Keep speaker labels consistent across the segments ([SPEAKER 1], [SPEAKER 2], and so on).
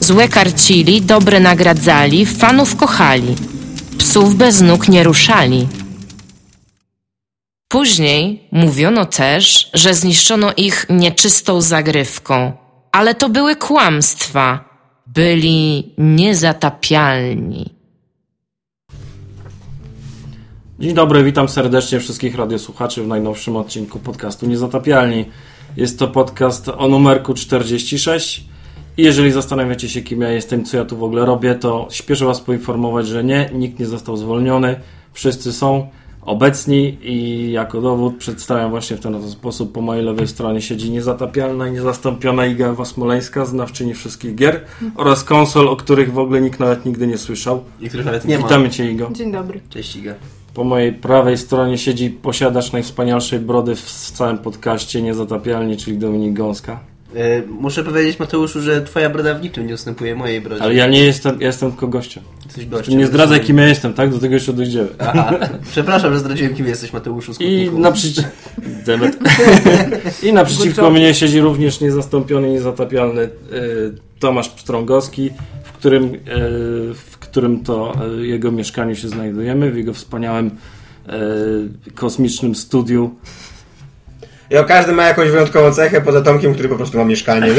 [SPEAKER 1] Złe karcili, dobre nagradzali, fanów kochali. Psów bez nóg nie ruszali. Później mówiono też, że zniszczono ich nieczystą zagrywką, ale to były kłamstwa. Byli niezatapialni.
[SPEAKER 2] Dzień dobry, witam serdecznie wszystkich radiosłuchaczy w najnowszym odcinku podcastu Niezatapialni. Jest to podcast o numerku 46 i jeżeli zastanawiacie się kim ja jestem, co ja tu w ogóle robię, to śpieszę Was poinformować, że nie, nikt nie został zwolniony, wszyscy są obecni i jako dowód przedstawiam właśnie w ten sposób po mojej lewej stronie siedzi niezatapialna i niezastąpiona Iga Wasmoleńska, znawczyni wszystkich gier oraz konsol, o których w ogóle nikt nawet nigdy nie słyszał.
[SPEAKER 3] Niektórych nawet nie ma.
[SPEAKER 2] Witamy Cię Igo.
[SPEAKER 4] Dzień dobry.
[SPEAKER 3] Cześć Iga.
[SPEAKER 2] Po mojej prawej stronie siedzi posiadacz najwspanialszej brody w w całym podcaście niezatapialnie, czyli Dominik Gąska.
[SPEAKER 3] E, muszę powiedzieć Mateuszu, że twoja broda w niczym nie ustępuje mojej brodzie.
[SPEAKER 2] Ale ja nie jestem, ja jestem tylko gościem.
[SPEAKER 3] Jesteś
[SPEAKER 2] Czyli
[SPEAKER 3] gościem.
[SPEAKER 2] nie zdradzaj kim ja jestem, tak? Do tego jeszcze dojdziemy.
[SPEAKER 3] Aha, przepraszam, że zdradziłem kim jesteś Mateuszu
[SPEAKER 2] I
[SPEAKER 3] Skutniku.
[SPEAKER 2] naprzeciw... Demet. I naprzeciwko mnie siedzi również niezastąpiony, niezatapialny y, Tomasz Pstrągowski, w którym, y, w którym to y, jego mieszkaniu się znajdujemy, w jego wspaniałym y, kosmicznym studiu.
[SPEAKER 5] Ja, każdy ma jakąś wyjątkową cechę, poza Tomkiem, który po prostu ma mieszkanie.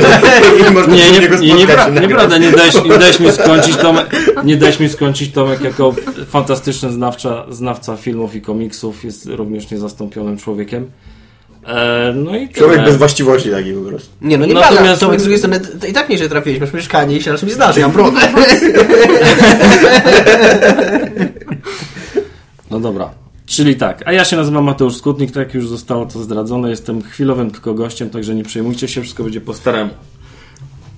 [SPEAKER 5] I można
[SPEAKER 2] Nie,
[SPEAKER 5] się
[SPEAKER 2] nie,
[SPEAKER 5] u niego
[SPEAKER 2] nie, nie,
[SPEAKER 5] spotkać i
[SPEAKER 2] pra,
[SPEAKER 5] nagrać.
[SPEAKER 2] nieprawda, nie dałeś, nie dałeś mi skończyć Tomek, nie dałeś mi skończyć Tomek jako fantastyczny znawca, znawca filmów i komiksów, jest również niezastąpionym człowiekiem. E, no i tyle.
[SPEAKER 5] Człowiek bez właściwości taki po prostu.
[SPEAKER 3] Nie no, nie
[SPEAKER 2] Natomiast-
[SPEAKER 3] Natomiast... Tomek, z drugiej strony t- t- i tak nie, że trafiłeś, masz mieszkanie i się na czymś znasz, ja mam brodę.
[SPEAKER 2] No dobra. Czyli tak, a ja się nazywam Mateusz Skutnik, tak jak już zostało to zdradzone, jestem chwilowym tylko gościem, także nie przejmujcie się, wszystko będzie po staremu.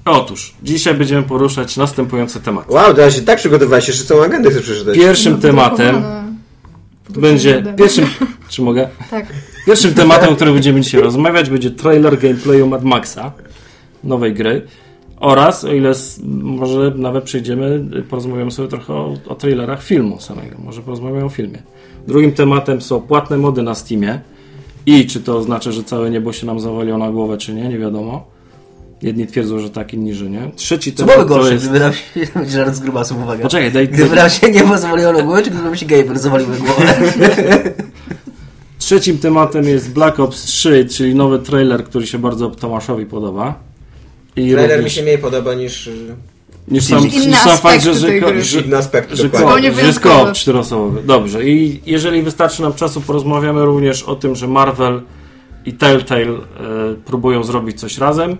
[SPEAKER 2] Otóż, dzisiaj będziemy poruszać następujące tematy.
[SPEAKER 5] Wow, to ja się tak przygotowałeś, jeszcze całą agendę chcę przeczytać.
[SPEAKER 4] No,
[SPEAKER 2] Pierwszym tematem będzie...
[SPEAKER 4] Będę.
[SPEAKER 2] Pierwszym... Czy mogę?
[SPEAKER 4] Tak.
[SPEAKER 2] Pierwszym tematem, o którym będziemy dzisiaj rozmawiać, będzie trailer gameplayu Mad Maxa, nowej gry. Oraz, o ile s- może nawet przyjdziemy, porozmawiamy sobie trochę o, o trailerach filmu samego. Może porozmawiamy o filmie. Drugim tematem są płatne mody na Steamie. I czy to oznacza, że całe niebo się nam zawaliło na głowę, czy nie, nie wiadomo. Jedni twierdzą, że tak, inni, że nie. Trzeci
[SPEAKER 3] Co
[SPEAKER 2] temat
[SPEAKER 3] byłoby
[SPEAKER 2] to
[SPEAKER 3] gorsze,
[SPEAKER 2] jest...
[SPEAKER 3] gdyby nam się... Żart z grubasów, uwaga.
[SPEAKER 2] Poczekaj, daj, daj,
[SPEAKER 3] Gdyby nam się niebo zawaliło na głowę, czy gdyby nam się Gaber zawalił na głowę?
[SPEAKER 2] Trzecim tematem jest Black Ops 3, czyli nowy trailer, który się bardzo Tomaszowi podoba. I
[SPEAKER 5] Trailer mi
[SPEAKER 2] również-
[SPEAKER 5] się mniej podoba niż
[SPEAKER 2] Niż sam,
[SPEAKER 4] Inne
[SPEAKER 2] niż sam fakt, że,
[SPEAKER 4] aspekty
[SPEAKER 2] że,
[SPEAKER 4] tej
[SPEAKER 2] ko-
[SPEAKER 4] gry.
[SPEAKER 2] że,
[SPEAKER 5] inny aspekt.
[SPEAKER 2] że,
[SPEAKER 5] dokładnie.
[SPEAKER 2] ko-
[SPEAKER 4] Zupełnie
[SPEAKER 2] że jest
[SPEAKER 4] wyjątkowe.
[SPEAKER 2] koop czteroosobowy. Dobrze. I jeżeli wystarczy nam czasu, porozmawiamy również o tym, że Marvel i Telltale e, próbują zrobić coś razem.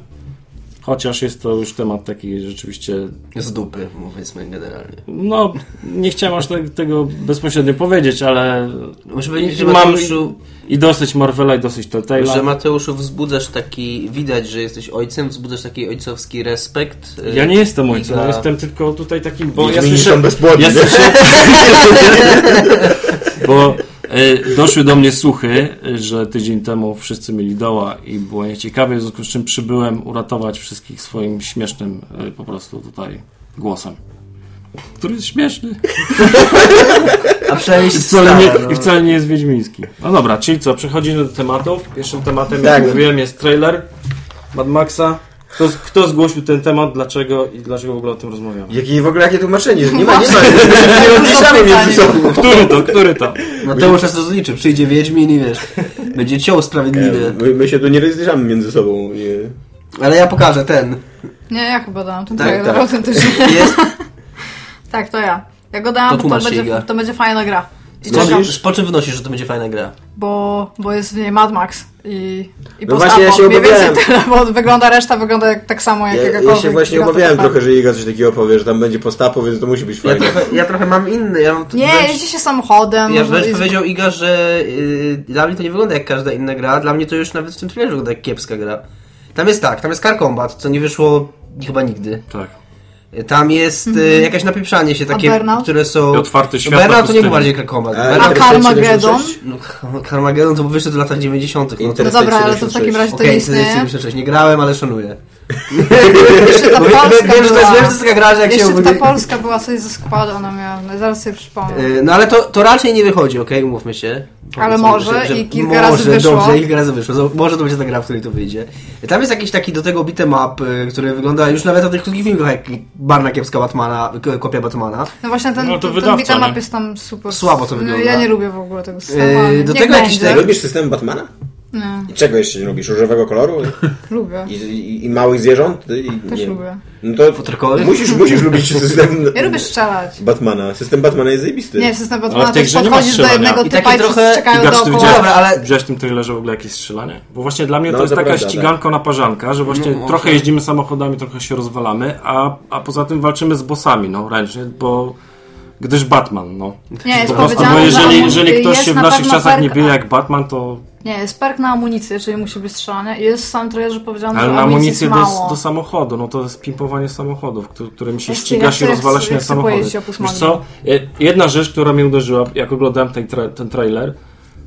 [SPEAKER 2] Chociaż jest to już temat taki rzeczywiście.
[SPEAKER 3] Z dupy, powiedzmy generalnie.
[SPEAKER 2] No, nie chciałem aż te, tego bezpośrednio powiedzieć, ale.
[SPEAKER 3] Muszę powiedzieć, że
[SPEAKER 2] mam
[SPEAKER 3] Mateuszu...
[SPEAKER 2] i dosyć Marvela, i dosyć Telltale'a.
[SPEAKER 3] Że Mateuszu wzbudzasz taki, widać, że jesteś ojcem, wzbudzasz taki ojcowski respekt. y,
[SPEAKER 2] Ja nie jestem ojcem,
[SPEAKER 3] Iga.
[SPEAKER 2] ja jestem tylko tutaj takim. Bo ja
[SPEAKER 5] Wiedźmini
[SPEAKER 2] słyszę,
[SPEAKER 5] są bezpłodni.
[SPEAKER 2] Ja słyszę... Bo e, doszły do mnie słuchy, że tydzień temu wszyscy mieli doła i było nieciekawie, w związku z czym przybyłem uratować wszystkich swoim śmiesznym e, po prostu tutaj głosem. Który jest śmieszny.
[SPEAKER 3] A przynajmniej
[SPEAKER 2] I
[SPEAKER 3] się
[SPEAKER 2] wcale,
[SPEAKER 3] stara,
[SPEAKER 2] nie,
[SPEAKER 3] no.
[SPEAKER 2] I wcale nie jest wiedźmiński. No dobra, czyli co, przechodzimy do tematów. Pierwszym tematem,
[SPEAKER 5] Tak.
[SPEAKER 2] jak mówiłem, jest trailer Mad Maxa. Kto, z- kto zgłosił ten temat, dlaczego i dlaczego w ogóle o tym rozmawiamy?
[SPEAKER 5] Jakie w ogóle jakie tłumaczenie? że Nie ma nie ma.
[SPEAKER 3] Tak,
[SPEAKER 5] Nie rozliczamy między sobą.
[SPEAKER 2] Który to, który to?
[SPEAKER 3] Mateusz nas rozliczy, przyjdzie Wiedźmin i wiesz, będzie ciął sprawiedliwy.
[SPEAKER 5] My, my się tu nie rozliczamy między sobą. Nie.
[SPEAKER 3] Ale ja pokażę ten.
[SPEAKER 4] Nie, ja chyba dałam ten
[SPEAKER 3] Tak,
[SPEAKER 4] trailer
[SPEAKER 5] tak.
[SPEAKER 4] autentycznie.
[SPEAKER 3] Jest,
[SPEAKER 4] Tak, to ja. Ja go
[SPEAKER 3] To
[SPEAKER 4] dałam, bo to
[SPEAKER 3] tłumaczy
[SPEAKER 4] będzie,
[SPEAKER 3] Iga.
[SPEAKER 4] to będzie fajna gra. I
[SPEAKER 3] po,
[SPEAKER 4] czekam,
[SPEAKER 3] po czym wnosisz, że to będzie fajna gra?
[SPEAKER 4] bo, bo jest w niej Mad Max i, i
[SPEAKER 5] No
[SPEAKER 4] post-apo.
[SPEAKER 5] właśnie, ja się
[SPEAKER 4] Mniej więcej
[SPEAKER 5] obawiałem.
[SPEAKER 4] tyle, bo wygląda reszta, wygląda jak, tak samo jak
[SPEAKER 5] Ja, ja
[SPEAKER 4] jakakolwiek
[SPEAKER 5] się właśnie
[SPEAKER 4] gra, to
[SPEAKER 5] obawiałem
[SPEAKER 4] tak.
[SPEAKER 5] trochę, że Iga coś takiego powie, że tam będzie postapo, więc to musi być
[SPEAKER 3] Ja
[SPEAKER 5] fajne.
[SPEAKER 3] trochę, ja trochę mam inny, Tak. ja mam...
[SPEAKER 4] Nie,
[SPEAKER 3] wręcz-
[SPEAKER 4] jeździ się samochodem.
[SPEAKER 3] Ja
[SPEAKER 4] może
[SPEAKER 3] wręcz
[SPEAKER 4] i z-
[SPEAKER 3] powiedział Iga, że y, dla mnie to nie wygląda jak każda inna gra, dla mnie to już nawet w tym trailerze wygląda jak kiepska gra. Tam jest tak, tam jest Car Combat, co nie wyszło chyba nigdy.
[SPEAKER 2] Tak.
[SPEAKER 3] Tam jest y, jakaś napieprzanie się takie,
[SPEAKER 4] Burnout?
[SPEAKER 3] które są...
[SPEAKER 2] I otwarty świat na
[SPEAKER 3] Burnout to nie
[SPEAKER 2] pustyni.
[SPEAKER 3] był bardziej krakomat.
[SPEAKER 5] E,
[SPEAKER 3] Burnout-
[SPEAKER 4] A Carmageddon?
[SPEAKER 5] 476?
[SPEAKER 3] No, Har- Harmagedon to wyszedł w latach 90. No to...
[SPEAKER 5] Inter-
[SPEAKER 4] No dobra, ale to w takim
[SPEAKER 5] 476.
[SPEAKER 4] razie to nie
[SPEAKER 3] Okej,
[SPEAKER 4] istnieje.
[SPEAKER 3] 476. Nie grałem, ale szanuję.
[SPEAKER 4] Jeszcze ta
[SPEAKER 3] Bo wiem, wiem,
[SPEAKER 4] Polska
[SPEAKER 3] wiem, że to jest, wiem, że to jest
[SPEAKER 4] była.
[SPEAKER 3] taka gra, że jak się...
[SPEAKER 4] Jeszcze ta
[SPEAKER 3] obudzi-
[SPEAKER 4] Polska była coś ze składu, ona miała. no Zaraz sobie przypomnę.
[SPEAKER 3] Y, No ale to, to raczej nie wychodzi, okej, umówmy się.
[SPEAKER 4] Ale może i kilka razy
[SPEAKER 3] może,
[SPEAKER 4] wyszło.
[SPEAKER 3] Dobrze, i kilka razy wyszło. Zo- Może to będzie ta gra, w której to wyjdzie. Tam jest jakiś taki do tego bity map, y, który wygląda już nawet na tych krótkich filmikach, jak Barna Kiepska Batmana, k- kopia Batmana.
[SPEAKER 4] No właśnie ten,
[SPEAKER 2] No to
[SPEAKER 4] ten, ten
[SPEAKER 2] wydawca,
[SPEAKER 4] beat'em up
[SPEAKER 2] nie?
[SPEAKER 4] jest tam super.
[SPEAKER 3] Słabo to
[SPEAKER 4] No
[SPEAKER 3] wygląda.
[SPEAKER 4] Ja nie lubię w ogóle tego systemu.
[SPEAKER 3] Yy,
[SPEAKER 4] ale
[SPEAKER 3] do
[SPEAKER 4] niech
[SPEAKER 3] tego jakiś
[SPEAKER 4] będzie.
[SPEAKER 3] tego-
[SPEAKER 5] Lubisz system Batmana?
[SPEAKER 4] Nie,
[SPEAKER 5] I czego jeszcze nie lubisz? Różowego koloru?
[SPEAKER 4] lubię.
[SPEAKER 5] I, i, i małych zwierząt? I,
[SPEAKER 4] Też
[SPEAKER 5] nie.
[SPEAKER 4] lubię.
[SPEAKER 5] No to
[SPEAKER 3] Futerkowy?
[SPEAKER 5] musisz, musisz lubić system
[SPEAKER 4] Ja lubię strzelać.
[SPEAKER 5] Batmana. System Batmana jest zajebisty.
[SPEAKER 4] Nie, system
[SPEAKER 2] Ale
[SPEAKER 4] Batmana
[SPEAKER 2] w tej
[SPEAKER 4] też
[SPEAKER 2] grze nie ma
[SPEAKER 4] podchodzisz do
[SPEAKER 2] strzelania.
[SPEAKER 4] jednego
[SPEAKER 3] I
[SPEAKER 4] typa
[SPEAKER 3] takie
[SPEAKER 4] i wszyscy
[SPEAKER 3] trochę-
[SPEAKER 4] czekają
[SPEAKER 2] Igacz, ty
[SPEAKER 4] dookoła.
[SPEAKER 2] widziałeś,
[SPEAKER 3] Dobra, ale-
[SPEAKER 2] widziałeś w tym trailerze w ogóle jakieś strzelanie? Bo właśnie dla mnie to
[SPEAKER 5] No,
[SPEAKER 2] jest
[SPEAKER 5] to
[SPEAKER 2] taka
[SPEAKER 5] prawda,
[SPEAKER 2] ściganko na parzanka, że właśnie
[SPEAKER 3] No,
[SPEAKER 2] trochę
[SPEAKER 3] może.
[SPEAKER 2] jeździmy samochodami, trochę się rozwalamy, a, a poza tym walczymy z bossami, no ręcznie, bo gdyż Batman, no.
[SPEAKER 4] Nie, jest
[SPEAKER 2] Po prostu, bo
[SPEAKER 4] powiedziane, że
[SPEAKER 2] jeżeli,
[SPEAKER 4] on-
[SPEAKER 2] jeżeli ktoś
[SPEAKER 4] jest
[SPEAKER 2] się w
[SPEAKER 4] na
[SPEAKER 2] naszych
[SPEAKER 4] pewno
[SPEAKER 2] czasach nie
[SPEAKER 4] perk-
[SPEAKER 2] bije jak Batman, to
[SPEAKER 4] Nie, jest perk na amunicję, czyli musi być strzelanie. I Jest sam trailer, że powiedziano,
[SPEAKER 2] ale
[SPEAKER 4] że
[SPEAKER 2] na
[SPEAKER 4] amunicji
[SPEAKER 2] amunicję
[SPEAKER 4] jest mało.
[SPEAKER 2] do, do samochodu, no to jest pimpowanie samochodów, któ- którymi się
[SPEAKER 4] Właśnie,
[SPEAKER 2] ściga
[SPEAKER 4] ja
[SPEAKER 2] się
[SPEAKER 4] chcę-
[SPEAKER 2] rozwala
[SPEAKER 4] chcę-
[SPEAKER 2] się na
[SPEAKER 4] chcę
[SPEAKER 2] samochody.
[SPEAKER 4] pojeździć Opus
[SPEAKER 2] Wiesz
[SPEAKER 4] Magnum.
[SPEAKER 2] co? Je- Jedna rzecz, która mnie uderzyła, jak oglądałem ten, tra- ten trailer,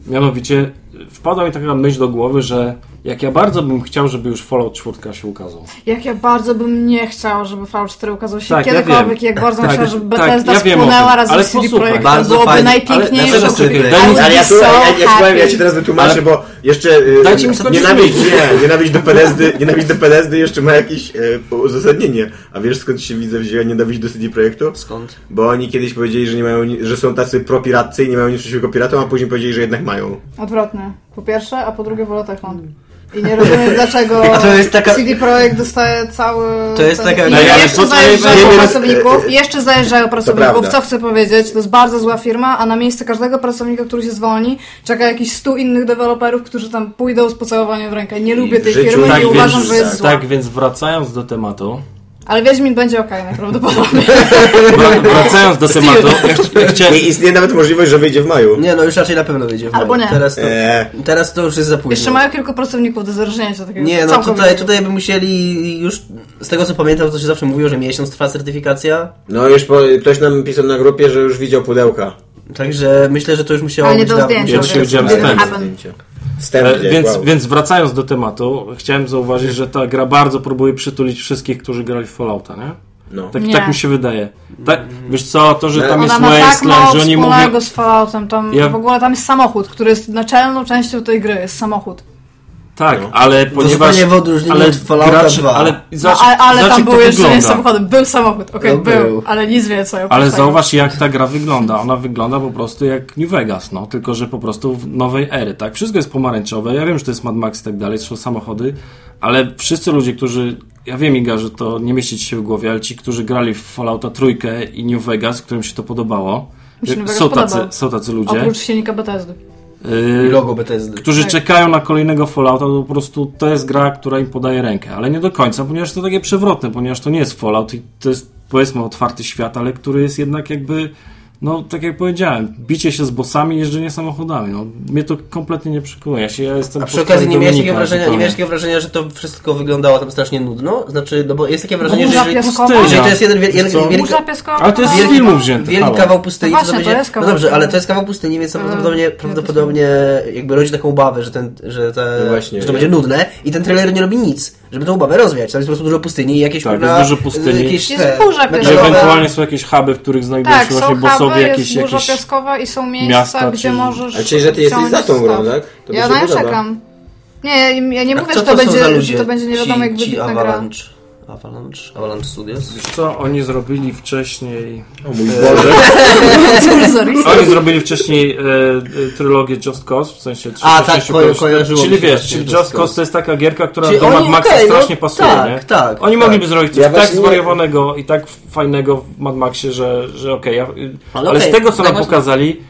[SPEAKER 2] mianowicie wpadła mi taka myśl do głowy, że jak ja bardzo bym chciał, żeby już Fallout 4 się ukazał.
[SPEAKER 4] Jak ja bardzo bym nie chciał, żeby Fallout 4 ukazał się
[SPEAKER 2] Tak, ja
[SPEAKER 4] kiedykolwiek
[SPEAKER 2] wiem.
[SPEAKER 4] i jak bardzo bym
[SPEAKER 2] Tak,
[SPEAKER 4] chciał, żeby
[SPEAKER 2] tak,
[SPEAKER 4] Bethesda
[SPEAKER 2] ja wiem o
[SPEAKER 4] spłynęła
[SPEAKER 2] tym,
[SPEAKER 4] razem
[SPEAKER 2] ale
[SPEAKER 4] z CD
[SPEAKER 2] posłuchaj,
[SPEAKER 4] Projekt, to
[SPEAKER 3] bardzo
[SPEAKER 4] byłoby
[SPEAKER 3] fajnie, ale
[SPEAKER 4] najpiękniejsze.
[SPEAKER 3] dlaczego
[SPEAKER 4] żeby-
[SPEAKER 3] sobie-
[SPEAKER 4] I would
[SPEAKER 5] Ale ja,
[SPEAKER 4] be
[SPEAKER 5] tu,
[SPEAKER 4] so
[SPEAKER 5] ja, ja, ja, ci powiem, ja
[SPEAKER 4] happy.
[SPEAKER 5] ci teraz wytłumaczę, bo jeszcze y,
[SPEAKER 2] Dajcie mi skończyć
[SPEAKER 5] nienawiść,
[SPEAKER 2] myśl.
[SPEAKER 5] nie, nienawiść do Pelezdy, nienawiść do Pelezdy jeszcze ma jakieś y, uzasadnienie. A wiesz skąd się widzę wzięła nienawiść do CD Projektu?
[SPEAKER 3] Skąd?
[SPEAKER 5] Bo oni kiedyś powiedzieli, że nie mają, ni- że są tacy propiratcy i nie mają nic przeciwko piratom, a później powiedzieli, że jednak mają.
[SPEAKER 4] Odwrotne. Po pierwsze, a po drugie wolę Techland. I nie rozumiem dlaczego
[SPEAKER 3] A to jest taka-
[SPEAKER 4] CD Projekt dostaje cały...
[SPEAKER 3] To jest
[SPEAKER 4] ten-
[SPEAKER 3] taka-
[SPEAKER 4] I
[SPEAKER 3] No ja-
[SPEAKER 4] jeszcze
[SPEAKER 2] to-
[SPEAKER 4] zajeżdżają
[SPEAKER 5] nie wiem,
[SPEAKER 4] pracowników, i jeszcze zajeżdżają pracowników,
[SPEAKER 5] prawda.
[SPEAKER 4] co chcę powiedzieć, to jest bardzo zła firma, a na miejsce każdego pracownika, który się zwolni, czeka jakichś stu innych deweloperów, którzy tam pójdą z pocałowaniem w rękę. Nie lubię
[SPEAKER 5] w
[SPEAKER 4] tej
[SPEAKER 5] życiu
[SPEAKER 4] firmy,
[SPEAKER 5] tak
[SPEAKER 4] nie
[SPEAKER 5] więc-
[SPEAKER 4] uważam, że jest zła.
[SPEAKER 2] tak więc wracając do tematu,
[SPEAKER 4] Ale Wiedźmin będzie okej najprawdopodobniej.
[SPEAKER 2] wra- wracając do tematu, ja, chci- ja chciałem...
[SPEAKER 5] Nie istnieje nawet możliwość, że wyjdzie w maju.
[SPEAKER 3] Nie, no już raczej na pewno wyjdzie. w
[SPEAKER 4] Albo
[SPEAKER 3] maju.
[SPEAKER 4] nie.
[SPEAKER 3] Teraz to,
[SPEAKER 5] Eee.
[SPEAKER 3] teraz to już jest za późno.
[SPEAKER 4] Jeszcze mają kilku pracowników do tak zarażenia się takiego
[SPEAKER 3] Nie, no
[SPEAKER 4] całkowitego.
[SPEAKER 3] tutaj, tutaj by musieli już, z tego co pamiętam, to się zawsze mówiło, że miesiąc trwa certyfikacja.
[SPEAKER 5] No już po, ktoś nam pisał na grupie, że już widział pudełka.
[SPEAKER 3] Także myślę, że to już musiało
[SPEAKER 4] Ale nie
[SPEAKER 3] być
[SPEAKER 4] do
[SPEAKER 3] da-
[SPEAKER 4] zdjęcia.
[SPEAKER 2] Ja się
[SPEAKER 4] więc-
[SPEAKER 2] widziałem z
[SPEAKER 4] Didn't
[SPEAKER 2] tym.
[SPEAKER 4] happen.
[SPEAKER 5] Wstęp,
[SPEAKER 2] E, Więc,
[SPEAKER 5] wow.
[SPEAKER 2] więc wracając do tematu, chciałem zauważyć, że ta gra bardzo próbuje przytulić wszystkich, którzy grali w Fallouta, nie?
[SPEAKER 5] No.
[SPEAKER 2] Tak,
[SPEAKER 4] Nie.
[SPEAKER 2] tak mi się wydaje. Tak, wiesz co, to, że
[SPEAKER 5] No.
[SPEAKER 2] tam
[SPEAKER 4] Ona
[SPEAKER 2] jest
[SPEAKER 4] ma tak
[SPEAKER 2] Wasteland,
[SPEAKER 4] mało
[SPEAKER 2] że oni
[SPEAKER 4] wspólnego
[SPEAKER 2] mówią...
[SPEAKER 4] z Falloutem, tam
[SPEAKER 2] Ja-
[SPEAKER 4] w ogóle tam jest samochód, który jest naczelną częścią tej gry, jest samochód.
[SPEAKER 2] Tak,
[SPEAKER 5] No.
[SPEAKER 2] ale ponieważ...
[SPEAKER 3] w odróżnieniu
[SPEAKER 2] ale
[SPEAKER 3] od Fallouta
[SPEAKER 2] gracz-
[SPEAKER 3] 2.
[SPEAKER 2] Ale,
[SPEAKER 4] No,
[SPEAKER 2] zobacz-
[SPEAKER 4] ale, ale
[SPEAKER 2] zobacz,
[SPEAKER 4] tam
[SPEAKER 2] jak to
[SPEAKER 4] był jeszcze nie
[SPEAKER 2] wygląda.
[SPEAKER 4] samochodem, był samochód, okej,
[SPEAKER 3] No,
[SPEAKER 4] był,
[SPEAKER 3] był.
[SPEAKER 4] ale nic więcej. oprócz
[SPEAKER 2] Ale
[SPEAKER 4] tego.
[SPEAKER 2] zauważ, jak ta gra wygląda. Ona wygląda po prostu jak New Vegas, no. Tylko, że po prostu w nowej ery, tak? Wszystko jest pomarańczowe. Ja wiem, że to jest Mad Max i tak dalej, są samochody, ale wszyscy ludzie, którzy... Ja wiem, Iga, że to nie mieści ci się w głowie, ale ci, którzy grali w Fallouta trójkę i New Vegas, którym się to podobało, y,
[SPEAKER 4] Mi się New Vegas
[SPEAKER 2] są tacy,
[SPEAKER 4] podobał.
[SPEAKER 2] są tacy ludzie,
[SPEAKER 4] Oprócz silnika Bethesdy.
[SPEAKER 2] yy,
[SPEAKER 3] Logo Bethesdy.
[SPEAKER 2] którzy
[SPEAKER 4] Tak.
[SPEAKER 2] czekają na kolejnego Fallouta, to po prostu to jest gra, która im podaje rękę. Ale nie do końca, ponieważ to takie przewrotne, ponieważ to nie jest Fallout i to jest powiedzmy otwarty świat, ale który jest jednak jakby, no tak jak powiedziałem, bicie się z bossami, jeżdżenie samochodami. No, mnie to kompletnie nie przekonuje. Ja, się, ja jestem
[SPEAKER 3] A
[SPEAKER 2] po
[SPEAKER 3] przy okazji nie
[SPEAKER 2] stronie
[SPEAKER 3] miałeś, takiego
[SPEAKER 2] Dominika
[SPEAKER 3] wrażenia, nie
[SPEAKER 2] zupełnie.
[SPEAKER 3] miałeś takiego wrażenia, że to wszystko wyglądało tam strasznie nudno? Znaczy, no bo jest takie wrażenie, że
[SPEAKER 4] Burza
[SPEAKER 3] jeżeli,
[SPEAKER 4] piaskowa?
[SPEAKER 2] pustynia.
[SPEAKER 3] jeżeli to jest jeden wiel- jeden
[SPEAKER 2] Co?
[SPEAKER 3] wielki,
[SPEAKER 4] Burza piaskowa.
[SPEAKER 2] Ale to jest z
[SPEAKER 3] wielki,
[SPEAKER 2] filmu wzięte.
[SPEAKER 3] wielki
[SPEAKER 2] halo.
[SPEAKER 3] kawał pustyni.
[SPEAKER 4] No właśnie,
[SPEAKER 3] będzie-
[SPEAKER 4] to jest kawał
[SPEAKER 3] no dobrze,
[SPEAKER 4] pustyni. Mm,
[SPEAKER 3] ale to jest kawał pustyni, więc prawdopodobnie,
[SPEAKER 4] ja
[SPEAKER 3] prawdopodobnie jakby rodzi taką obawę, że, ten, że, te,
[SPEAKER 5] No właśnie,
[SPEAKER 3] że to
[SPEAKER 5] nie?
[SPEAKER 3] będzie nudne i ten trailer nie robi nic, żeby tą obawę rozwiać. Tam jest po prostu dużo pustyni i jakieś
[SPEAKER 2] Tak,
[SPEAKER 3] kurwa,
[SPEAKER 2] jest dużo pustyni.
[SPEAKER 3] Jakieś
[SPEAKER 4] Jest
[SPEAKER 3] te,
[SPEAKER 4] burza
[SPEAKER 3] metalowe-
[SPEAKER 2] Że
[SPEAKER 4] Dobra.
[SPEAKER 2] ewentualnie są jakieś huby, w których znajdują
[SPEAKER 4] Tak,
[SPEAKER 2] się
[SPEAKER 4] są
[SPEAKER 2] właśnie bossowie,
[SPEAKER 4] huby,
[SPEAKER 2] jakieś,
[SPEAKER 4] jest burza
[SPEAKER 2] jakieś...
[SPEAKER 4] piaskowa i są miejsca,
[SPEAKER 2] miasta,
[SPEAKER 4] gdzie
[SPEAKER 2] czy-
[SPEAKER 4] możesz...
[SPEAKER 5] Ale czyli, że ty jesteś za tą grą,
[SPEAKER 4] wsiąść.
[SPEAKER 5] tak? To by
[SPEAKER 4] ja
[SPEAKER 5] się
[SPEAKER 4] no, ja
[SPEAKER 5] podoba.
[SPEAKER 4] czekam. Nie, ja- ja nie
[SPEAKER 3] A
[SPEAKER 4] mówię,
[SPEAKER 3] co
[SPEAKER 4] że to,
[SPEAKER 3] są za
[SPEAKER 4] będzie,
[SPEAKER 3] ludzie?
[SPEAKER 4] że to będzie nie wiadomo
[SPEAKER 3] ci,
[SPEAKER 4] jak
[SPEAKER 3] ci
[SPEAKER 4] wybitna gra.
[SPEAKER 3] Avalanche. Avalanche? Avalanche Studios?
[SPEAKER 2] Wiesz co, oni zrobili wcześniej...
[SPEAKER 5] O mój Boże.
[SPEAKER 4] Sorry.
[SPEAKER 2] Oni zrobili wcześniej e, e, trylogię Just Cause, w sensie trzy-
[SPEAKER 3] A, tak,
[SPEAKER 2] sześciu
[SPEAKER 3] ko-
[SPEAKER 2] koleś-
[SPEAKER 3] kojarzyło mi
[SPEAKER 2] Czyli
[SPEAKER 3] się
[SPEAKER 2] wiesz,
[SPEAKER 3] właśnie
[SPEAKER 2] czyli
[SPEAKER 3] Just
[SPEAKER 2] Just Cause to jest taka gierka, która
[SPEAKER 3] Czyli
[SPEAKER 2] do Mad
[SPEAKER 3] oni-
[SPEAKER 2] Maxa
[SPEAKER 3] okej, no,
[SPEAKER 2] strasznie pasuje,
[SPEAKER 3] tak,
[SPEAKER 2] nie?
[SPEAKER 3] tak,
[SPEAKER 2] Oni
[SPEAKER 3] tak.
[SPEAKER 2] mogliby zrobić coś
[SPEAKER 5] Ja
[SPEAKER 2] tak
[SPEAKER 5] właśnie-
[SPEAKER 2] zwariowanego i tak fajnego w Mad Maxie, że, że okej, ja, ale,
[SPEAKER 3] Ale
[SPEAKER 2] z
[SPEAKER 3] okej,
[SPEAKER 2] tego, co
[SPEAKER 3] tak
[SPEAKER 2] nam
[SPEAKER 3] właśnie-
[SPEAKER 2] pokazali,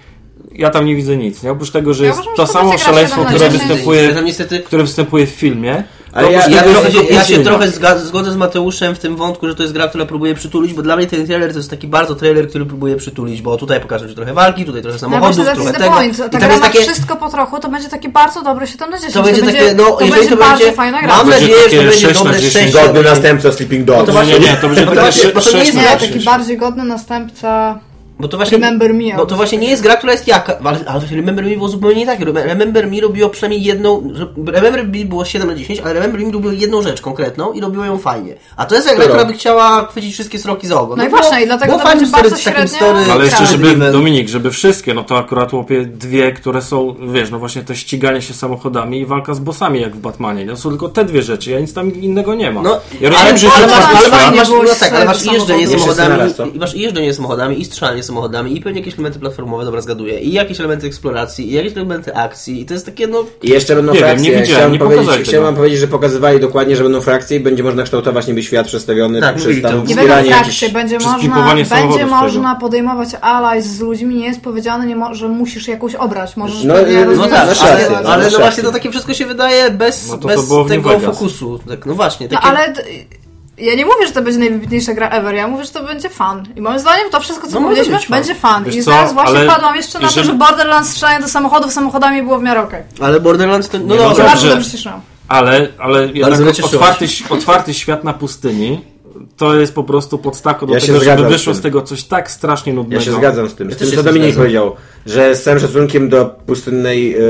[SPEAKER 2] ja tam nie widzę nic, nie? Oprócz tego, że
[SPEAKER 4] Ja
[SPEAKER 2] jest
[SPEAKER 4] uważam,
[SPEAKER 2] to
[SPEAKER 4] że to
[SPEAKER 2] samo
[SPEAKER 4] będzie gra
[SPEAKER 2] szaleństwo,
[SPEAKER 4] się
[SPEAKER 2] które
[SPEAKER 4] nadaje.
[SPEAKER 2] występuje,
[SPEAKER 3] Tam niestety-
[SPEAKER 2] które występuje w filmie,
[SPEAKER 5] Ale ja,
[SPEAKER 3] Ja,
[SPEAKER 5] ja,
[SPEAKER 3] ja,
[SPEAKER 2] trochę
[SPEAKER 3] się, ja się
[SPEAKER 2] dopuścili.
[SPEAKER 3] trochę zga- zgodzę z Mateuszem w tym wątku, że to jest gra, która próbuje przytulić, bo dla mnie ten trailer to jest taki bardzo trailer, który próbuje przytulić, bo tutaj pokażę ci trochę walki, tutaj trochę
[SPEAKER 4] No właśnie,
[SPEAKER 3] samochodów,
[SPEAKER 4] that's
[SPEAKER 3] trochę
[SPEAKER 4] the
[SPEAKER 3] tego.
[SPEAKER 4] point. Ta
[SPEAKER 3] I
[SPEAKER 4] gra
[SPEAKER 3] tam jest
[SPEAKER 4] ma
[SPEAKER 3] takie,
[SPEAKER 4] wszystko po trochu, to będzie takie bardzo dobre 7 na 10.
[SPEAKER 3] to będzie takie, no,
[SPEAKER 4] to
[SPEAKER 3] jeżeli
[SPEAKER 4] będzie
[SPEAKER 3] to
[SPEAKER 4] bardzo
[SPEAKER 3] będzie,
[SPEAKER 4] fajna gra.
[SPEAKER 3] mam
[SPEAKER 2] Będzie
[SPEAKER 3] nadzieję, że
[SPEAKER 2] takie
[SPEAKER 3] to będzie
[SPEAKER 2] 6 na
[SPEAKER 3] dobre
[SPEAKER 2] 10.
[SPEAKER 3] 6
[SPEAKER 5] godny następca Sleeping Dogs.
[SPEAKER 3] No to
[SPEAKER 2] Nie, nie, to będzie
[SPEAKER 3] Bo
[SPEAKER 2] takie
[SPEAKER 3] właśnie- bo to
[SPEAKER 2] 6
[SPEAKER 3] nie jest
[SPEAKER 2] na
[SPEAKER 4] Nie,
[SPEAKER 3] gra,
[SPEAKER 2] 10.
[SPEAKER 4] taki bardziej godny następca.
[SPEAKER 3] Bo to właśnie,
[SPEAKER 4] Remember Me,
[SPEAKER 3] bo to właśnie nie jest gra, która jest jaka, ale, ale właśnie Remember Me było zupełnie nie takie. Remember Me robiło przynajmniej jedną, Remember Me było 7 na 10, ale Remember Me robiło jedną rzecz konkretną i robiło ją fajnie. A to jest jak gra,
[SPEAKER 5] Która?
[SPEAKER 3] która by chciała chwycić wszystkie sroki za ogon.
[SPEAKER 4] No i
[SPEAKER 3] było-
[SPEAKER 4] właśnie, i dlatego
[SPEAKER 3] było
[SPEAKER 4] to
[SPEAKER 3] fajnym
[SPEAKER 4] będzie bardzo
[SPEAKER 3] story z takim
[SPEAKER 4] średnio
[SPEAKER 3] story-
[SPEAKER 2] Ale jeszcze,
[SPEAKER 3] story
[SPEAKER 2] żeby,
[SPEAKER 3] driven.
[SPEAKER 2] Dominik, żeby wszystkie, no to akurat łopie dwie, które są, wiesz, no właśnie te ściganie się samochodami i walka z bossami, jak w Batmanie. No są tylko te dwie rzeczy, ja nic tam innego nie ma.
[SPEAKER 3] No,
[SPEAKER 2] ja rozumiem,
[SPEAKER 3] ale,
[SPEAKER 2] że
[SPEAKER 3] ale,
[SPEAKER 2] się
[SPEAKER 3] masz,
[SPEAKER 4] trwa
[SPEAKER 3] ale,
[SPEAKER 4] dłużej.
[SPEAKER 3] masz,
[SPEAKER 4] Było
[SPEAKER 3] no
[SPEAKER 4] już
[SPEAKER 3] tak, ale masz
[SPEAKER 4] samochodów.
[SPEAKER 3] jeżdżenie
[SPEAKER 5] Jeszcze
[SPEAKER 3] samochodami,
[SPEAKER 5] znalazł, co?
[SPEAKER 3] i, masz jeżdżenie samochodami, i strzelanie samochodami, i pewnie jakieś elementy platformowe, dobra, zgaduję, i jakieś elementy eksploracji, i jakieś elementy akcji, i to jest takie, no...
[SPEAKER 5] I jeszcze będą
[SPEAKER 2] Nie wiem,
[SPEAKER 5] frakcje.
[SPEAKER 2] nie widziałem,
[SPEAKER 5] chciałem
[SPEAKER 2] nie
[SPEAKER 5] powiedzieć,
[SPEAKER 2] pokazali
[SPEAKER 5] chciałem
[SPEAKER 2] tego.
[SPEAKER 5] wam powiedzieć, że pokazywali dokładnie, że będą frakcje i będzie można kształtować niby świat przedstawiony
[SPEAKER 3] Tak,
[SPEAKER 5] przez
[SPEAKER 3] mówili to.
[SPEAKER 5] tam
[SPEAKER 4] Nie
[SPEAKER 5] zbieranie
[SPEAKER 4] będą
[SPEAKER 5] jakichś...
[SPEAKER 4] frakcje, będzie
[SPEAKER 2] przez
[SPEAKER 4] można,
[SPEAKER 2] pipowanie samochodów
[SPEAKER 4] będzie
[SPEAKER 2] wtedy.
[SPEAKER 4] można podejmować allies z ludźmi, nie jest powiedziane, nie mo- że musisz jakąś obrać, możesz
[SPEAKER 5] No,
[SPEAKER 4] pewnie
[SPEAKER 5] no
[SPEAKER 4] rozwijać
[SPEAKER 5] tak, masz
[SPEAKER 4] się.
[SPEAKER 5] rację,
[SPEAKER 3] ale,
[SPEAKER 5] no,
[SPEAKER 3] ale
[SPEAKER 5] masz
[SPEAKER 3] no
[SPEAKER 5] rację.
[SPEAKER 3] właśnie to takie wszystko się wydaje bez,
[SPEAKER 2] No to to
[SPEAKER 3] bez
[SPEAKER 2] było w New
[SPEAKER 3] tego
[SPEAKER 2] Vegas.
[SPEAKER 3] fokusu. Tak, no właśnie,
[SPEAKER 4] No
[SPEAKER 3] takie...
[SPEAKER 4] ale d- ja nie mówię, że to będzie najwybitniejsza gra ever, ja mówię, że to będzie fan. I moim zdaniem to wszystko, co
[SPEAKER 3] No, może
[SPEAKER 4] powiedzieliśmy,
[SPEAKER 3] być fan.
[SPEAKER 4] będzie fan.
[SPEAKER 2] Wiesz
[SPEAKER 4] I
[SPEAKER 2] co,
[SPEAKER 4] zaraz właśnie
[SPEAKER 2] ale
[SPEAKER 4] padłam jeszcze na to,
[SPEAKER 2] jeżeli-
[SPEAKER 4] że Borderlands strzelanie do samochodów samochodami było w miarę okej.
[SPEAKER 3] ale Borderlands to... No
[SPEAKER 2] no
[SPEAKER 3] dobra,
[SPEAKER 2] dobrze.
[SPEAKER 4] Bardzo dobrze ściszyłam.
[SPEAKER 2] Ale, ale
[SPEAKER 3] mnie
[SPEAKER 2] jednak no,
[SPEAKER 3] cieszyłaś.
[SPEAKER 2] otwarty, ś- otwarty świat na pustyni to jest po prostu podstawka do
[SPEAKER 5] Ja się
[SPEAKER 2] tego, żeby
[SPEAKER 5] zgadzam
[SPEAKER 2] wyszło
[SPEAKER 5] z tym.
[SPEAKER 2] z tego coś tak strasznie
[SPEAKER 5] Ja
[SPEAKER 2] nudnego.
[SPEAKER 5] się zgadzam z tym, z
[SPEAKER 3] No, też
[SPEAKER 5] tym
[SPEAKER 3] się
[SPEAKER 5] co
[SPEAKER 3] z tym
[SPEAKER 5] Dominik
[SPEAKER 3] zgadzam.
[SPEAKER 5] powiedział, że z całym szacunkiem do pustynnej, e,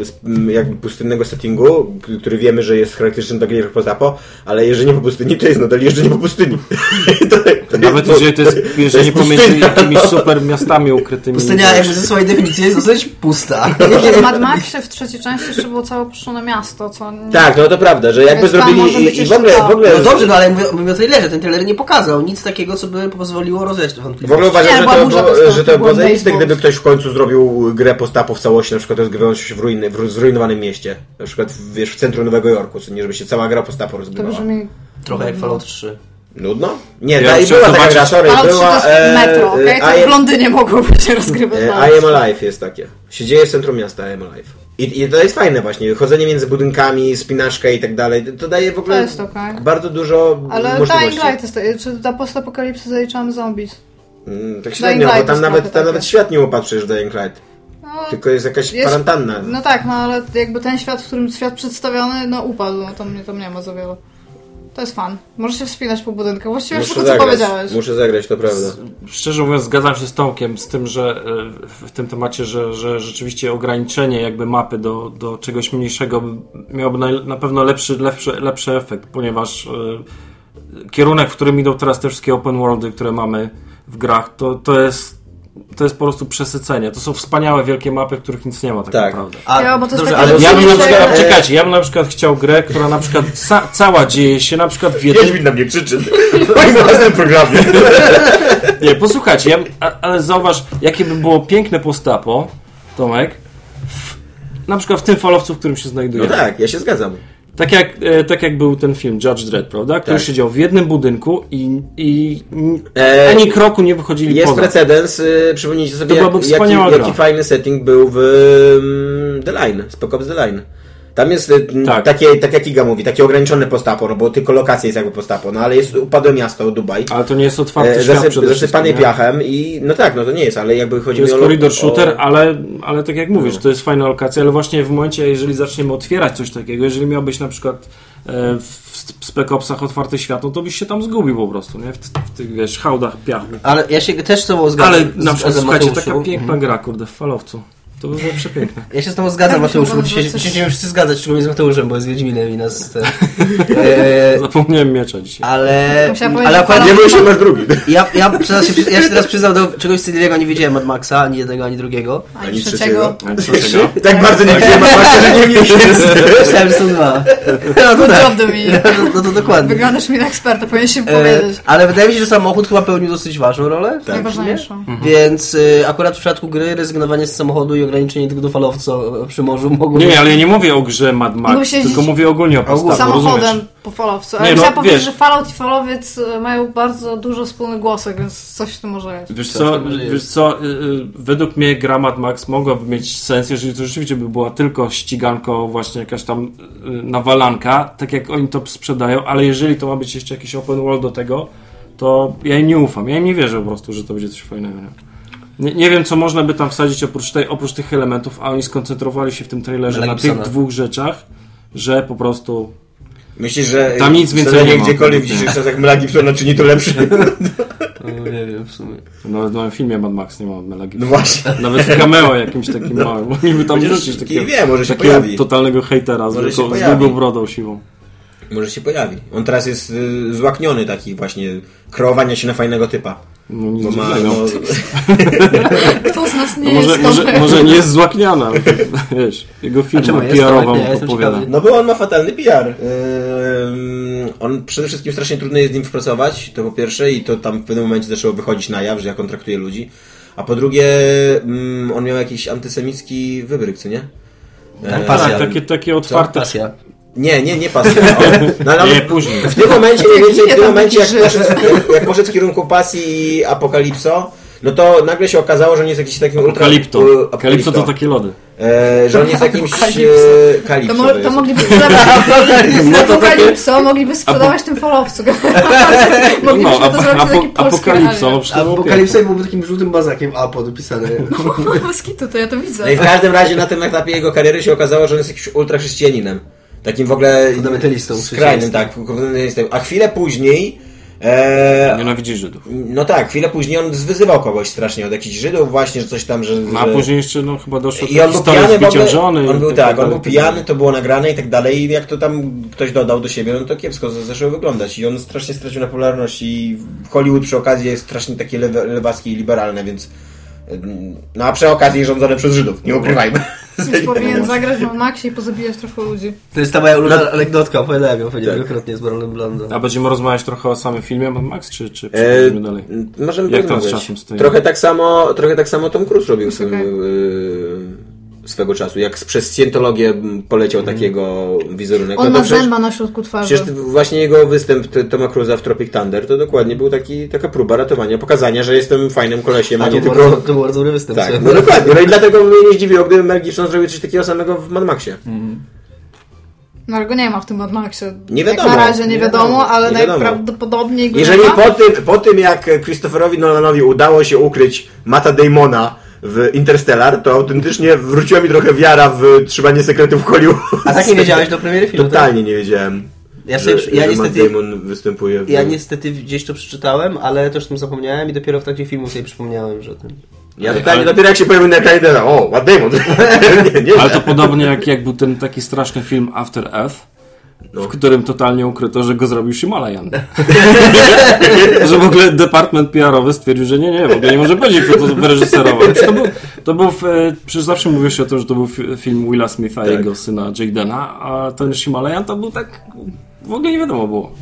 [SPEAKER 5] s- m, jakby pustynnego settingu, k- który wiemy, że jest charakterystyczny dla gier pozapo, ale jeżdżenie po pustyni to jest nadal jeżdżenie po pustyni. To- to
[SPEAKER 2] Nawet
[SPEAKER 5] jest-
[SPEAKER 2] jeżeli to jest, jeżeli
[SPEAKER 5] jest
[SPEAKER 2] pomiędzy
[SPEAKER 5] pustynia.
[SPEAKER 2] jakimiś super miastami ukrytymi.
[SPEAKER 3] pustynia jakby ze swojej definicji jest dosyć pusta.
[SPEAKER 4] W Mad Maxie w trzeciej części jeszcze było całe opuszczone miasto, co nie...
[SPEAKER 5] Tak, no to prawda, że jakby
[SPEAKER 4] Więc tam
[SPEAKER 5] zrobili
[SPEAKER 4] może być
[SPEAKER 5] i, i w
[SPEAKER 4] jeszcze
[SPEAKER 5] ogóle,
[SPEAKER 4] to.
[SPEAKER 5] w ogóle,
[SPEAKER 3] No dobrze, no ale mówię, mówię o trailerze, ten trailer nie pokazał nic takiego, co by pozwoliło rozwiać
[SPEAKER 5] w ogóle
[SPEAKER 3] wątpliwości.
[SPEAKER 5] uważam,
[SPEAKER 4] Nie,
[SPEAKER 5] że
[SPEAKER 4] była burza
[SPEAKER 5] to, było,
[SPEAKER 4] bez
[SPEAKER 5] że to
[SPEAKER 4] prądu,
[SPEAKER 5] było
[SPEAKER 4] był
[SPEAKER 5] zajebiste,
[SPEAKER 4] baseball.
[SPEAKER 5] gdyby ktoś w końcu zrobił grę postapo w całości, na przykład rozgrywając się w, ruiny, w zrujnowanym mieście, na przykład w- wiesz, w centrum Nowego Jorku, co nie żeby się cała gra postapo
[SPEAKER 4] To
[SPEAKER 5] rozgrywała.
[SPEAKER 4] brzmi...
[SPEAKER 3] Trochę jak Fallout 3.
[SPEAKER 5] Nudno? Nie,
[SPEAKER 2] Ja
[SPEAKER 5] ta, i
[SPEAKER 2] chciałem
[SPEAKER 5] była taka
[SPEAKER 2] zobaczyć-
[SPEAKER 5] gra, sorry,
[SPEAKER 4] Ale to
[SPEAKER 5] była...
[SPEAKER 4] jest metro,
[SPEAKER 5] e,
[SPEAKER 4] okej?
[SPEAKER 5] e, I
[SPEAKER 4] To w
[SPEAKER 5] am-
[SPEAKER 4] Londynie mogłoby się rozgrywać.
[SPEAKER 5] E,
[SPEAKER 4] dalej.
[SPEAKER 5] I am alive jest takie. Się dzieje w centrum miasta I am alive. I, I to jest fajne właśnie, chodzenie między budynkami, spinaczka i tak dalej, to daje w ogóle
[SPEAKER 4] To jest okej.
[SPEAKER 5] bardzo dużo
[SPEAKER 4] Ale Dying
[SPEAKER 5] możliwości.
[SPEAKER 4] Light jest... Czy do postapokalipsy zaliczamy zombies?
[SPEAKER 5] Mm, tak
[SPEAKER 4] Dying
[SPEAKER 5] średnio, bo
[SPEAKER 4] Light
[SPEAKER 5] tam
[SPEAKER 4] jest
[SPEAKER 5] nawet,
[SPEAKER 4] trochę
[SPEAKER 5] tam
[SPEAKER 4] takie.
[SPEAKER 5] nawet świat nie opatrzysz w Dying Light,
[SPEAKER 4] No,
[SPEAKER 5] tylko jest jakaś
[SPEAKER 4] Jest-
[SPEAKER 5] kwarantanna.
[SPEAKER 4] No tak, no ale jakby ten świat, w którym świat przedstawiony, no upadł, no tam, tam nie ma za wiele. To jest fan. Możesz się wspinać po budynku. Właściwie wszystko, co powiedziałeś.
[SPEAKER 5] muszę zagrać, to prawda.
[SPEAKER 2] Szczerze mówiąc, zgadzam się z Tomkiem z tym, że e, w- w tym temacie, że, że rzeczywiście ograniczenie jakby mapy do, do czegoś mniejszego miałoby na, na pewno lepszy, lepszy, lepszy efekt, ponieważ e, kierunek, w którym idą teraz te wszystkie open worldy, które mamy w grach, to, to jest to jest po prostu przesycenie. To są wspaniałe wielkie mapy, w których nic nie ma tak,
[SPEAKER 5] Tak.
[SPEAKER 2] naprawdę.
[SPEAKER 3] A,
[SPEAKER 4] Ja, bo to jest
[SPEAKER 3] dobrze,
[SPEAKER 4] taki-
[SPEAKER 3] ale
[SPEAKER 2] Ja bym na
[SPEAKER 4] Że-
[SPEAKER 2] przykład, czekajcie, ja bym na przykład chciał grę, która na przykład ca, cała dzieje się na przykład w jednym
[SPEAKER 5] Wiedźmin na mnie krzyczy w moim własnym programie.
[SPEAKER 2] Nie, posłuchajcie, ja, a- ale zauważ, jakie by było piękne postapo, Tomek, w, na przykład w tym falowcu, w którym się znajduje.
[SPEAKER 5] No tak, ja się zgadzam.
[SPEAKER 2] Tak jak, e, tak jak był ten film Judge Dredd, prawda? Który
[SPEAKER 5] Tak.
[SPEAKER 2] siedział w jednym budynku i, i n-
[SPEAKER 5] E,
[SPEAKER 2] ani kroku nie wychodzili
[SPEAKER 5] Jest
[SPEAKER 2] poza.
[SPEAKER 5] precedens, y, przypomnijcie sobie,
[SPEAKER 2] To byłaby
[SPEAKER 5] jak,
[SPEAKER 2] wspaniała
[SPEAKER 5] jaki,
[SPEAKER 2] gra.
[SPEAKER 5] jaki fajny setting był w ym, The Line, Spec Ops The Line. Tam jest y, m,
[SPEAKER 2] Tak.
[SPEAKER 5] takie, tak jak Iga mówi, takie ograniczone postapo, no bo tylko lokacja jest jakby postapo, no ale jest upadłe miasto, Dubaj,
[SPEAKER 2] Ale to nie jest otwarty
[SPEAKER 5] e,
[SPEAKER 2] świat
[SPEAKER 5] zasyp,
[SPEAKER 2] przede wszystkim,
[SPEAKER 5] zasypane
[SPEAKER 2] nie?
[SPEAKER 5] piachem i no tak, no to nie jest, ale jakby chodzi
[SPEAKER 2] To jest
[SPEAKER 5] mi o...
[SPEAKER 2] korridor
[SPEAKER 5] o-
[SPEAKER 2] shooter, ale, ale tak jak mówisz, to jest fajna lokacja, ale właśnie w momencie, jeżeli zaczniemy otwierać coś takiego, jeżeli miałbyś na przykład e, w w Spec Opsach otwarty świat, no to byś się tam zgubił po prostu, nie? W, t- w tych, wiesz, hałdach piachu.
[SPEAKER 3] ale ja się też z tobą zgadzam.
[SPEAKER 2] Ale
[SPEAKER 3] z- Mhm.
[SPEAKER 2] na przykład,
[SPEAKER 3] z- z
[SPEAKER 2] słuchajcie,
[SPEAKER 3] Mateuszu.
[SPEAKER 2] taka piękna gra, kurde, w falowcu. To by było przepiękne.
[SPEAKER 3] Ja się z tobą zgadzam,
[SPEAKER 4] Tak,
[SPEAKER 3] Mateusz,
[SPEAKER 4] myślę,
[SPEAKER 3] bo
[SPEAKER 4] że
[SPEAKER 3] dzisiaj,
[SPEAKER 4] to coś-
[SPEAKER 3] dzisiaj będziemy wszyscy zgadzać, szczególnie z Mateuszem, bo jest Wiedźminem i nas... Te, e,
[SPEAKER 2] Zapomniałem miecza dzisiaj.
[SPEAKER 3] ale...
[SPEAKER 4] Musiałam powiedzieć,
[SPEAKER 3] Ale
[SPEAKER 4] że
[SPEAKER 3] akurat
[SPEAKER 5] Nie
[SPEAKER 4] Fallout-
[SPEAKER 5] mówię, że masz drugi.
[SPEAKER 3] ja, ja, przyznam się, ja się teraz przyznam do czegoś wstydliwego, nie wiedziałem od Maxa, ani jednego, ani drugiego.
[SPEAKER 4] Ani trzeciego.
[SPEAKER 2] A co tego?
[SPEAKER 5] Tak bardzo nie wiem, a właśnie, że nie wiem.
[SPEAKER 3] Myślałem, że są dwa. No to
[SPEAKER 4] Good job,
[SPEAKER 3] tak.
[SPEAKER 4] Dominik.
[SPEAKER 3] No, no to dokładnie.
[SPEAKER 4] Wyglądasz mi na eksperta, powinien się
[SPEAKER 3] E,
[SPEAKER 4] powiedzieć.
[SPEAKER 3] ale wydaje mi się, że samochód chyba pełnił dosyć ważną rolę. w tym filmie.
[SPEAKER 4] Najważniejszą.
[SPEAKER 3] Więc y, akurat w przypadku gry rezygnowanie z samochodu i ograniczenie tylko do falowca e, przy morzu mogło
[SPEAKER 2] Nie,
[SPEAKER 3] być.
[SPEAKER 2] nie, ale ja nie mówię o grze Mad
[SPEAKER 4] Mógłbyś
[SPEAKER 2] Max,
[SPEAKER 4] jeździć
[SPEAKER 2] tylko mówię ogólnie o postawie, rozumiesz?
[SPEAKER 4] samochodem po falowcu. Ale
[SPEAKER 2] Nie, no,
[SPEAKER 4] chciałam powiedzieć,
[SPEAKER 2] wiesz.
[SPEAKER 4] że Fallout i Fallowiec e, mają bardzo dużo wspólnych głosek, więc coś w tym może jest.
[SPEAKER 2] Wiesz
[SPEAKER 3] Tak,
[SPEAKER 2] co,
[SPEAKER 3] tak, może
[SPEAKER 2] wiesz
[SPEAKER 3] jest.
[SPEAKER 2] co, y, y, według mnie gra Mad Max mogłaby mieć sens, jeżeli to rzeczywiście by była tylko ściganko, właśnie jakaś tam y, nawalanka, tak jak oni to sprzedają, ale jeżeli to ma być jeszcze jakiś open world do tego, to ja im nie ufam, ja im nie wierzę po prostu, że to będzie coś fajnego. Nie? Nie, nie wiem, co można by tam wsadzić oprócz, tej, oprócz tych elementów, a oni skoncentrowali się w tym trailerze
[SPEAKER 3] Mela
[SPEAKER 2] na tych
[SPEAKER 3] Gibsona.
[SPEAKER 2] dwóch rzeczach, że po prostu
[SPEAKER 5] Myślisz, że
[SPEAKER 2] Tam nic więcej
[SPEAKER 5] wsadzenie
[SPEAKER 2] nie ma.
[SPEAKER 5] gdziekolwiek w dzisiejszych czasach Mela Gibsona czyni to lepsze?
[SPEAKER 3] No, nie wiem w sumie.
[SPEAKER 2] nawet no, w nowym filmie Mad Max nie ma Mela
[SPEAKER 5] No
[SPEAKER 2] Gibsona.
[SPEAKER 5] właśnie.
[SPEAKER 2] Nawet w cameo jakimś takim małym. Mogliby tam
[SPEAKER 5] Chociaż
[SPEAKER 2] wrzucić
[SPEAKER 5] nie
[SPEAKER 2] takiego,
[SPEAKER 5] wiem, może się
[SPEAKER 2] takiego
[SPEAKER 5] pojawi.
[SPEAKER 2] totalnego hejtera z,
[SPEAKER 5] Może się
[SPEAKER 2] wielką, z
[SPEAKER 5] pojawi.
[SPEAKER 2] długą brodą siwą.
[SPEAKER 5] Może się pojawi. On teraz jest y, złakniony taki właśnie kreowania się na fajnego typa.
[SPEAKER 2] No nic
[SPEAKER 5] Bo ma,
[SPEAKER 2] dziwnego.
[SPEAKER 5] no,
[SPEAKER 4] Kto z nas
[SPEAKER 2] To
[SPEAKER 4] nie
[SPEAKER 2] może,
[SPEAKER 4] jest
[SPEAKER 2] może,
[SPEAKER 4] dobry?
[SPEAKER 2] może nie jest złakniana, ale to, wiesz, jego
[SPEAKER 3] czemu
[SPEAKER 2] firma
[SPEAKER 3] jest?
[SPEAKER 2] PR-owa
[SPEAKER 3] Nie, ja
[SPEAKER 2] mu
[SPEAKER 3] jestem
[SPEAKER 2] podpowiada.
[SPEAKER 3] ciekawy.
[SPEAKER 5] no bo on ma fatalny PR. Ym, y, on przede wszystkim strasznie trudno jest z nim współpracować, to po pierwsze, i to tam w pewnym momencie zaczęło wychodzić na jaw, że jak on traktuje ludzi. A po drugie, mm, on miał jakiś antysemicki wybryk, co nie?
[SPEAKER 3] Tak,
[SPEAKER 5] E,
[SPEAKER 2] Tak,
[SPEAKER 3] pasja.
[SPEAKER 2] takie, takie otwarte...
[SPEAKER 3] Pasja.
[SPEAKER 5] Nie, nie, nie pasja. O, No, ale
[SPEAKER 2] Nie, później.
[SPEAKER 5] W tym momencie, mniej więcej, w
[SPEAKER 4] Ja
[SPEAKER 5] tym
[SPEAKER 4] tam
[SPEAKER 5] momencie jak,
[SPEAKER 4] taki
[SPEAKER 5] poszedł, jak poszedł w kierunku pasji i apokalipso, no to nagle się okazało, że on jest jakiś takim ultra...
[SPEAKER 2] Kalipto.
[SPEAKER 5] u-
[SPEAKER 2] Kalipto to takie lody.
[SPEAKER 5] E, że on jest jakimś...
[SPEAKER 4] Apokalipso.
[SPEAKER 5] E,
[SPEAKER 4] To,
[SPEAKER 5] kalipso.
[SPEAKER 4] mo-
[SPEAKER 5] jest.
[SPEAKER 4] to mogliby
[SPEAKER 5] No
[SPEAKER 4] sprzedawać Apokalipso, mogliby sprzedawać tym falowcu. Moglibyśmy
[SPEAKER 2] No,
[SPEAKER 4] to zrobić na taki polski
[SPEAKER 2] apokalipsa. No,
[SPEAKER 4] realia.
[SPEAKER 2] przecież
[SPEAKER 3] Apokalipsa byłby takim żółtym bazakiem A podpisane.
[SPEAKER 4] Moskitu, No, to ja to widzę.
[SPEAKER 5] No i w każdym razie na tym etapie jego kariery się okazało, że on jest jakimś ultrachrześcijaninem. Takim w ogóle...
[SPEAKER 3] Fundamentalistą
[SPEAKER 5] Skrajnym, tak. fundamentalistą. A chwilę później... E,
[SPEAKER 2] Nienawidzi Żydów.
[SPEAKER 5] no tak, chwilę później on zwyzywał kogoś strasznie od jakichś Żydów właśnie, że coś tam, że...
[SPEAKER 2] No, A
[SPEAKER 5] że...
[SPEAKER 2] później jeszcze no, chyba doszło
[SPEAKER 5] I
[SPEAKER 2] do
[SPEAKER 5] on był
[SPEAKER 2] historii
[SPEAKER 5] pijany,
[SPEAKER 2] z
[SPEAKER 5] w ogóle,
[SPEAKER 2] biciem żony.
[SPEAKER 5] on
[SPEAKER 2] i
[SPEAKER 5] był
[SPEAKER 2] tak
[SPEAKER 5] tak,
[SPEAKER 2] dalej,
[SPEAKER 5] on był
[SPEAKER 2] tak
[SPEAKER 5] pijany,
[SPEAKER 2] dalej.
[SPEAKER 5] to było nagrane i tak dalej i jak to tam ktoś dodał do siebie, no to kiepsko z- zaczęło wyglądać i on strasznie stracił na popularności i Hollywood przy okazji jest strasznie takie lewe, lewackie i liberalne, więc ym, no a przy okazji rządzone przez Żydów, nie ukrywajmy.
[SPEAKER 4] Więc powinien zagrać w Maxie i pozabijać trochę ludzi.
[SPEAKER 5] Tak,
[SPEAKER 3] To jest ta moja ulubiona anegdotka, opowiadałem ją pewnie wielokrotnie z Baronem Blando.
[SPEAKER 2] A będziemy rozmawiać trochę o samym filmie Mad Max, czy, czy
[SPEAKER 5] E,
[SPEAKER 2] przechodzimy dalej?
[SPEAKER 5] m, możemy
[SPEAKER 2] Jak tam z
[SPEAKER 5] porozmawiać.
[SPEAKER 2] czasem stoimy?
[SPEAKER 5] Trochę tak samo, trochę tak samo Tom Cruise robił swym,
[SPEAKER 4] okej.
[SPEAKER 5] y, swego czasu, jak przez Scientologię m, poleciał
[SPEAKER 2] Mm.
[SPEAKER 5] takiego wizerunek.
[SPEAKER 4] On
[SPEAKER 5] no
[SPEAKER 4] ma
[SPEAKER 5] to przecież-
[SPEAKER 4] zęba na środku twarzy.
[SPEAKER 5] Przecież ty- właśnie jego występ T- Toma Cruza w Tropic Thunder to dokładnie był taki, taka próba ratowania, pokazania, że jestem fajnym kolesiem, a
[SPEAKER 3] A to
[SPEAKER 5] nie
[SPEAKER 3] był
[SPEAKER 5] tylko...
[SPEAKER 3] bardzo- to był bardzo dobry występ.
[SPEAKER 5] Tak,
[SPEAKER 3] słuchaj.
[SPEAKER 5] no dokładnie. No i dlatego mnie nie zdziwiło, gdyby Mel Gibson zrobił coś takiego samego w Mad Maxie.
[SPEAKER 4] No ale go nie ma w tym Mad Maxie.
[SPEAKER 5] Nie
[SPEAKER 4] Jak
[SPEAKER 5] wiadomo.
[SPEAKER 4] na razie nie
[SPEAKER 5] Nie
[SPEAKER 4] wiadomo,
[SPEAKER 5] wiadomo.
[SPEAKER 4] ale
[SPEAKER 5] Nie wiadomo.
[SPEAKER 4] najprawdopodobniej go
[SPEAKER 5] Jeżeli
[SPEAKER 4] nie ma.
[SPEAKER 5] po tym, po tym, jak Christopherowi Nolanowi udało się ukryć Mata Damona w Interstellar, to autentycznie wróciła mi trochę wiara w trzymanie sekretów Hollywood.
[SPEAKER 3] A tak nie wiedziałeś do premiery filmu? tak?
[SPEAKER 5] Totalnie nie wiedziałem,
[SPEAKER 3] Ja,
[SPEAKER 5] że,
[SPEAKER 3] sobie,
[SPEAKER 5] że
[SPEAKER 3] ja
[SPEAKER 5] Matt
[SPEAKER 3] niestety
[SPEAKER 5] Damon występuje w...
[SPEAKER 3] Ja niestety gdzieś to przeczytałem, ale też o tym zapomniałem i dopiero w trakcie filmu sobie przypomniałem, że ten...
[SPEAKER 5] Ja totalnie,
[SPEAKER 2] Ale-
[SPEAKER 5] dopiero jak się pojawił na ekranie, to o, Matt Damon. nie, nie,
[SPEAKER 2] Ale to podobnie jak, jak był ten taki straszny film After Earth,
[SPEAKER 5] No.
[SPEAKER 2] w którym totalnie ukryto, że go zrobił Shimalayan. że w ogóle department PR-owy stwierdził, że nie, nie, w ogóle nie może będzie kto to wyreżyserował. Przecież To był, to był w, e, przecież zawsze mówiło się o tym, że to był fi- film Willa Smitha i
[SPEAKER 5] Tak.
[SPEAKER 2] jego syna Jadena, a ten Shimalayan to był tak, w ogóle nie wiadomo było.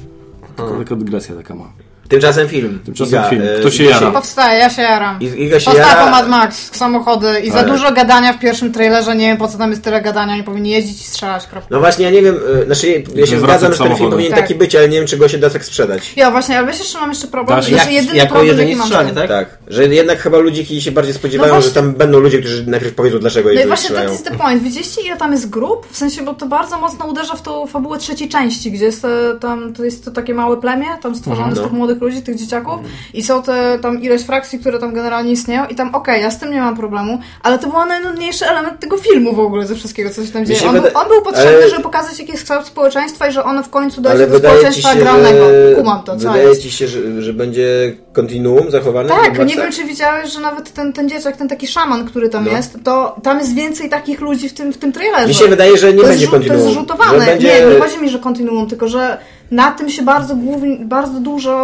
[SPEAKER 2] Tylko
[SPEAKER 5] Hmm.
[SPEAKER 2] taka dygresja taka ma.
[SPEAKER 5] Tymczasem film.
[SPEAKER 2] Tymczasem
[SPEAKER 5] Iga,
[SPEAKER 2] film.
[SPEAKER 5] e,
[SPEAKER 2] Kto się
[SPEAKER 5] Iga
[SPEAKER 2] jara?
[SPEAKER 4] Powstaje, ja się jaram.
[SPEAKER 5] I- Iga się
[SPEAKER 4] Postawa
[SPEAKER 5] jara.
[SPEAKER 4] Mad Max, samochody i za
[SPEAKER 5] Ale-
[SPEAKER 4] dużo gadania w pierwszym trailerze. Nie wiem po co tam jest tyle gadania. Nie powinni jeździć i strzelać, kropka.
[SPEAKER 5] No właśnie, ja nie wiem, e, znaczy ja się
[SPEAKER 2] Że
[SPEAKER 5] zgadzam,
[SPEAKER 2] wracam
[SPEAKER 5] że ten film
[SPEAKER 2] samochodem.
[SPEAKER 5] powinien
[SPEAKER 4] Tak.
[SPEAKER 5] taki być, ale nie wiem, czy go się da tak sprzedać.
[SPEAKER 4] Ja właśnie, ale wiesz, jeszcze mam jeszcze problem,
[SPEAKER 2] Da
[SPEAKER 5] Znaczy,
[SPEAKER 2] się.
[SPEAKER 4] że jedyny
[SPEAKER 3] jako
[SPEAKER 4] problem,
[SPEAKER 3] jeżdżenie
[SPEAKER 4] jaki mam z
[SPEAKER 3] strzelanie, tak?
[SPEAKER 4] tym-
[SPEAKER 5] Tak, że jednak chyba ludziki się bardziej spodziewają,
[SPEAKER 4] No właśnie-
[SPEAKER 5] że tam będą ludzie, którzy najpierw powiedzą, dlaczego
[SPEAKER 4] No i
[SPEAKER 5] ich
[SPEAKER 4] właśnie that
[SPEAKER 5] strzelają.
[SPEAKER 4] is the point. Widzieliście ile tam jest grup? W sensie, bo to bardzo mocno uderza w tą fabułę trzeciej części, gdzie jest e, tam to jest to takie małe plemię, tam stworzone
[SPEAKER 5] Mhm,
[SPEAKER 4] z
[SPEAKER 5] no.
[SPEAKER 4] tych młodych ludzi, tych dzieciaków i są te tam ileś frakcji, które tam generalnie istnieją i tam okej, ja z tym nie mam problemu, ale to był najnudniejszy element tego filmu w ogóle ze wszystkiego, co się tam dzieje.
[SPEAKER 5] się
[SPEAKER 4] On,
[SPEAKER 5] wyda-
[SPEAKER 4] był, on był potrzebny,
[SPEAKER 5] ale-
[SPEAKER 4] żeby pokazać jaki jest kształt społeczeństwa i że ono w końcu dojdzie
[SPEAKER 5] Ale
[SPEAKER 4] do
[SPEAKER 5] wydaje ci
[SPEAKER 4] społeczeństwa
[SPEAKER 5] się,
[SPEAKER 4] agralnego.
[SPEAKER 5] że...
[SPEAKER 4] Kumam to, co
[SPEAKER 5] wydaje
[SPEAKER 4] jest.
[SPEAKER 5] ci się, że, że będzie kontinuum zachowane?
[SPEAKER 4] Tak,
[SPEAKER 5] Chyba
[SPEAKER 4] nie wiem czy widziałeś, że nawet ten, ten dzieciak, ten taki szaman, który tam
[SPEAKER 5] No.
[SPEAKER 4] jest, to tam jest więcej takich ludzi w tym, w tym trailerze.
[SPEAKER 5] Mi się wydaje, że nie
[SPEAKER 4] to
[SPEAKER 5] będzie
[SPEAKER 4] jest, żu- To jest
[SPEAKER 5] kontinuum.
[SPEAKER 4] rzutowane.
[SPEAKER 5] Że będzie-
[SPEAKER 4] Nie, nie chodzi mi, że kontinuum, tylko że na tym się bardzo głównie, bardzo dużo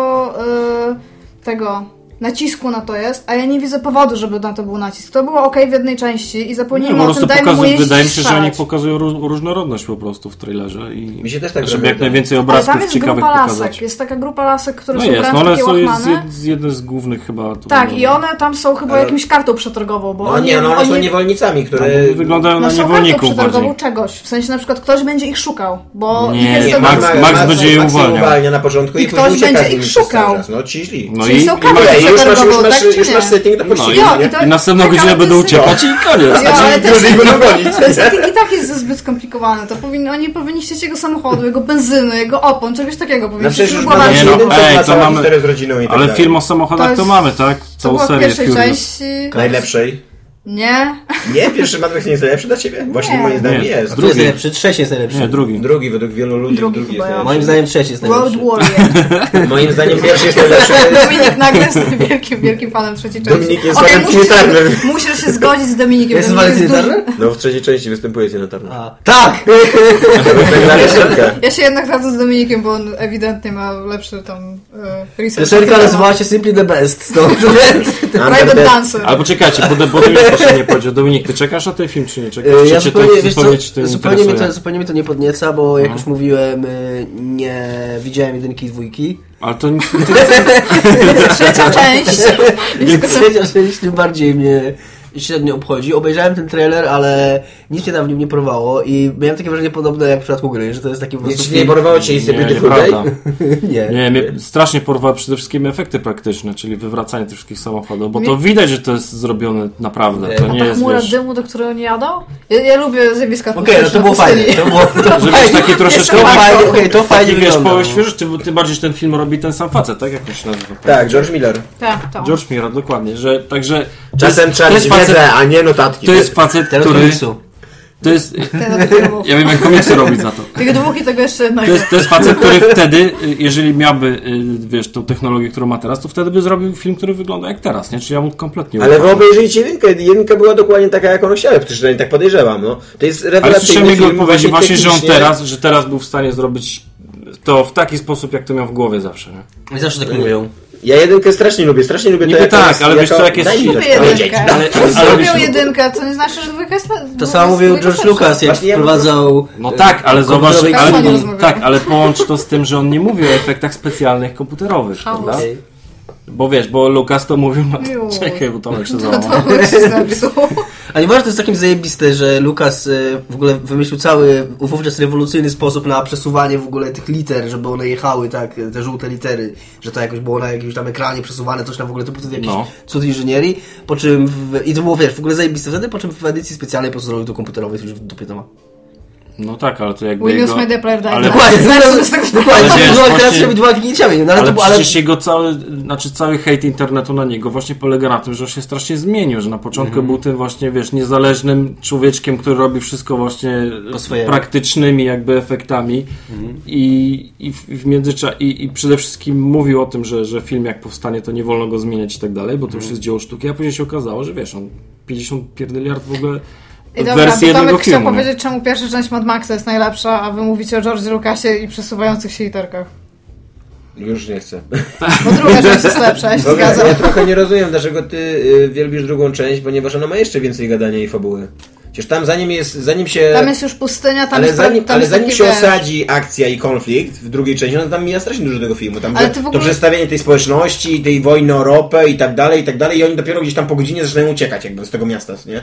[SPEAKER 4] e, tego nacisku na to jest, a ja nie widzę powodu, żeby na to był nacisk. To było ok w jednej części i
[SPEAKER 2] Nie,
[SPEAKER 4] zapomnijmy
[SPEAKER 2] po
[SPEAKER 4] o tym,
[SPEAKER 2] prostu
[SPEAKER 4] dajmy mu
[SPEAKER 2] pokazują,
[SPEAKER 4] jeździć
[SPEAKER 2] wydaje mi się, że
[SPEAKER 4] strzelać.
[SPEAKER 2] oni pokazują ró- różnorodność po prostu w trailerze i
[SPEAKER 5] Mi się też tak
[SPEAKER 2] żeby
[SPEAKER 5] wydaje.
[SPEAKER 2] jak najwięcej
[SPEAKER 4] Ale
[SPEAKER 2] obrazków
[SPEAKER 4] tam jest
[SPEAKER 2] ciekawych
[SPEAKER 4] grupa
[SPEAKER 2] pokazać.
[SPEAKER 4] lasek, jest taka grupa lasek, które
[SPEAKER 2] No
[SPEAKER 4] są
[SPEAKER 2] jest,
[SPEAKER 4] brane
[SPEAKER 2] no
[SPEAKER 4] w
[SPEAKER 2] ale
[SPEAKER 4] takie
[SPEAKER 2] są jest
[SPEAKER 4] łachmane.
[SPEAKER 2] jed, no. jedne z głównych chyba. tu-
[SPEAKER 4] Tak, i one tam są chyba
[SPEAKER 5] Ale-
[SPEAKER 4] jakimś kartą przetargową, bo
[SPEAKER 5] No
[SPEAKER 4] oni,
[SPEAKER 5] nie, no one
[SPEAKER 4] oni...
[SPEAKER 5] są niewolnicami, które...
[SPEAKER 2] One Wyglądają
[SPEAKER 4] No
[SPEAKER 2] na
[SPEAKER 4] są kartą
[SPEAKER 2] niewolników bardziej.
[SPEAKER 4] przetargową czegoś. W sensie na przykład ktoś będzie ich szukał, bo
[SPEAKER 2] Nie,
[SPEAKER 4] ich jest
[SPEAKER 2] nie,
[SPEAKER 4] za
[SPEAKER 2] Max-
[SPEAKER 4] dużo.
[SPEAKER 2] Max będzie je uwalniał.
[SPEAKER 5] uwalnia na początku i,
[SPEAKER 4] I
[SPEAKER 5] później
[SPEAKER 4] ktoś
[SPEAKER 5] ucieka
[SPEAKER 4] będzie
[SPEAKER 5] z nimi
[SPEAKER 4] ich
[SPEAKER 5] przez cały
[SPEAKER 4] szukał.
[SPEAKER 5] Czas. No ci źli.
[SPEAKER 2] No
[SPEAKER 4] Czyli
[SPEAKER 2] i,
[SPEAKER 4] są
[SPEAKER 2] i-
[SPEAKER 4] kamery.
[SPEAKER 5] Ej, już masz, już
[SPEAKER 4] przetargowo,
[SPEAKER 5] masz,
[SPEAKER 4] tak czy
[SPEAKER 5] już
[SPEAKER 4] nie?
[SPEAKER 5] masz setting na
[SPEAKER 2] no,
[SPEAKER 5] pościg.
[SPEAKER 2] i,
[SPEAKER 4] Jo, i
[SPEAKER 2] i,
[SPEAKER 4] to-
[SPEAKER 2] następną
[SPEAKER 4] taka
[SPEAKER 2] godzinę będą
[SPEAKER 4] decyzja.
[SPEAKER 2] uciekać i koniec.
[SPEAKER 4] Jo, ale
[SPEAKER 5] A
[SPEAKER 4] to
[SPEAKER 5] ci już
[SPEAKER 4] jest-
[SPEAKER 5] ich go dogonić.
[SPEAKER 4] To jest i tak jest zbyt skomplikowane. To powinno, oni powinni chcieć jego samochodu, jego benzyny, jego opon, czegoś takiego
[SPEAKER 5] No
[SPEAKER 4] powinni
[SPEAKER 5] przecież
[SPEAKER 4] chcieć.
[SPEAKER 5] już
[SPEAKER 4] Próbować-
[SPEAKER 5] mamy
[SPEAKER 2] Nie,
[SPEAKER 5] jeden
[SPEAKER 2] no,
[SPEAKER 5] film,
[SPEAKER 2] ej,
[SPEAKER 5] ma
[SPEAKER 2] to
[SPEAKER 5] całą
[SPEAKER 2] mamy-
[SPEAKER 5] historię z rodziną i tak
[SPEAKER 2] Ale
[SPEAKER 5] dalej.
[SPEAKER 2] film o samochodach
[SPEAKER 4] To
[SPEAKER 2] to
[SPEAKER 4] jest-
[SPEAKER 2] mamy, tak?
[SPEAKER 4] To
[SPEAKER 2] Całą
[SPEAKER 4] była w
[SPEAKER 2] serię
[SPEAKER 4] pierwszej
[SPEAKER 2] Furious.
[SPEAKER 4] części.
[SPEAKER 5] Najlepszej.
[SPEAKER 4] Nie.
[SPEAKER 5] Nie, pierwszy Matrix nie jest najlepszy dla ciebie? Właśnie
[SPEAKER 4] Nie.
[SPEAKER 5] moim zdaniem
[SPEAKER 2] Nie.
[SPEAKER 5] jest.
[SPEAKER 3] Który
[SPEAKER 2] Drugi.
[SPEAKER 3] jest najlepszy? Trzeci jest najlepszy.
[SPEAKER 2] Nie, drugi.
[SPEAKER 5] Drugi według wielu ludzi,
[SPEAKER 4] Drugi
[SPEAKER 5] drugi,
[SPEAKER 4] chyba,
[SPEAKER 5] jest
[SPEAKER 4] ja.
[SPEAKER 5] najlepszy.
[SPEAKER 3] Moim zdaniem trzeci jest
[SPEAKER 4] Road
[SPEAKER 3] najlepszy.
[SPEAKER 4] Warrior.
[SPEAKER 5] Moim zdaniem pierwszy jest najlepszy.
[SPEAKER 4] Dominik nagle jest wielkim, wielkim fanem trzeciej części.
[SPEAKER 5] Dominik jest
[SPEAKER 4] Okej,
[SPEAKER 5] fanem
[SPEAKER 4] musisz,
[SPEAKER 5] Tina Turner.
[SPEAKER 4] musisz się zgodzić z Dominikiem.
[SPEAKER 3] Jest
[SPEAKER 4] Dominik
[SPEAKER 3] Valentin Turner?
[SPEAKER 4] dużym-
[SPEAKER 5] No w trzeciej części występuje Tina Turner.
[SPEAKER 3] A, Tak!
[SPEAKER 5] Tak na rysunkę.
[SPEAKER 4] Ja się jednak zgadzam z Dominikiem, bo on ewidentnie ma lepszy tam e, research.
[SPEAKER 3] Piosenka nazywała się Simply the Best. No, to jest-
[SPEAKER 5] Under
[SPEAKER 4] Private
[SPEAKER 5] the-
[SPEAKER 4] Dancer.
[SPEAKER 2] Ale poczekajcie, bo, bo to jeszcze się nie powiedział. Dominik, ty czekasz na ten film, czy nie czekasz?
[SPEAKER 3] E,
[SPEAKER 2] Czy
[SPEAKER 3] Ja
[SPEAKER 2] cię
[SPEAKER 3] zupełnie,
[SPEAKER 2] to
[SPEAKER 3] wiesz co,
[SPEAKER 2] zupełnie ci to
[SPEAKER 3] zupełnie, mnie to,
[SPEAKER 2] interesuje?
[SPEAKER 3] zupełnie mnie to nie podnieca, bo jak już mówiłem, y, nie widziałem jedynki i dwójki.
[SPEAKER 2] Ale to nic nie
[SPEAKER 4] Trzecia część.
[SPEAKER 3] Więc trzecia część tym bardziej mnie średnio obchodzi. Obejrzałem ten trailer, ale nic mnie tam w nim nie porwało i miałem takie wrażenie podobne jak w przypadku gry, że to jest taki po
[SPEAKER 5] Nie,
[SPEAKER 3] prostu
[SPEAKER 5] czy nie porwało cię i
[SPEAKER 2] Nie,
[SPEAKER 5] sobie Beautiful Day?
[SPEAKER 2] nieprawda.
[SPEAKER 3] Nie.
[SPEAKER 2] Nie, mnie strasznie porwały przede wszystkim efekty praktyczne, czyli wywracanie tych wszystkich samochodów, bo
[SPEAKER 4] Mnie-
[SPEAKER 2] to widać, że to jest zrobione naprawdę. To
[SPEAKER 4] A
[SPEAKER 2] nie
[SPEAKER 4] ta
[SPEAKER 2] jest,
[SPEAKER 4] chmura
[SPEAKER 2] wiesz,
[SPEAKER 4] dymu, do której oni jadą? Ja, ja lubię zjawiska
[SPEAKER 3] Okej, no to było
[SPEAKER 4] atmosferyczne
[SPEAKER 3] fajnie. To było to,
[SPEAKER 2] że wiesz, takie troszeczkę...
[SPEAKER 3] to fajnie, okej, to fajnie
[SPEAKER 5] Tak
[SPEAKER 2] Taki, wiesz,
[SPEAKER 5] no.
[SPEAKER 3] wyglądało.
[SPEAKER 2] poświeżysz, ty, ty bardziej że ten film robi ten sam facet, tak? Jak on się nazywa?
[SPEAKER 5] Tak, George Miller.
[SPEAKER 4] pustyni. Tak, to.
[SPEAKER 2] George Miller, dokładnie, że także... to
[SPEAKER 5] Czasem
[SPEAKER 2] jest-
[SPEAKER 5] trzeba
[SPEAKER 2] to
[SPEAKER 5] mieć
[SPEAKER 2] jest facet,
[SPEAKER 5] wiedzę, a nie notatki.
[SPEAKER 2] To jest facet,
[SPEAKER 3] Teraz
[SPEAKER 2] który...
[SPEAKER 3] komiksu.
[SPEAKER 2] To jest...
[SPEAKER 4] Ten od tego było.
[SPEAKER 2] Ja wiem, jak komiksy robić za to.
[SPEAKER 4] Tych dwóch i tego jeszcze jednego.
[SPEAKER 2] To jest, to jest facet, który wtedy, y, jeżeli miałby, y, wiesz, tą technologię, którą ma teraz, to wtedy by zrobił film, który wygląda jak teraz, nie? Czyli ja mu kompletnie
[SPEAKER 5] Ale wy
[SPEAKER 2] ufam.
[SPEAKER 5] obejrzyjcie jedynkę. Jedynka była dokładnie taka, jak on chciał, przynajmniej tak podejrzewam. No. To jest rewelacyjny
[SPEAKER 2] Ale słyszałem jego
[SPEAKER 5] film,
[SPEAKER 2] odpowiedzi właśnie, że on
[SPEAKER 5] technicznie.
[SPEAKER 2] teraz, że teraz był w stanie zrobić to w taki sposób, jak to miał w głowie zawsze. Nie?
[SPEAKER 3] I zawsze tak mówią.
[SPEAKER 5] Ja jedynkę strasznie lubię, strasznie lubię
[SPEAKER 2] Niby
[SPEAKER 5] to jak
[SPEAKER 2] tak,
[SPEAKER 5] on jest,
[SPEAKER 2] ale wiesz co, jak jest-
[SPEAKER 5] Daj mi
[SPEAKER 4] Lubię
[SPEAKER 5] coś powiedzieć.
[SPEAKER 4] jedynkę.
[SPEAKER 2] Ale- ale- ale-
[SPEAKER 4] Zrobił jedynkę, to nie znaczy, że dwójka jest...
[SPEAKER 3] To samo mówił George Lucas, jak
[SPEAKER 5] Właśnie ja-
[SPEAKER 3] wprowadzał...
[SPEAKER 2] No
[SPEAKER 3] e,
[SPEAKER 2] tak, ale zobacz,
[SPEAKER 3] komputerowej
[SPEAKER 2] ale,
[SPEAKER 4] Słownie
[SPEAKER 3] kuli.
[SPEAKER 4] rozmawiamy.
[SPEAKER 2] tak, ale połącz to z tym, że on nie mówi o efektach specjalnych komputerowych,
[SPEAKER 4] Chaos.
[SPEAKER 2] prawda?
[SPEAKER 3] Okej.
[SPEAKER 2] Bo wiesz, bo Lukas to mówił, no
[SPEAKER 4] Juuu.
[SPEAKER 2] czekaj, bo Tomek się
[SPEAKER 4] No
[SPEAKER 2] załamał.
[SPEAKER 4] to się zepsuł.
[SPEAKER 3] A nie może to jest takim zajebiste, że Lukas y, w ogóle wymyślił cały wówczas rewolucyjny sposób na przesuwanie w ogóle tych liter, żeby one jechały, tak, y, te żółte litery, że to jakoś było na jakimś tam ekranie przesuwane, coś tam w ogóle, to był wtedy jakiś
[SPEAKER 2] No.
[SPEAKER 3] cud inżynierii, po czym, w, i to było, wiesz, w ogóle zajebiste wtedy, po czym w edycji specjalnej po prostu zrobił to komputerowej, to już w dupie to ma.
[SPEAKER 2] No tak, ale to jakby
[SPEAKER 4] Windows
[SPEAKER 2] jego...
[SPEAKER 4] Media Player Died.
[SPEAKER 2] Ale-
[SPEAKER 3] Dokładnie,
[SPEAKER 4] Zepsuł z tego
[SPEAKER 3] Znaczy, no, dokładnie,
[SPEAKER 2] Ale wiesz,
[SPEAKER 3] to było teraz
[SPEAKER 2] właśnie-
[SPEAKER 3] robi dwa knięciami, no ale,
[SPEAKER 2] Ale
[SPEAKER 3] to było, ale...
[SPEAKER 2] przecież jego cały, znaczy cały hejt internetu na niego właśnie polega na tym, że on się strasznie zmienił, że na początku był tym właśnie, wiesz, niezależnym człowieczkiem, który robi wszystko właśnie
[SPEAKER 3] Po swojemu.
[SPEAKER 2] praktycznymi jakby efektami i, i w, i w międzyczasie, i, i przede wszystkim mówił o tym, że, że film jak powstanie, to nie wolno go zmieniać i tak dalej, bo to już jest dzieło sztuki, a później się okazało, że wiesz, on 50 pierdyliard w ogóle
[SPEAKER 4] I dobra,
[SPEAKER 2] wersji
[SPEAKER 4] bo
[SPEAKER 2] jednego
[SPEAKER 4] Tomek chciał
[SPEAKER 2] filmu. nie?
[SPEAKER 4] powiedzieć, czemu pierwsza część Mad Maxa jest najlepsza, a wy mówicie o George Lucasie i przesuwających się literkach.
[SPEAKER 5] Już nie chcę.
[SPEAKER 4] Bo druga część jest lepsza, ja się
[SPEAKER 5] Dobra,
[SPEAKER 4] zgadzam.
[SPEAKER 5] ja trochę nie rozumiem, dlaczego ty y, wielbisz drugą część, ponieważ ona ma jeszcze więcej gadania i fabuły. Przecież tam zanim jest, zanim się...
[SPEAKER 4] Tam jest już pustynia, tam
[SPEAKER 5] ale
[SPEAKER 4] jest...
[SPEAKER 5] zanim,
[SPEAKER 4] tam
[SPEAKER 5] ale
[SPEAKER 4] jest
[SPEAKER 5] zanim
[SPEAKER 4] taki,
[SPEAKER 5] się
[SPEAKER 4] wiesz,
[SPEAKER 5] osadzi akcja i konflikt w drugiej części, no tam mija strasznie dużo tego filmu. Tam
[SPEAKER 4] Ale
[SPEAKER 5] te-
[SPEAKER 4] ty w
[SPEAKER 5] To
[SPEAKER 4] ogóle-
[SPEAKER 5] przedstawienie tej społeczności, tej wojny o ropę i tak dalej, i tak dalej i oni dopiero gdzieś tam po godzinie zaczynają uciekać jakby z tego miasta, nie?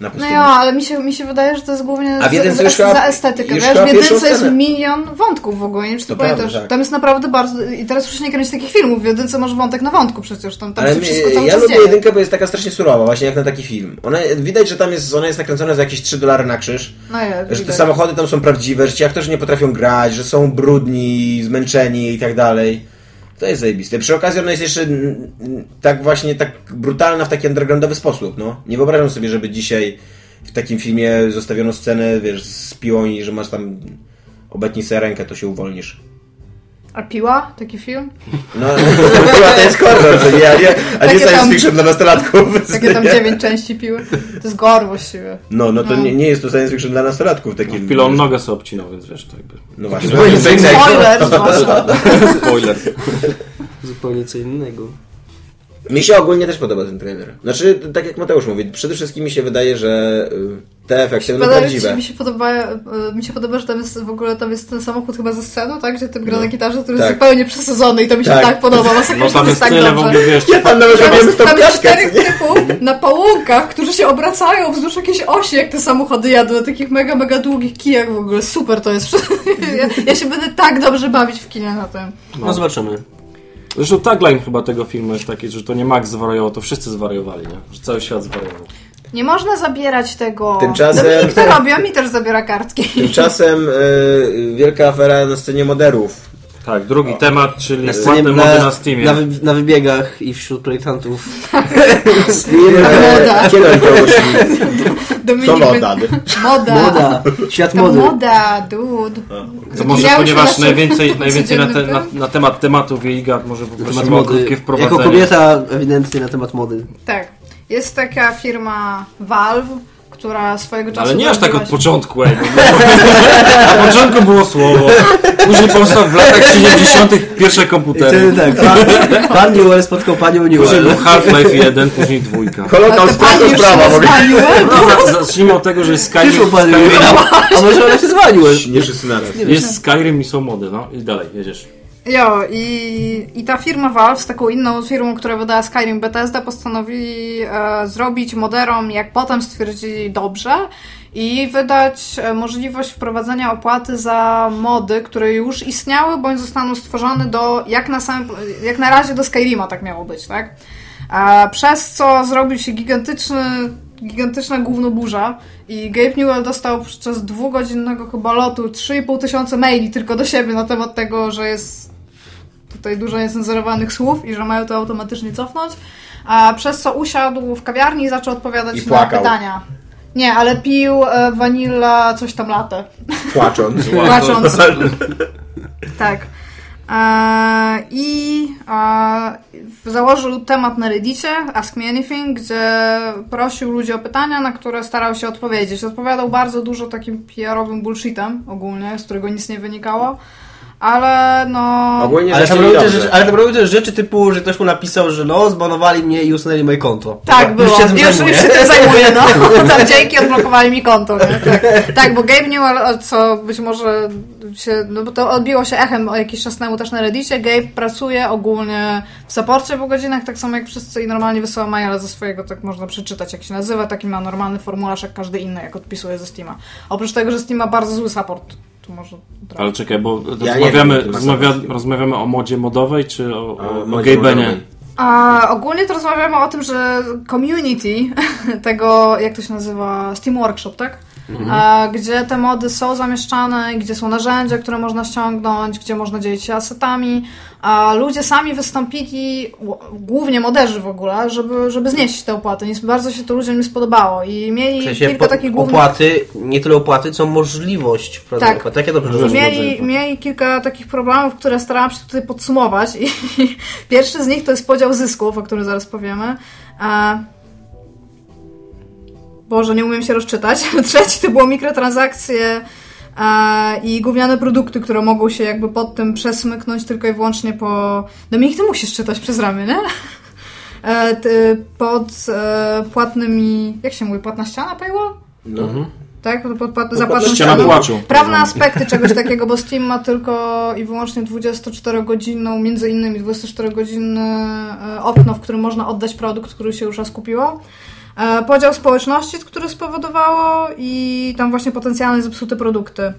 [SPEAKER 5] Na
[SPEAKER 4] No
[SPEAKER 5] pustyni.
[SPEAKER 4] ja, ale mi się, mi się wydaje, że to jest głównie
[SPEAKER 5] A w jedynce
[SPEAKER 4] za,
[SPEAKER 5] już chyba-
[SPEAKER 4] za estetykę.
[SPEAKER 5] już
[SPEAKER 4] Wiesz,
[SPEAKER 5] chyba
[SPEAKER 4] w
[SPEAKER 5] pierwszą
[SPEAKER 4] jedynce jest
[SPEAKER 5] scenę.
[SPEAKER 4] milion wątków w ogóle, nie wiem czy ty
[SPEAKER 5] To prawda,
[SPEAKER 4] pamiętasz.
[SPEAKER 5] tak.
[SPEAKER 4] Tam jest naprawdę bardzo... I teraz już się nie kręci takich filmów. W jedynce masz wątek na wątku przecież. Tam, tam
[SPEAKER 5] Ale
[SPEAKER 4] się
[SPEAKER 5] mi-
[SPEAKER 4] wszystko cały
[SPEAKER 5] ja
[SPEAKER 4] czas
[SPEAKER 5] lubię
[SPEAKER 4] dzieje.
[SPEAKER 5] jedynkę, bo jest taka strasznie surowa, właśnie jak na taki film. Ona, widać, że tam jest, ona jest nakręcona za jakieś 3 dolary na krzyż.
[SPEAKER 4] No ja,
[SPEAKER 5] Że te
[SPEAKER 4] widać.
[SPEAKER 5] samochody tam są prawdziwe, że ci aktorzy nie potrafią grać, że są brudni, zmęczeni i tak dalej. To jest zajebiste. Przy okazji ona jest jeszcze mm, mm, tak właśnie, tak brutalna w taki undergroundowy sposób, no. Nie wyobrażam sobie, żeby dzisiaj w takim filmie zostawiono scenę, wiesz, z piłą i że masz tam obetnij sobie rękę, to się uwolnisz.
[SPEAKER 4] A Piła? Taki film?
[SPEAKER 5] No, była to jest horror, co nie, a nie, a nie
[SPEAKER 4] Takie
[SPEAKER 5] science
[SPEAKER 4] tam-
[SPEAKER 5] fiction dla nastolatków.
[SPEAKER 4] Takie tam dziewięć części Piły? To jest gore właściwie.
[SPEAKER 5] No, no to
[SPEAKER 4] No.
[SPEAKER 5] Nie, nie jest to science fiction dla nastolatków. Taki,
[SPEAKER 2] W chwilę on nogę sobie obcinał, więc wiesz, to jakby...
[SPEAKER 5] No właśnie.
[SPEAKER 4] Spoiler, zwłaszcza.
[SPEAKER 5] Spoiler.
[SPEAKER 3] Zupełnie co innego.
[SPEAKER 5] Mi się ogólnie też podoba ten trailer. Znaczy, t- tak jak Mateusz mówi, przede wszystkim mi się wydaje, że y, te efekty będą
[SPEAKER 4] Wydaje mi się-
[SPEAKER 5] prawdziwe.
[SPEAKER 4] Mi się, podoba, e, mi się podoba, że tam jest w ogóle tam jest ten samochód chyba ze scenu, tak? Gdzie ten gra na gitarze, który
[SPEAKER 5] Tak.
[SPEAKER 4] jest zupełnie przesadzony i to mi się
[SPEAKER 5] Tak.
[SPEAKER 4] tak, podoba.
[SPEAKER 2] No
[SPEAKER 4] Masakrycznie
[SPEAKER 2] tam
[SPEAKER 4] to
[SPEAKER 2] jest
[SPEAKER 4] tak
[SPEAKER 2] tyle w
[SPEAKER 4] dobrze.
[SPEAKER 2] ogóle, wiesz,
[SPEAKER 5] Ja tam nawet
[SPEAKER 4] Tam
[SPEAKER 5] robiłem
[SPEAKER 4] jest,
[SPEAKER 5] stop
[SPEAKER 4] tam jest
[SPEAKER 5] piaśkę,
[SPEAKER 4] czterech
[SPEAKER 5] co nie?
[SPEAKER 4] typów na pałunkach, którzy się obracają wzdłuż jakiejś osi, jak te samochody jadą, na takich mega, mega długich kijach w ogóle. Super to jest. Ja, ja się będę tak dobrze bawić w kinie na tym.
[SPEAKER 3] No zobaczymy.
[SPEAKER 2] Zresztą tagline chyba tego filmu jest taki, że to nie Max zwariował, to wszyscy zwariowali, nie? Że cały świat zwariował.
[SPEAKER 4] Nie można zabierać tego.
[SPEAKER 5] Tymczasem-
[SPEAKER 4] Dominik to robi, on mi też zabiera kartki.
[SPEAKER 5] Tymczasem y, wielka afera na scenie moderów.
[SPEAKER 2] Tak, drugi temat, czyli
[SPEAKER 3] No. Na
[SPEAKER 2] płatne
[SPEAKER 3] scenie,
[SPEAKER 2] mody
[SPEAKER 3] na,
[SPEAKER 2] na,
[SPEAKER 3] na,
[SPEAKER 2] Steamie.
[SPEAKER 3] wy- na wybiegach i wśród projektantów.
[SPEAKER 5] Steam, e,
[SPEAKER 4] Moda.
[SPEAKER 5] kiedy oni to ogłosili?
[SPEAKER 4] Dominik
[SPEAKER 5] Co
[SPEAKER 4] by-
[SPEAKER 5] moda?
[SPEAKER 4] Moda.
[SPEAKER 3] Moda, świat
[SPEAKER 4] To
[SPEAKER 3] mody.
[SPEAKER 4] Tak. moda, dude.
[SPEAKER 2] To może,
[SPEAKER 4] Miałeś
[SPEAKER 2] ponieważ
[SPEAKER 4] naszym
[SPEAKER 2] najwięcej, najwięcej na, te,
[SPEAKER 4] codziennym
[SPEAKER 2] na, na temat tematów i Iga może po
[SPEAKER 3] Na
[SPEAKER 2] prostu ma krótkie wprowadzenie.
[SPEAKER 3] Jako kobieta ewidentnie na temat mody.
[SPEAKER 4] Tak. Jest taka firma Valve, która swojego czasu...
[SPEAKER 2] Ale nie aż tak od
[SPEAKER 4] robiła-
[SPEAKER 2] początku, ej. bo- Na początku było słowo. Później powstał w latach 70. pierwsze komputery.
[SPEAKER 3] Wtedy tak, pan, pan Newell spotkał panią
[SPEAKER 2] Później był
[SPEAKER 3] Newell.
[SPEAKER 2] Half-Life 1, później dwójka.
[SPEAKER 4] Ale
[SPEAKER 5] Holokaust
[SPEAKER 4] te pani
[SPEAKER 5] to
[SPEAKER 4] już
[SPEAKER 5] sprawa w
[SPEAKER 4] się
[SPEAKER 5] ogóle.
[SPEAKER 4] zwaliły.
[SPEAKER 2] No, za- Zacznijmy od tego, że jest
[SPEAKER 3] Przyszło
[SPEAKER 2] Skyrim,
[SPEAKER 3] pan Newell, a może ona się zwała Newell.
[SPEAKER 5] Nie wszyscy naraz.
[SPEAKER 2] jest Skyrim i są mody, no i dalej, jedziesz.
[SPEAKER 4] Jo, i, i ta firma Valve z taką inną firmą, która wydała Skyrim Bethesda, postanowili e, zrobić moderom, jak potem stwierdzili, dobrze i wydać e, możliwość wprowadzenia opłaty za mody, które już istniały, bądź zostaną stworzone do, jak na, samym, jak na razie do Skyrima tak miało być, tak? A przez co zrobił się gigantyczny, gigantyczna gówno burza i Gabe Newell dostał podczas dwugodzinnego chyba lotu 3,5 tysiąca maili tylko do siebie na temat tego, że jest tutaj dużo niecenzurowanych słów i że mają to automatycznie cofnąć, a przez co usiadł w kawiarni i zaczął
[SPEAKER 5] I
[SPEAKER 4] odpowiadać na
[SPEAKER 5] płakał.
[SPEAKER 4] pytania. Nie, ale pił e, vanilla coś tam latę.
[SPEAKER 5] Płacząc.
[SPEAKER 4] No. Płacząc. Tak. E, I e, założył temat na Reddicie, Ask Me Anything, gdzie prosił ludzi o pytania, na które starał się odpowiedzieć. Odpowiadał bardzo dużo takim PR-owym bullshitem ogólnie, z którego nic nie wynikało, ale no...
[SPEAKER 5] Ogólnie
[SPEAKER 3] Ale tam,
[SPEAKER 5] zaczęli
[SPEAKER 3] robił też
[SPEAKER 5] dobrze.
[SPEAKER 3] rzeczy, ale tam robił też rzeczy typu, że ktoś mu napisał, że no, zbanowali mnie i usunęli moje konto.
[SPEAKER 4] Tak, było.
[SPEAKER 3] Już się tym
[SPEAKER 4] już,
[SPEAKER 3] zajmuję.
[SPEAKER 4] już się tym zajmuję, no. Tam dzięki odblokowali mi konto. Nie? Tak. tak, bo Gabe Newell, co być może się, no bo to odbiło się echem jakiś czas temu też na Reddicie, Gabe pracuje ogólnie w saporcie po godzinach, tak samo jak wszyscy i normalnie wysyła maila ze swojego, tak można przeczytać jak się nazywa, taki ma normalny formularz jak każdy inny, jak odpisuje ze Steama. Oprócz tego, że Steam ma bardzo zły support. Tu może od razu.
[SPEAKER 2] Tak. Ale czekaj, bo
[SPEAKER 5] Ja nie
[SPEAKER 2] rozmawiamy,
[SPEAKER 5] wiem,
[SPEAKER 2] rozmawia,
[SPEAKER 5] to-
[SPEAKER 2] rozmawiamy o modzie modowej, czy o, o, o
[SPEAKER 5] modzie
[SPEAKER 2] gejbenie?
[SPEAKER 5] modowej.
[SPEAKER 4] A ogólnie to rozmawiamy o tym, że community tego, jak to się nazywa, Steam Workshop, tak?
[SPEAKER 3] Mhm.
[SPEAKER 4] A, gdzie te mody są zamieszczane, gdzie są narzędzia, które można ściągnąć, gdzie można dzielić się asetami. A ludzie sami wystąpili, ł- głównie moderzy w ogóle, żeby, żeby znieść te opłaty. Nie, bardzo się to ludziom nie spodobało i mieli
[SPEAKER 3] W sensie
[SPEAKER 4] kilka
[SPEAKER 3] po,
[SPEAKER 4] takich głównych...
[SPEAKER 3] opłaty, nie tyle opłaty, co możliwość wprowadzenia
[SPEAKER 4] Tak.
[SPEAKER 3] opłat. Tak, ja dobrze rozumiem.
[SPEAKER 4] Mieli, mieli kilka takich problemów, które starałam się tutaj podsumować. I, pierwszy z nich to jest podział zysków, o którym zaraz powiemy. A... Boże, nie umiem się rozczytać. Trzeci to było mikrotransakcje a, i gówniane produkty, które mogą się jakby pod tym przesmyknąć tylko i wyłącznie po... Dominik, ty musisz czytać przez ramię, nie? E, ty, pod e, płatnymi... Jak się mówi? Płatna ściana paywall?
[SPEAKER 5] No.
[SPEAKER 4] Tak? Pod, pod, pod, za płatną
[SPEAKER 2] ścianą
[SPEAKER 4] ścianą.
[SPEAKER 2] płaczu. Mhm.
[SPEAKER 4] Prawne aspekty czegoś takiego, bo Steam ma tylko i wyłącznie 24-godzinną, między innymi 24-godzinne e, okno, w którym można oddać produkt, który się już raz kupiło. E, Podział społeczności, który spowodowało i tam właśnie potencjalnie zepsute produkty.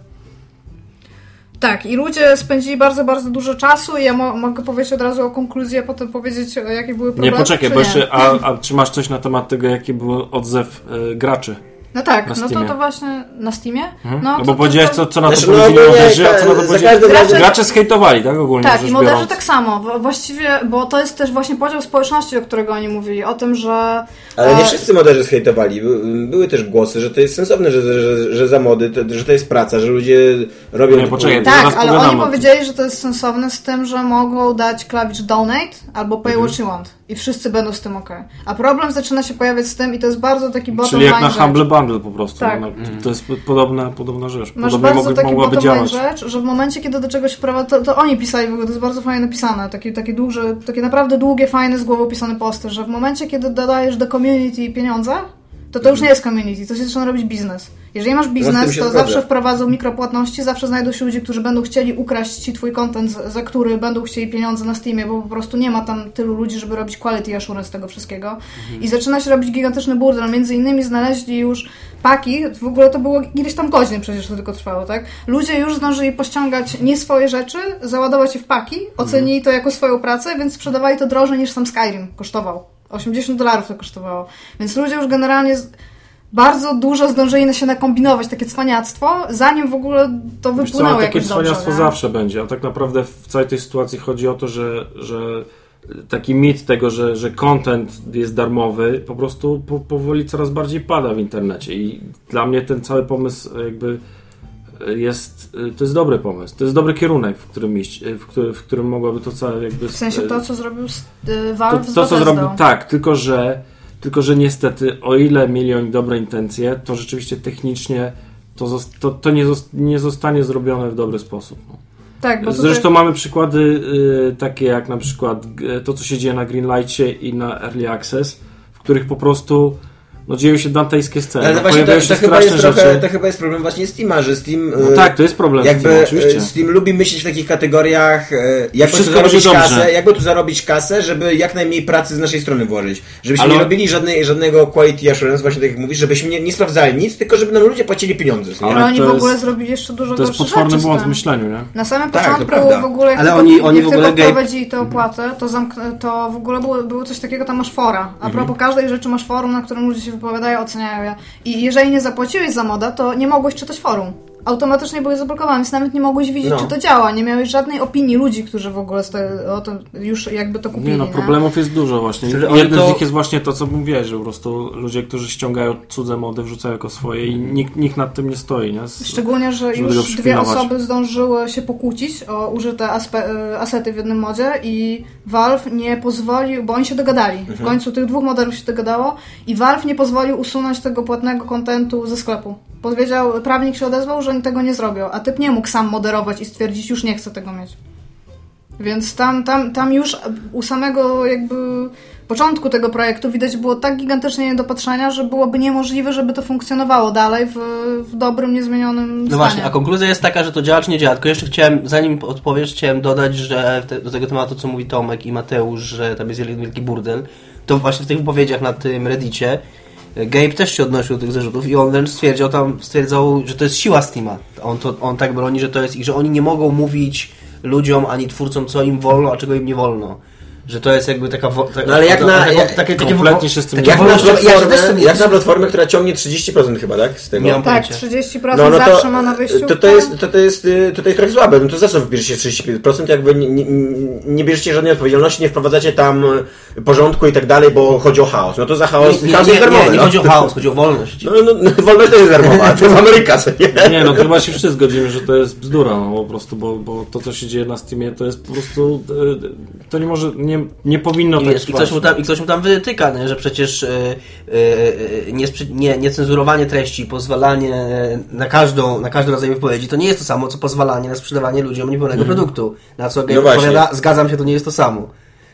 [SPEAKER 4] Tak, i ludzie spędzili bardzo, bardzo dużo czasu i ja mo- mogę powiedzieć od razu o konkluzji, a potem powiedzieć, e, jakie były
[SPEAKER 2] Nie,
[SPEAKER 4] problemy.
[SPEAKER 2] poczekaj,
[SPEAKER 4] czy
[SPEAKER 2] bo jeszcze, a, a czy masz coś na temat tego, jaki był odzew y, graczy?
[SPEAKER 4] No tak,
[SPEAKER 2] na
[SPEAKER 4] no to,
[SPEAKER 2] Steamie.
[SPEAKER 4] to właśnie na Steamie.
[SPEAKER 2] Hmm?
[SPEAKER 4] No,
[SPEAKER 2] No,
[SPEAKER 4] to-
[SPEAKER 2] bo
[SPEAKER 4] to-
[SPEAKER 2] powiedziałeś,
[SPEAKER 4] to-
[SPEAKER 2] co, co na to
[SPEAKER 5] Znaczy, no,
[SPEAKER 2] powiedzieli
[SPEAKER 5] ogólnie,
[SPEAKER 2] moderzy, a co na to
[SPEAKER 5] e, za
[SPEAKER 2] powiedzieli...
[SPEAKER 5] każdym
[SPEAKER 4] razem-
[SPEAKER 2] Gracze skejtowali, tak? Ogólnie
[SPEAKER 4] Tak,
[SPEAKER 2] rzecz
[SPEAKER 4] i moderzy
[SPEAKER 2] biorąc.
[SPEAKER 4] tak samo. Wa- Właściwie, bo to jest też właśnie podział społeczności, o którego oni mówili. O tym, że.
[SPEAKER 5] Ale nie
[SPEAKER 4] e,
[SPEAKER 5] wszyscy moderzy zhejtowali. By- Były też głosy, że to jest sensowne, że, że, że za mody, to, że to jest praca, że ludzie robią...
[SPEAKER 2] Nie, poczekaj, to-
[SPEAKER 4] Tak,
[SPEAKER 2] zaraz
[SPEAKER 4] ale
[SPEAKER 2] pogadamy
[SPEAKER 4] oni
[SPEAKER 2] o tym. Mhm.
[SPEAKER 4] powiedzieli, że to jest sensowne z tym, że mogą dać klawicz donate albo pay what you want. I wszyscy będą z tym ok. A problem zaczyna się pojawiać z tym, i to jest bardzo taki bottom
[SPEAKER 2] Czyli jak
[SPEAKER 4] line
[SPEAKER 2] na
[SPEAKER 4] rzecz.
[SPEAKER 2] Humble Bundle po prostu.
[SPEAKER 4] Tak.
[SPEAKER 2] No, to jest podobna, podobna rzecz.
[SPEAKER 4] Masz
[SPEAKER 2] Podobnie
[SPEAKER 4] bardzo
[SPEAKER 2] mogły,
[SPEAKER 4] taki
[SPEAKER 2] mogłaby
[SPEAKER 4] bottom line
[SPEAKER 2] działać.
[SPEAKER 4] rzecz, że w momencie, kiedy do czegoś wprowadza, to, to oni pisali, w ogóle to jest bardzo fajnie napisane, takie, takie duże, takie naprawdę długie, fajne, z głową pisane posty, że w momencie, kiedy dodajesz do community pieniądze, to
[SPEAKER 2] Mhm.
[SPEAKER 4] to już nie jest community, to się zaczyna robić biznes. Jeżeli masz biznes,
[SPEAKER 5] się
[SPEAKER 4] to
[SPEAKER 5] zgodzę.
[SPEAKER 4] zawsze wprowadzą mikropłatności, zawsze znajdą się ludzie, którzy będą chcieli ukraść ci twój content, z- za który będą chcieli pieniądze na Steamie, bo po prostu nie ma tam tylu ludzi, żeby robić quality assurance tego wszystkiego. I zaczyna się robić gigantyczny burdel. Między innymi znaleźli już paki, w ogóle to było ileś tam godzin przecież to tylko trwało, tak? Ludzie już zdążyli pościągać nie swoje rzeczy, załadować je w paki, ocenili to jako swoją pracę, więc sprzedawali to drożej niż sam Skyrim kosztował. 80 dolarów to kosztowało. Więc ludzie już generalnie z... bardzo dużo zdążyli się nakombinować, takie cwaniactwo, zanim w ogóle to
[SPEAKER 2] Wiesz co,
[SPEAKER 4] wypłynęło
[SPEAKER 2] ale takie
[SPEAKER 4] jakieś dobrze.
[SPEAKER 2] cwaniactwo
[SPEAKER 4] nie?
[SPEAKER 2] zawsze będzie, a tak naprawdę w całej tej sytuacji chodzi o to, że, że taki mit tego, że, że content jest darmowy, po prostu po, powoli coraz bardziej pada w internecie i dla mnie ten cały pomysł jakby jest, to jest dobry pomysł, to jest dobry kierunek, w którym iść, w, który, w którym mogłaby to całe jakby...
[SPEAKER 4] W sensie to, co zrobił y,
[SPEAKER 2] to,
[SPEAKER 4] Valve z
[SPEAKER 2] to co
[SPEAKER 4] Bethesdą.
[SPEAKER 2] zrobił, tak, tylko że, tylko że niestety, o ile mieli oni dobre intencje, to rzeczywiście technicznie to, zos- to, to nie, zos- nie zostanie zrobione w dobry sposób. No.
[SPEAKER 4] Tak, bo tutaj...
[SPEAKER 2] Zresztą mamy przykłady y, takie jak na przykład y, to, co się dzieje na Greenlightie i na Early Access, w których po prostu no, dzieją się dantejskie sceny.
[SPEAKER 5] Ale
[SPEAKER 2] no,
[SPEAKER 5] właśnie to,
[SPEAKER 2] pojawiają
[SPEAKER 5] to,
[SPEAKER 2] się
[SPEAKER 5] chyba
[SPEAKER 2] straszne
[SPEAKER 5] jest
[SPEAKER 2] rzeczy.
[SPEAKER 5] trochę, to chyba jest problem właśnie Steama, że Steam...
[SPEAKER 2] No
[SPEAKER 5] e,
[SPEAKER 2] tak, to jest problem
[SPEAKER 5] jakby
[SPEAKER 2] z tym,
[SPEAKER 5] e,
[SPEAKER 2] oczywiście.
[SPEAKER 5] Steam lubi myśleć w takich kategoriach, e, jakby tu,
[SPEAKER 2] Wszystko
[SPEAKER 5] zarobić
[SPEAKER 2] będzie dobrze.
[SPEAKER 5] kasę, jakby tu zarobić kasę, żeby jak najmniej pracy z naszej strony włożyć. Żebyśmy
[SPEAKER 2] Ale-
[SPEAKER 5] nie robili żadnej, żadnego quality assurance, właśnie tak jak mówisz, żebyśmy nie, nie sprawdzali nic, tylko żeby nam ludzie płacili pieniądze. co nie?
[SPEAKER 2] Ale
[SPEAKER 4] Ale oni
[SPEAKER 2] to
[SPEAKER 4] w ogóle
[SPEAKER 2] jest-
[SPEAKER 4] zrobili jeszcze dużo
[SPEAKER 2] To jest
[SPEAKER 4] gorsze
[SPEAKER 2] potworny
[SPEAKER 4] No rzeczy z
[SPEAKER 2] błąd w
[SPEAKER 4] tym.
[SPEAKER 2] myśleniu, nie?
[SPEAKER 4] Na samym
[SPEAKER 5] Tak, to
[SPEAKER 4] początku
[SPEAKER 5] prawda.
[SPEAKER 4] w ogóle, jak
[SPEAKER 3] Ale
[SPEAKER 4] tylko,
[SPEAKER 3] oni- oni
[SPEAKER 4] jak
[SPEAKER 3] w ogóle
[SPEAKER 4] tylko
[SPEAKER 3] gej-
[SPEAKER 4] wprowadzili tą opłatę, to, zamk- to w ogóle było, było coś takiego, tam masz fora.
[SPEAKER 3] Mhm.
[SPEAKER 4] A propos każdej rzeczy masz forum, na którym ludzie się wypowiadają, oceniają je. I jeżeli nie zapłaciłeś za moda, to nie mogłeś czytać forum. Automatycznie byłeś zablokowany, więc nawet nie mogłeś widzieć,
[SPEAKER 5] No.
[SPEAKER 4] czy to działa. Nie miałeś żadnej opinii ludzi, którzy w ogóle sto- o tym już jakby to kupili.
[SPEAKER 2] Nie no, problemów jest dużo właśnie.
[SPEAKER 3] Że oni
[SPEAKER 2] Jeden
[SPEAKER 3] to-
[SPEAKER 2] z nich jest właśnie to, co mówię, że po prostu ludzie, którzy ściągają cudze mody, wrzucają jako swoje i nikt, nikt nad tym nie stoi, nie? Z-
[SPEAKER 4] Szczególnie, że
[SPEAKER 2] Żeby go
[SPEAKER 4] już dwie
[SPEAKER 2] przypilnować.
[SPEAKER 4] osoby zdążyły się pokłócić o użyte aspe- y, asety w jednym modzie i Valve nie pozwolił, bo oni się dogadali. W
[SPEAKER 2] Mhm.
[SPEAKER 4] końcu tych dwóch modelów się dogadało i Valve nie pozwolił usunąć tego płatnego kontentu ze sklepu. Powiedział, prawnik się odezwał, że tego nie zrobią, a typ nie mógł sam moderować i stwierdzić, już nie chce tego mieć. Więc tam, tam, tam już u samego jakby początku tego projektu widać było tak gigantycznie niedopatrzenia, że byłoby niemożliwe, żeby to funkcjonowało dalej w, w dobrym, niezmienionym
[SPEAKER 3] No
[SPEAKER 4] stanie.
[SPEAKER 3] właśnie, a konkluzja jest taka, że to działa czy nie działa. Tylko jeszcze chciałem, zanim odpowiesz, chciałem dodać, że te, do tego tematu, co mówi Tomek i Mateusz, że tam jest jeden wielki burdel, to właśnie w tych wypowiedziach na tym Reddicie e, Gabe też się odnosił do tych zarzutów i on wręcz stwierdził tam, stwierdzał, że to jest siła Steama. On, to, on tak broni, że to jest i że oni nie mogą mówić ludziom ani twórcom, co im wolno, a czego im nie wolno. Że to jest jakby taka... wo- ta-
[SPEAKER 5] No ale jak
[SPEAKER 3] taka-
[SPEAKER 5] na-
[SPEAKER 3] taka-
[SPEAKER 5] jak-
[SPEAKER 3] takie, takie
[SPEAKER 2] kompletnie się z tym
[SPEAKER 3] takie
[SPEAKER 2] nie
[SPEAKER 5] Jak na,
[SPEAKER 3] wolność
[SPEAKER 5] platformę,
[SPEAKER 3] platformy-
[SPEAKER 5] jak na platformę, która ciągnie 30% chyba, tak? Z tego.
[SPEAKER 3] Nie mam
[SPEAKER 4] Tak,
[SPEAKER 3] pojęcia.
[SPEAKER 4] 30% zawsze ma na wyjściu.
[SPEAKER 5] No, To, to, jest, to, to jest y, tutaj trochę słabe. No to za co bierzecie 35%? Jakby nie, nie, nie bierzecie żadnej odpowiedzialności, nie wprowadzacie tam y, porządku i tak dalej, bo chodzi o chaos. No to za chaos,
[SPEAKER 3] Nie, nie,
[SPEAKER 5] chaos
[SPEAKER 3] nie,
[SPEAKER 5] jest darmowy.
[SPEAKER 3] nie, nie
[SPEAKER 5] no.
[SPEAKER 3] chodzi o chaos, chodzi o wolność.
[SPEAKER 5] No, no, no, wolność też jest darmowa, to jest Ameryka, co nie?
[SPEAKER 2] Nie no, chyba się wszyscy zgodzimy, że to jest bzdura, no po prostu, bo, bo to, co się dzieje na Steamie, to jest po prostu, e, to nie może, nie, nie powinno
[SPEAKER 3] I,
[SPEAKER 2] tak
[SPEAKER 3] wiesz, i,
[SPEAKER 2] trwać.
[SPEAKER 3] ktoś mu tam, I ktoś mu tam wytyka, nie? że przecież e, e, e, nie, sprzy- nie, niecenzurowanie treści, pozwalanie na każdą, na każdy rodzaj wypowiedzi, to nie jest to samo, co pozwalanie na sprzedawanie ludziom niepełnego
[SPEAKER 2] Mhm.
[SPEAKER 3] produktu. Na co
[SPEAKER 2] No
[SPEAKER 3] Gabe
[SPEAKER 5] właśnie.
[SPEAKER 3] odpowiada, zgadzam się, to nie jest to samo.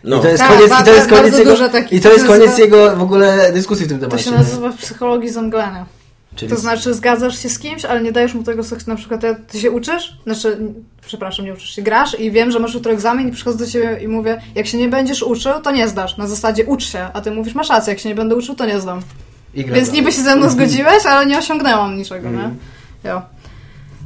[SPEAKER 5] No.
[SPEAKER 3] I to jest
[SPEAKER 4] Tak,
[SPEAKER 3] koniec, i to
[SPEAKER 4] bardzo-
[SPEAKER 3] jest koniec,
[SPEAKER 4] bardzo
[SPEAKER 3] jego,
[SPEAKER 4] dużo takich-
[SPEAKER 3] i to jest
[SPEAKER 4] to się
[SPEAKER 3] koniec
[SPEAKER 4] nazywa-
[SPEAKER 3] jego w ogóle dyskusji w tym
[SPEAKER 4] To
[SPEAKER 3] temacie.
[SPEAKER 4] się nazywa w psychologii zemglania.
[SPEAKER 3] No Czyli-
[SPEAKER 4] To znaczy zgadzasz się z kimś, ale nie dajesz mu tego, co chce. na przykład ja- ty się uczysz, znaczy, n- przepraszam, nie uczysz się, grasz i wiem, że masz jutro egzamin i przychodzę do ciebie i mówię, jak się nie będziesz uczył, to nie zdasz. Na zasadzie ucz się, a ty mówisz, masz rację, jak się nie będę uczył, to nie zdam.
[SPEAKER 3] I gra
[SPEAKER 4] Więc
[SPEAKER 3] dalej.
[SPEAKER 4] niby się ze mną zgodziłeś, ale nie osiągnęłam niczego, nie? Jo.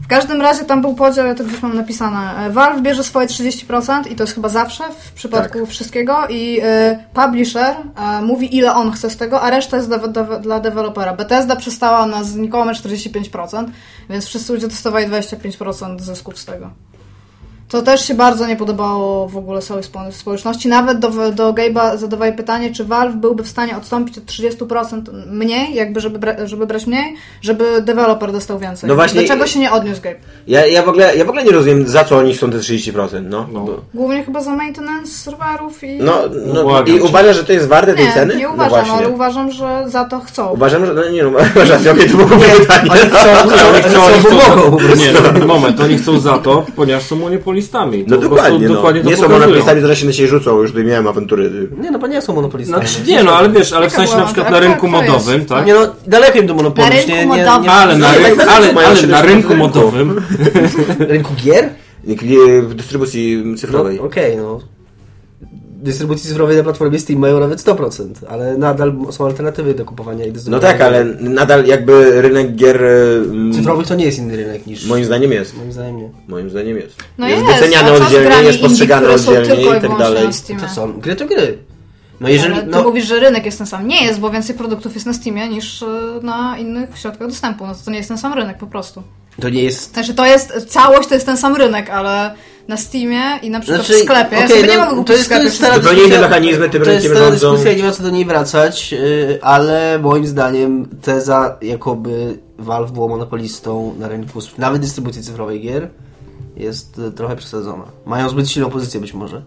[SPEAKER 4] W każdym razie tam był podział, ja to gdzieś mam napisane. E, Valve bierze swoje 30% i to jest chyba zawsze w przypadku wszystkiego i y, publisher e, mówi ile on chce z tego, a reszta jest dla- dla- dla dewelopera. Bethesda przystała na znikome 45%, więc wszyscy ludzie dostawali 25% zysków z tego. To też się bardzo nie podobało w ogóle całej spo- społeczności. Nawet do, do Gabe'a zadawali pytanie, czy Valve byłby w stanie odstąpić od 30% mniej, jakby żeby, bra- żeby brać mniej, żeby deweloper dostał więcej.
[SPEAKER 5] No właśnie-
[SPEAKER 4] Dlaczego się nie odniósł Gabe?
[SPEAKER 5] Ja, ja, w ogóle, ja w ogóle nie rozumiem, za co oni chcą te 30%, no.
[SPEAKER 2] No.
[SPEAKER 5] Bo-
[SPEAKER 4] Głównie chyba za maintenance serwerów i...
[SPEAKER 5] No,
[SPEAKER 2] No
[SPEAKER 5] no,
[SPEAKER 2] błagam
[SPEAKER 5] i
[SPEAKER 2] cię.
[SPEAKER 5] uważasz, że to jest warte tej
[SPEAKER 4] nie,
[SPEAKER 5] ceny?
[SPEAKER 4] nie
[SPEAKER 5] no
[SPEAKER 4] uważam,
[SPEAKER 5] właśnie.
[SPEAKER 4] ale uważam, że za to chcą.
[SPEAKER 5] Uważam, że... No nie no, masz rację, okej, to było pytanie.
[SPEAKER 3] Oni chcą, oni
[SPEAKER 2] No, Oni chcą,
[SPEAKER 3] chcą,
[SPEAKER 2] oni chcą
[SPEAKER 3] pomogą po
[SPEAKER 2] za,
[SPEAKER 3] prostu.
[SPEAKER 2] nie, no, moment, oni chcą za to, ponieważ są monopolistami.
[SPEAKER 5] No
[SPEAKER 2] To po
[SPEAKER 5] dokładnie,
[SPEAKER 2] prostu
[SPEAKER 5] no.
[SPEAKER 2] dokładnie to
[SPEAKER 5] nie są
[SPEAKER 2] pokazują.
[SPEAKER 5] monopolistami, które się na siebie rzucą, już miałem awantury. y,
[SPEAKER 3] Nie, no bo nie są monopolistami.
[SPEAKER 2] Znaczy, nie no, ale wiesz, ale w
[SPEAKER 4] Jaka
[SPEAKER 2] sensie
[SPEAKER 4] była
[SPEAKER 2] na przykład na
[SPEAKER 4] awantura?
[SPEAKER 2] rynku
[SPEAKER 4] Która jest?
[SPEAKER 2] modowym, tak?
[SPEAKER 3] Nie no, daleko im do monopolu.
[SPEAKER 4] Na rynku
[SPEAKER 3] nie, nie,
[SPEAKER 4] modowym.
[SPEAKER 3] nie,
[SPEAKER 2] Ale na,
[SPEAKER 3] nie,
[SPEAKER 2] rynku, ale,
[SPEAKER 5] mają
[SPEAKER 2] ale
[SPEAKER 5] się
[SPEAKER 2] na
[SPEAKER 5] też
[SPEAKER 2] rynku
[SPEAKER 5] rynku.
[SPEAKER 2] modowym
[SPEAKER 3] Rynku gier?
[SPEAKER 5] Nie, W dystrybucji
[SPEAKER 3] No,
[SPEAKER 5] cyfrowej.
[SPEAKER 3] Okej, no. Dystrybucji cyfrowej na platformie Steam mają nawet 100%, ale nadal są alternatywy do kupowania i
[SPEAKER 5] No
[SPEAKER 3] dystrybuowania.
[SPEAKER 5] tak, ale nadal jakby rynek gier... mm,
[SPEAKER 3] Cyfrowych to nie jest inny rynek niż...
[SPEAKER 5] Moim zdaniem jest.
[SPEAKER 3] Moim zdaniem nie.
[SPEAKER 5] Moim zdaniem jest.
[SPEAKER 4] No
[SPEAKER 5] jest
[SPEAKER 4] jest, a
[SPEAKER 5] wyceniany
[SPEAKER 4] co z
[SPEAKER 5] oddzielnie,
[SPEAKER 4] grami
[SPEAKER 5] jest postrzegany
[SPEAKER 4] indie, które są
[SPEAKER 5] oddzielnie
[SPEAKER 4] tylko
[SPEAKER 5] i tak
[SPEAKER 4] wyłącznie No,
[SPEAKER 5] dalej.
[SPEAKER 4] na Steamie?
[SPEAKER 3] To co? Gry to gry. No jeżeli...
[SPEAKER 4] Ale ty
[SPEAKER 3] no,
[SPEAKER 4] mówisz, że rynek jest ten sam. Nie jest, bo więcej produktów jest na Steamie niż y, na innych środkach dostępu. No to, to nie jest ten sam rynek po prostu.
[SPEAKER 3] To nie jest...
[SPEAKER 4] Znaczy to jest, całość to jest ten sam rynek, ale na Steamie i na przykład
[SPEAKER 3] Znaczy,
[SPEAKER 4] w sklepie. ja
[SPEAKER 3] okej,
[SPEAKER 4] sobie nie
[SPEAKER 3] no,
[SPEAKER 4] mogę kupić
[SPEAKER 3] to jest-
[SPEAKER 4] w sklepie.
[SPEAKER 3] to jest stara
[SPEAKER 4] wszystkiego.
[SPEAKER 5] Zupełnie inne mechanizmy tym
[SPEAKER 3] To jest
[SPEAKER 5] rynkiem
[SPEAKER 3] stara
[SPEAKER 5] rządzą.
[SPEAKER 3] dyskusja, nie ma co do niej wracać, yy, ale moim zdaniem teza, jakoby Valve było monopolistą na rynku sp- nawet dystrybucji cyfrowej gier, jest yy, trochę przesadzona. Mają zbyt silną pozycję być może,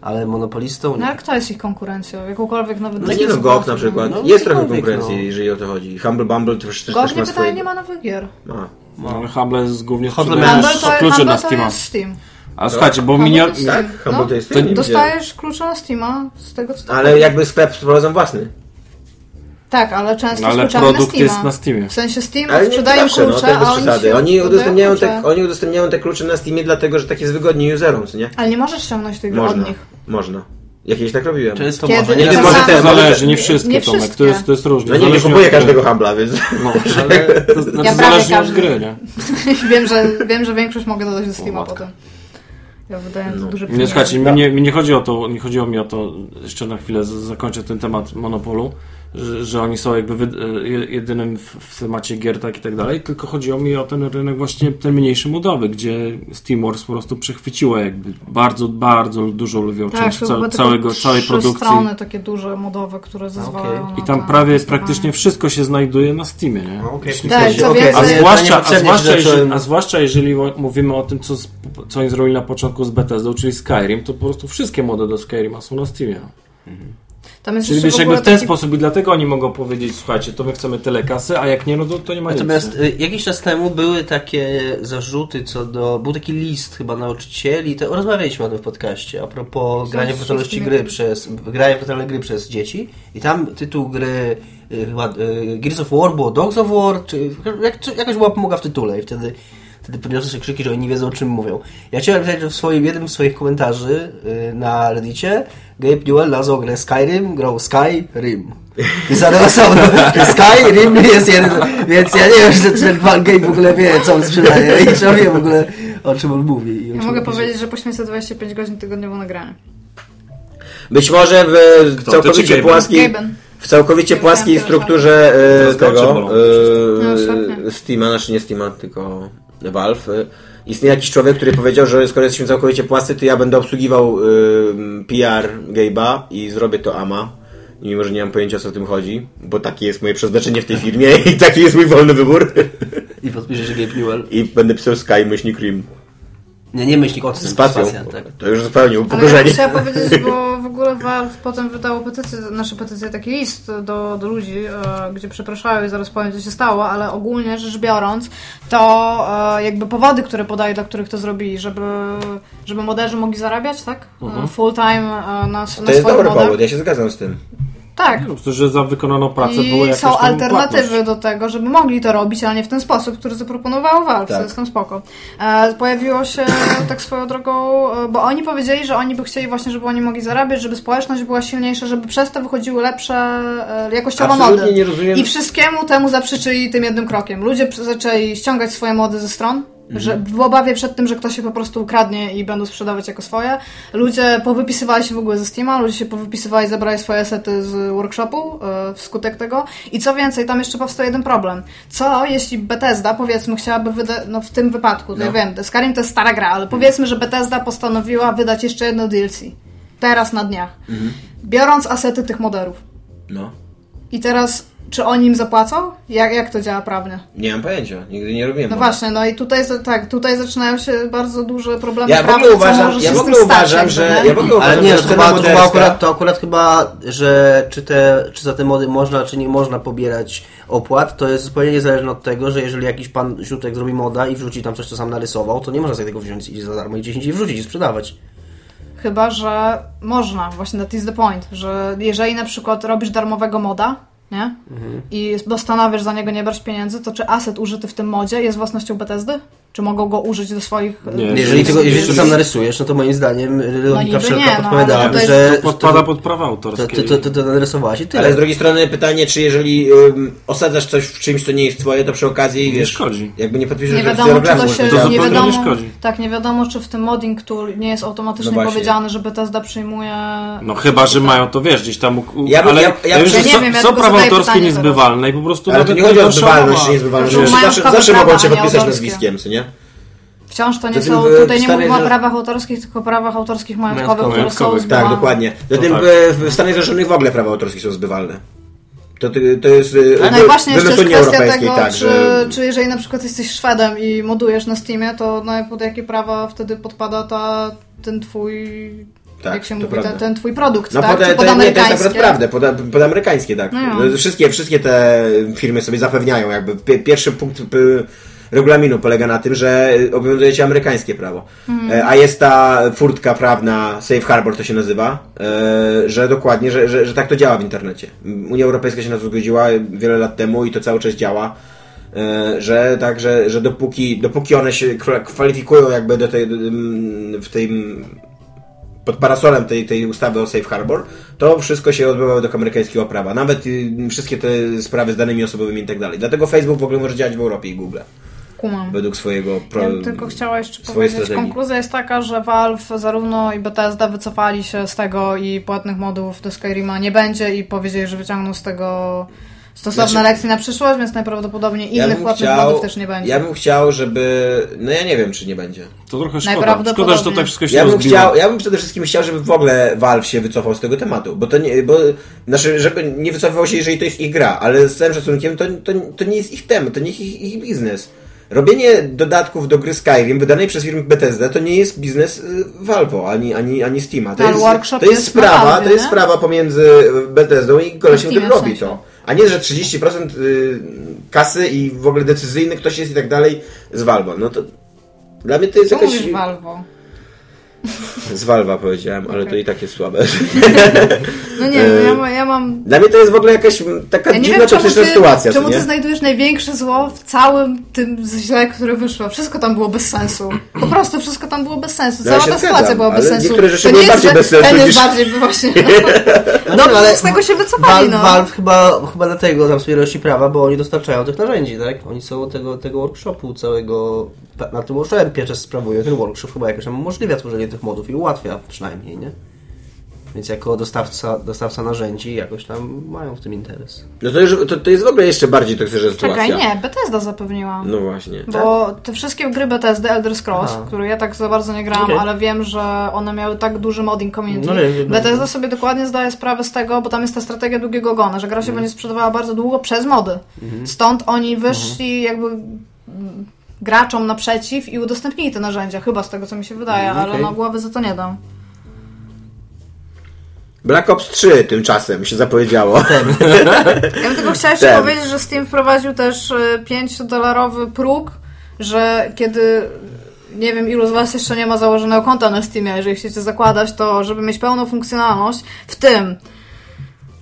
[SPEAKER 3] ale monopolistą
[SPEAKER 4] No
[SPEAKER 3] nie.
[SPEAKER 4] ale kto jest ich konkurencją? Jakąkolwiek nawet
[SPEAKER 5] No nie no, GOG na przykład.
[SPEAKER 3] No,
[SPEAKER 5] jest trochę
[SPEAKER 3] cokolwiek,
[SPEAKER 5] konkurencji,
[SPEAKER 3] no.
[SPEAKER 5] jeżeli o to chodzi. Humble Bumble też, też,
[SPEAKER 4] GOG
[SPEAKER 5] też
[SPEAKER 4] nie
[SPEAKER 5] ma
[SPEAKER 4] wydaje,
[SPEAKER 5] swoje...
[SPEAKER 4] nie ma nowych gier.
[SPEAKER 5] Ma.
[SPEAKER 2] No, ale Humble z- głównie
[SPEAKER 3] Humble
[SPEAKER 2] sprzedaje
[SPEAKER 4] Handel
[SPEAKER 3] Masz
[SPEAKER 4] to,
[SPEAKER 2] klucze dla
[SPEAKER 4] handel to
[SPEAKER 2] Steama.
[SPEAKER 4] jest Steam.
[SPEAKER 2] A słuchajcie, bo
[SPEAKER 4] Handel to
[SPEAKER 2] minior...
[SPEAKER 4] jest Steam.
[SPEAKER 5] Tak? Handel
[SPEAKER 4] No,
[SPEAKER 5] to jest
[SPEAKER 4] ty
[SPEAKER 5] Steam?
[SPEAKER 4] Dostajesz klucze na Steama z tego co...
[SPEAKER 5] Ale jakby sklep sprowadzą własny.
[SPEAKER 4] Tak, ale często
[SPEAKER 2] No, Ale
[SPEAKER 4] ale
[SPEAKER 2] produkt
[SPEAKER 4] na Steama.
[SPEAKER 2] jest na Steamie.
[SPEAKER 4] W sensie Steam
[SPEAKER 5] Ale nie
[SPEAKER 4] sprzedają
[SPEAKER 5] zawsze, no,
[SPEAKER 4] klucze,
[SPEAKER 5] to bez
[SPEAKER 4] a oni
[SPEAKER 5] przesady.
[SPEAKER 4] się
[SPEAKER 5] Oni
[SPEAKER 4] oddają
[SPEAKER 5] udostępniają,
[SPEAKER 4] klucze.
[SPEAKER 5] te, oni udostępniają te klucze na Steamie dlatego, że tak jest wygodniej userom, co nie?
[SPEAKER 4] Ale nie możesz ściągnąć tych gry
[SPEAKER 5] Można.
[SPEAKER 4] od nich.
[SPEAKER 5] Można. Jakieś tak robiłem.
[SPEAKER 3] To jest to
[SPEAKER 4] Kiedy-
[SPEAKER 3] może. Nie
[SPEAKER 4] Nie wiem,
[SPEAKER 3] wiem,
[SPEAKER 4] może
[SPEAKER 2] To
[SPEAKER 5] Czasami. te-
[SPEAKER 2] zależy, nie
[SPEAKER 4] Nie
[SPEAKER 2] wszystkie,
[SPEAKER 4] wszystkie.
[SPEAKER 2] Tomek, to jest, to jest różne.
[SPEAKER 5] No nie, nie
[SPEAKER 2] Zależy
[SPEAKER 5] kupuję
[SPEAKER 2] od gry.
[SPEAKER 5] każdego Humbla, więc...
[SPEAKER 2] No, ale to znaczy
[SPEAKER 4] prawie
[SPEAKER 2] zależnie od
[SPEAKER 4] każdy.
[SPEAKER 2] gry, nie?
[SPEAKER 4] wiem, że, wiem, że większość mogę dodać do Steama
[SPEAKER 2] matka.
[SPEAKER 4] potem. Ja wydaję no. duże
[SPEAKER 2] Nie, słuchajcie, mi nie, mi nie chodzi o to, nie chodziło mi o to, jeszcze na chwilę z- zakończę ten temat monopolu, że, że oni są jakby wy, y, jedynym w, w temacie gier tak i tak dalej, tylko chodziło mi o ten rynek właśnie ten mniejszy modowy, gdzie SteamWorks po prostu przechwyciło jakby bardzo, bardzo dużą lwią
[SPEAKER 4] Tak,
[SPEAKER 2] część
[SPEAKER 4] to
[SPEAKER 2] ca-
[SPEAKER 4] chyba
[SPEAKER 2] całego,
[SPEAKER 4] tylko
[SPEAKER 2] całej
[SPEAKER 4] trzy
[SPEAKER 2] produkcji.
[SPEAKER 4] strony takie duże, modowe, które zezwalają
[SPEAKER 3] okej.
[SPEAKER 4] na
[SPEAKER 2] I tam
[SPEAKER 4] to
[SPEAKER 2] prawie
[SPEAKER 4] testowanie.
[SPEAKER 2] praktycznie wszystko się znajduje na Steamie, nie? Jeśli
[SPEAKER 4] Tak,
[SPEAKER 2] chodzi
[SPEAKER 4] co
[SPEAKER 2] o-
[SPEAKER 4] więcej-
[SPEAKER 2] a,
[SPEAKER 4] Ale ja
[SPEAKER 2] zwłaszcza, a, zwłaszcza, jeżeli, a zwłaszcza jeżeli wo- mówimy o tym, co, z, co oni zrobili na początku z Bethesdą, czyli Skyrim, to po prostu wszystkie mody do Skyrima są na Steamie.
[SPEAKER 4] Tam jest
[SPEAKER 2] Czyli
[SPEAKER 4] jeszcze
[SPEAKER 2] wiesz,
[SPEAKER 4] w
[SPEAKER 2] jakby
[SPEAKER 4] ogóle
[SPEAKER 2] w ten
[SPEAKER 4] taki-
[SPEAKER 2] sposób i dlatego oni mogą powiedzieć, słuchajcie, to my chcemy tyle kasy, a jak nie, no to, to nie ma nic.
[SPEAKER 3] Natomiast
[SPEAKER 2] nie?
[SPEAKER 3] y, jakiś czas temu były takie zarzuty co do. Był taki list chyba nauczycieli, to rozmawialiśmy o tym w podcaście a propos grania w brutalności gry przez. grania w brutalne gry przez dzieci. I tam tytuł gry y, chyba y, Gears of War było Dogs of War, czy jak, czy jakaś była pomoga w tytule i wtedy. Wtedy podniosły się krzyki, że oni nie wiedzą o czym mówią. Ja chciałem napisać, że w swoim, jednym z swoich komentarzy y, na Reddicie Gabe Newell nazwał grę Skyrim, grał Skyrim. I zadał sam Skyrim jest jeden, więc ja nie wiem, że ten pan Gabe w ogóle wie, co on sprzedaje i czy on wie w ogóle, o czym on mówi. i o
[SPEAKER 4] Ja
[SPEAKER 3] czym
[SPEAKER 4] mogę
[SPEAKER 3] on pisze.
[SPEAKER 4] powiedzieć, że poświęcę 25 godzin tygodniowo na granie.
[SPEAKER 5] Być może w
[SPEAKER 6] Kto? Ty czy
[SPEAKER 5] całkowicie
[SPEAKER 6] Gaben?
[SPEAKER 5] płaskiej...
[SPEAKER 4] Gaben.
[SPEAKER 5] W całkowicie
[SPEAKER 4] Nie
[SPEAKER 5] płaskiej
[SPEAKER 4] wiem,
[SPEAKER 5] strukturze e,
[SPEAKER 2] Teraz gorsze
[SPEAKER 5] tego
[SPEAKER 2] bolą.
[SPEAKER 4] No, już
[SPEAKER 5] e,
[SPEAKER 4] okej.
[SPEAKER 5] Steama, znaczy nie Steama, tylko Valve, e, istnieje jakiś człowiek, który powiedział, że skoro jesteśmy całkowicie płascy, to ja będę obsługiwał e, PR Gabe'a i zrobię to AMA. Mimo, że nie mam pojęcia, o co w tym chodzi, bo takie jest moje przeznaczenie w tej firmie i taki jest mój wolny wybór.
[SPEAKER 3] I podpisze się Gabe Newell.
[SPEAKER 5] I będę pisał Sky myślnik Rim.
[SPEAKER 3] Nie, nie myślnik odstęp,
[SPEAKER 5] Z pasją.
[SPEAKER 3] spacja, tak.
[SPEAKER 5] To już zupełnie
[SPEAKER 4] Ale ja bym
[SPEAKER 5] upokorzenie.
[SPEAKER 4] chciała powiedzieć, bo w ogóle Valve potem wydało petycję, nasze petycje, taki list do, do ludzi, e, gdzie przepraszały i zaraz powiem, co się stało, ale ogólnie rzecz biorąc, to e, jakby powody, które podaje, dla których to zrobili, żeby, żeby moderzy mogli zarabiać, tak?
[SPEAKER 2] Mhm.
[SPEAKER 4] E, Full time e, na, na
[SPEAKER 5] To
[SPEAKER 4] swoich
[SPEAKER 5] jest dobry
[SPEAKER 4] modach.
[SPEAKER 5] powód, ja się zgadzam z tym.
[SPEAKER 4] Tak.
[SPEAKER 2] Po prostu, że za wykonaną pracę było
[SPEAKER 4] I
[SPEAKER 2] jakieś
[SPEAKER 4] są
[SPEAKER 2] tam
[SPEAKER 4] alternatywy
[SPEAKER 2] płatność.
[SPEAKER 4] do tego, żeby mogli to robić, ale nie w ten sposób, który zaproponował Valve,
[SPEAKER 5] Tak.
[SPEAKER 4] co jest tam spoko. E, pojawiło się tak swoją drogą, e, bo oni powiedzieli, że oni by chcieli właśnie, żeby oni mogli zarabiać, żeby społeczność była silniejsza, żeby przez to wychodziły lepsze e, jakościowo
[SPEAKER 5] Absolutnie
[SPEAKER 4] mody.
[SPEAKER 5] nie rozumiem-
[SPEAKER 4] I wszystkiemu temu zaprzeczyli tym jednym krokiem. Ludzie przy- zaczęli ściągać swoje mody ze stron,
[SPEAKER 5] Mhm.
[SPEAKER 4] że w obawie przed tym, że ktoś się po prostu ukradnie i będą sprzedawać jako swoje, ludzie powypisywali się w ogóle ze Steama, ludzie się powypisywali, zabrali swoje asety z workshopu e, wskutek tego i co więcej, tam jeszcze powstał jeden problem. Co jeśli Bethesda, powiedzmy, chciałaby wydać, no w tym wypadku, to ja wiem, Skyrim to jest stara gra, ale powiedzmy, że Bethesda postanowiła wydać jeszcze jedno DLC. Teraz na dniach.
[SPEAKER 5] Mhm.
[SPEAKER 4] Biorąc asety tych moderów.
[SPEAKER 5] No.
[SPEAKER 4] I teraz, czy oni im zapłacą? Jak, jak to działa prawnie?
[SPEAKER 5] Nie mam pojęcia, nigdy nie robiłem.
[SPEAKER 4] No
[SPEAKER 5] tego.
[SPEAKER 4] właśnie, no i tutaj za- tak, tutaj zaczynają się bardzo duże problemy
[SPEAKER 5] Ja w
[SPEAKER 4] prawne,
[SPEAKER 5] ogóle
[SPEAKER 4] co
[SPEAKER 5] uważam,
[SPEAKER 4] może się
[SPEAKER 5] ja w
[SPEAKER 4] z
[SPEAKER 5] ogóle
[SPEAKER 4] tym
[SPEAKER 5] uważam,
[SPEAKER 4] stać, jakby,
[SPEAKER 5] że.
[SPEAKER 4] nie?
[SPEAKER 5] Ja w ogóle uważam,
[SPEAKER 3] Ale nie, no,
[SPEAKER 5] że
[SPEAKER 3] to
[SPEAKER 5] scena
[SPEAKER 3] chyba, to, chyba
[SPEAKER 5] moderska-
[SPEAKER 3] akurat, to akurat chyba, że czy, te, czy za te mody można, czy nie można pobierać opłat, to jest zupełnie niezależne od tego, że jeżeli jakiś pan Ziutek zrobi moda i wrzuci tam coś, co sam narysował, to nie można sobie tego wziąć i za darmo i 10 i wrzucić i sprzedawać.
[SPEAKER 4] Chyba, że można, właśnie that is the point, że jeżeli na przykład robisz darmowego moda, nie?
[SPEAKER 5] Mhm.
[SPEAKER 4] I postanawiasz za niego nie brać pieniędzy, to czy aset użyty w tym modzie jest własnością Bethesdy? Czy mogą go użyć do swoich...
[SPEAKER 2] Nie.
[SPEAKER 4] y,
[SPEAKER 3] Jeżeli, tego, jeżeli to
[SPEAKER 2] jeżeli-
[SPEAKER 3] sam narysujesz, no to moim zdaniem y, logika
[SPEAKER 4] niby
[SPEAKER 3] wszelka
[SPEAKER 4] nie, no,
[SPEAKER 3] podpowiada,
[SPEAKER 4] ale to jest-
[SPEAKER 3] że
[SPEAKER 2] To podpada pod prawa
[SPEAKER 3] to,
[SPEAKER 2] autorskie.
[SPEAKER 3] to, to, to, to narysowałaś i tyle.
[SPEAKER 5] Ale z drugiej strony pytanie, czy jeżeli ym, osadzasz coś w czymś, co nie jest twoje, to przy okazji
[SPEAKER 2] Nie
[SPEAKER 5] wiesz,
[SPEAKER 2] szkodzi.
[SPEAKER 5] jakby nie podpiszesz
[SPEAKER 4] Nie
[SPEAKER 5] że
[SPEAKER 4] wiadomo, czy
[SPEAKER 5] wzorogramu
[SPEAKER 4] to
[SPEAKER 5] możesz
[SPEAKER 4] się...
[SPEAKER 2] To
[SPEAKER 5] wydać.
[SPEAKER 4] nie
[SPEAKER 2] zupełnie
[SPEAKER 4] wiadomo,
[SPEAKER 2] nie szkodzi.
[SPEAKER 4] Tak, nie wiadomo, czy w tym modding tool nie jest
[SPEAKER 5] No
[SPEAKER 4] automatycznie
[SPEAKER 5] właśnie.
[SPEAKER 4] powiedziane, że Bethesda przyjmuje...
[SPEAKER 2] No chyba, że mają to, wiesz, gdzieś tam... u- u-
[SPEAKER 5] Ja bym-
[SPEAKER 2] ale
[SPEAKER 5] ja- ja bym-
[SPEAKER 2] że
[SPEAKER 5] Ja nie
[SPEAKER 2] są,
[SPEAKER 4] wiem, ja
[SPEAKER 2] są
[SPEAKER 4] tylko
[SPEAKER 2] prawa
[SPEAKER 4] zadaję
[SPEAKER 2] autorskie
[SPEAKER 4] pytanie
[SPEAKER 2] niezbywalne i po prostu...
[SPEAKER 5] Ale to
[SPEAKER 2] nawet
[SPEAKER 5] nie chodzi o
[SPEAKER 2] gorsza
[SPEAKER 5] zbywalność,
[SPEAKER 2] umowa.
[SPEAKER 5] czy niezbywalność.
[SPEAKER 4] Że mają
[SPEAKER 5] Zawsze,
[SPEAKER 4] prawo
[SPEAKER 5] zawsze mogą
[SPEAKER 4] prawa,
[SPEAKER 5] cię
[SPEAKER 4] a nie
[SPEAKER 5] podpisać
[SPEAKER 4] autorskie. No.
[SPEAKER 5] nazwiskiem, co nie?
[SPEAKER 4] Wciąż to nie
[SPEAKER 5] Zatem,
[SPEAKER 4] są...
[SPEAKER 5] e,
[SPEAKER 4] Tutaj nie
[SPEAKER 5] stary,
[SPEAKER 4] mówimy o
[SPEAKER 5] że-
[SPEAKER 4] prawach autorskich, tylko o prawach autorskich majątkowych, które są
[SPEAKER 2] Majątkowych,
[SPEAKER 5] Tak,
[SPEAKER 4] zbywane.
[SPEAKER 5] dokładnie. Zatem
[SPEAKER 2] tak.
[SPEAKER 5] e, w Stanach Zjednoczonych w ogóle prawa autorskie są zbywalne. To, ty- to jest e,
[SPEAKER 4] No i
[SPEAKER 5] wy-
[SPEAKER 4] właśnie jeszcze
[SPEAKER 5] wymysł
[SPEAKER 4] jest
[SPEAKER 5] Unii
[SPEAKER 4] kwestia
[SPEAKER 5] Europejskiej,
[SPEAKER 4] tego,
[SPEAKER 5] tak,
[SPEAKER 4] czy,
[SPEAKER 5] że...
[SPEAKER 4] czy jeżeli na przykład jesteś Szwedem i modujesz na Steamie, to no, pod jakie prawa wtedy podpada ta, ten twój,
[SPEAKER 5] Tak,
[SPEAKER 4] jak się
[SPEAKER 5] to
[SPEAKER 4] mówi,
[SPEAKER 5] prawda.
[SPEAKER 4] ten, ten twój produkt,
[SPEAKER 5] No
[SPEAKER 4] tak?
[SPEAKER 5] pod,
[SPEAKER 4] Czy
[SPEAKER 5] to, nie, to jest
[SPEAKER 4] podamerykańskie?
[SPEAKER 5] akurat prawda, pod, podamerykańskie, tak.
[SPEAKER 4] No.
[SPEAKER 5] Wszystkie, wszystkie te firmy sobie zapewniają, jakby pie, pierwszy punkt p, regulaminu polega na tym, że obowiązuje cię amerykańskie prawo.
[SPEAKER 4] Hmm.
[SPEAKER 5] E, A jest ta furtka prawna, safe harbor to się nazywa, e, że dokładnie, że, że, że tak to działa w internecie. Unia Europejska się na to zgodziła wiele lat temu i to cały czas działa. E, że tak, że, że dopóki, dopóki one się kwa- kwalifikują jakby do tej, mm, w tym pod parasolem tej, tej ustawy o Safe Harbor, to wszystko się odbywało do amerykańskiego prawa. Nawet y, wszystkie te sprawy z danymi osobowymi i tak dalej. Dlatego Facebook w ogóle może działać w Europie i Google.
[SPEAKER 4] Kumam.
[SPEAKER 5] Według swojego pro...
[SPEAKER 4] Ja bym tylko chciała jeszcze
[SPEAKER 5] swoje
[SPEAKER 4] powiedzieć,
[SPEAKER 5] strategii.
[SPEAKER 4] konkluzja jest taka, że Valve zarówno i Bethesda wycofali się z tego i płatnych modułów do Skyrima nie będzie i powiedzieli, że wyciągną z tego stosowne
[SPEAKER 5] Znaczy-
[SPEAKER 4] lekcje na przyszłość, więc najprawdopodobniej
[SPEAKER 5] Ja
[SPEAKER 4] innych
[SPEAKER 5] bym
[SPEAKER 4] płatnych
[SPEAKER 5] chciał-
[SPEAKER 4] modów też nie będzie.
[SPEAKER 5] Ja bym chciał, żeby... No ja nie wiem, czy nie będzie.
[SPEAKER 2] To trochę szkoda.
[SPEAKER 4] Najprawdopodobniej.
[SPEAKER 2] Szkoda, że to tak wszystko się
[SPEAKER 5] Ja bym,
[SPEAKER 2] rozbiło.
[SPEAKER 5] chciał, ja bym przede wszystkim chciał, żeby w ogóle Valve się wycofał z tego tematu, bo to nie, bo, znaczy, żeby nie wycofał się, jeżeli to jest ich gra, ale z całym szacunkiem to, to, to nie jest ich temat, to nie jest ich, ich biznes. Robienie dodatków do gry Skyrim wydanej przez firmę Bethesda to nie jest biznes y, Valve'o ani, ani, ani Steama. To
[SPEAKER 4] Ale
[SPEAKER 5] jest,
[SPEAKER 4] workshop
[SPEAKER 5] to jest,
[SPEAKER 4] jest na
[SPEAKER 5] sprawa,
[SPEAKER 4] Valve'ie,
[SPEAKER 5] to jest
[SPEAKER 4] nie?
[SPEAKER 5] sprawa pomiędzy Bethesdą i kolesiem,
[SPEAKER 4] Na Steamie
[SPEAKER 5] który
[SPEAKER 4] w
[SPEAKER 5] robi
[SPEAKER 4] sensie.
[SPEAKER 5] to. A nie, że 30% y, kasy i w ogóle decyzyjny ktoś jest i tak dalej z Valve'o. No to dla mnie to jest
[SPEAKER 4] Co
[SPEAKER 5] jakaś...
[SPEAKER 4] mówisz Valvo?
[SPEAKER 5] Z Valve'a powiedziałem, ale to i tak jest słabe.
[SPEAKER 4] No nie, no ja, ma- ja mam
[SPEAKER 5] Dla mnie to jest w ogóle jakaś mm, taka
[SPEAKER 4] Ja nie
[SPEAKER 5] E, dziwna,
[SPEAKER 4] wiem, czemu
[SPEAKER 5] toksyczna
[SPEAKER 4] ty,
[SPEAKER 5] sytuacja,
[SPEAKER 4] czemu
[SPEAKER 5] co nie?
[SPEAKER 4] ty znajdujesz największe zło w całym tym źle, które wyszło. Wszystko tam było bez sensu. Po prostu wszystko tam było bez sensu.
[SPEAKER 5] No,
[SPEAKER 4] Cała
[SPEAKER 5] ja się
[SPEAKER 4] ta
[SPEAKER 5] zgadzam,
[SPEAKER 4] sytuacja była bez
[SPEAKER 5] ale
[SPEAKER 4] sensu.
[SPEAKER 5] niektóre rzeczy
[SPEAKER 4] To nie
[SPEAKER 5] były
[SPEAKER 4] jest,
[SPEAKER 5] bardziej
[SPEAKER 4] że
[SPEAKER 5] bez sensu
[SPEAKER 4] ten jest
[SPEAKER 5] niż-
[SPEAKER 4] bardziej, by właśnie.
[SPEAKER 3] Dobrze,
[SPEAKER 4] ale z tego się wycofali,
[SPEAKER 3] No, Valve,
[SPEAKER 4] no.
[SPEAKER 3] Valve chyba, chyba dlatego tam sobie rości prawa, bo oni dostarczają tych narzędzi, tak? Oni są tego, tego workshopu całego, na tym workshopie przez sprawują ten workshop, chyba jakoś tam umożliwia tworzenie tych modów i ułatwia przynajmniej, nie? Więc jako dostawca, dostawca narzędzi jakoś tam mają w tym interes.
[SPEAKER 5] No to, już, to, to jest w ogóle jeszcze bardziej toksyczna sytuacja.
[SPEAKER 4] Czekaj, nie, Bethesda zapewniła.
[SPEAKER 5] No właśnie.
[SPEAKER 4] Bo te wszystkie gry Bethesdy, Elder Scrolls,
[SPEAKER 3] tak. Aha.
[SPEAKER 4] które ja tak za bardzo nie grałam,
[SPEAKER 3] Okej.
[SPEAKER 4] ale wiem, że one miały tak duży modding community.
[SPEAKER 3] No nie, nie, nie.
[SPEAKER 4] Bethesda sobie dokładnie zdaje sprawę z tego, bo tam jest ta strategia długiego gona, że
[SPEAKER 3] Mhm.
[SPEAKER 4] gra się będzie sprzedawała bardzo długo przez mody. Stąd oni wyszli jakby mm, graczom naprzeciw i udostępnili te narzędzia, chyba z tego co mi się wydaje,
[SPEAKER 3] Mm,
[SPEAKER 4] ale
[SPEAKER 3] okej.
[SPEAKER 4] no głowy za to nie dam.
[SPEAKER 5] Black Ops 3 tymczasem się zapowiedziało.
[SPEAKER 4] Ja bym tylko chciała jeszcze
[SPEAKER 5] Mm. Ten.
[SPEAKER 4] powiedzieć, że Steam wprowadził też 5-dolarowy próg, że kiedy nie wiem, ilu z Was jeszcze nie ma założonego konta na Steamie, jeżeli chcecie zakładać, to żeby mieć pełną funkcjonalność, w tym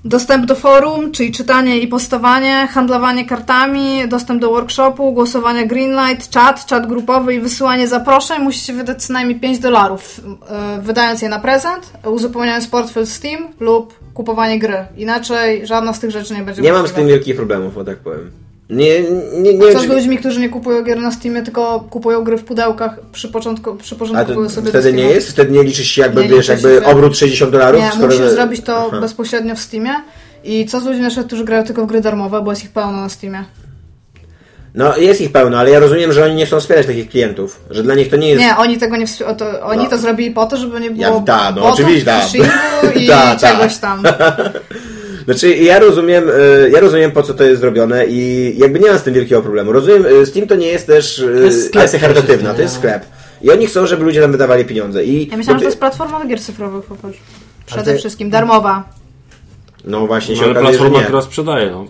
[SPEAKER 4] dostęp do forum, czyli czytanie i postowanie, handlowanie kartami, dostęp do workshopu, głosowanie Greenlight, czat, czat grupowy i wysyłanie zaproszeń, musicie wydać co najmniej 5 dolarów, yy, wydając je na prezent, uzupełniając portfel Steam lub kupowanie gry. Inaczej żadna z tych rzeczy nie będzie
[SPEAKER 5] Nie mam z
[SPEAKER 4] możliwa.
[SPEAKER 5] tym wielkich problemów, o tak powiem. Nie, nie, nie.
[SPEAKER 4] Co z
[SPEAKER 5] czy-
[SPEAKER 4] ludźmi, którzy nie kupują gier na Steamie, tylko kupują gry w pudełkach, przy początku,
[SPEAKER 5] A to
[SPEAKER 4] przyporządkowują sobie do
[SPEAKER 5] wtedy nie
[SPEAKER 4] Steama?
[SPEAKER 5] jest? Wtedy nie liczysz się jakby,
[SPEAKER 4] Nie
[SPEAKER 5] wiesz,
[SPEAKER 4] liczy
[SPEAKER 5] jakby
[SPEAKER 4] się, że-
[SPEAKER 5] obrót 60 dolarów?
[SPEAKER 4] Nie,
[SPEAKER 5] skoro-
[SPEAKER 4] musisz zrobić to
[SPEAKER 5] Aha.
[SPEAKER 4] bezpośrednio w Steamie. I co z ludźmi, na przykład, którzy grają tylko w gry darmowe, bo jest ich pełno na Steamie?
[SPEAKER 5] No jest ich pełno, ale ja rozumiem, że oni nie chcą wspierać takich klientów, że dla nich to nie jest...
[SPEAKER 4] Nie, oni tego nie wspi- o to, Oni
[SPEAKER 5] No.
[SPEAKER 4] to zrobili po to, żeby nie było.
[SPEAKER 5] Ja- da, no,
[SPEAKER 4] botów,
[SPEAKER 5] oczywiście, da.
[SPEAKER 4] phishingu i
[SPEAKER 5] Da, da.
[SPEAKER 4] czegoś tam.
[SPEAKER 5] Znaczy ja rozumiem, y, ja rozumiem po co to jest zrobione i jakby nie mam z tym wielkiego problemu. Rozumiem, y, Steam to nie jest też y,
[SPEAKER 3] jest sklep
[SPEAKER 5] akcja charytatywna, to
[SPEAKER 3] przede
[SPEAKER 5] jest
[SPEAKER 3] wszystkim,
[SPEAKER 5] sklep. I oni chcą, żeby ludzie tam wydawali pieniądze. I
[SPEAKER 4] Ja myślałam,
[SPEAKER 5] bo
[SPEAKER 4] że to
[SPEAKER 5] ty-
[SPEAKER 4] jest platforma gier cyfrowych po prostu. Przede
[SPEAKER 3] ty-
[SPEAKER 4] wszystkim darmowa.
[SPEAKER 5] No właśnie, się
[SPEAKER 2] Ale
[SPEAKER 5] okazuje, że
[SPEAKER 2] platforma,
[SPEAKER 5] nie.
[SPEAKER 2] która sprzedaje, no.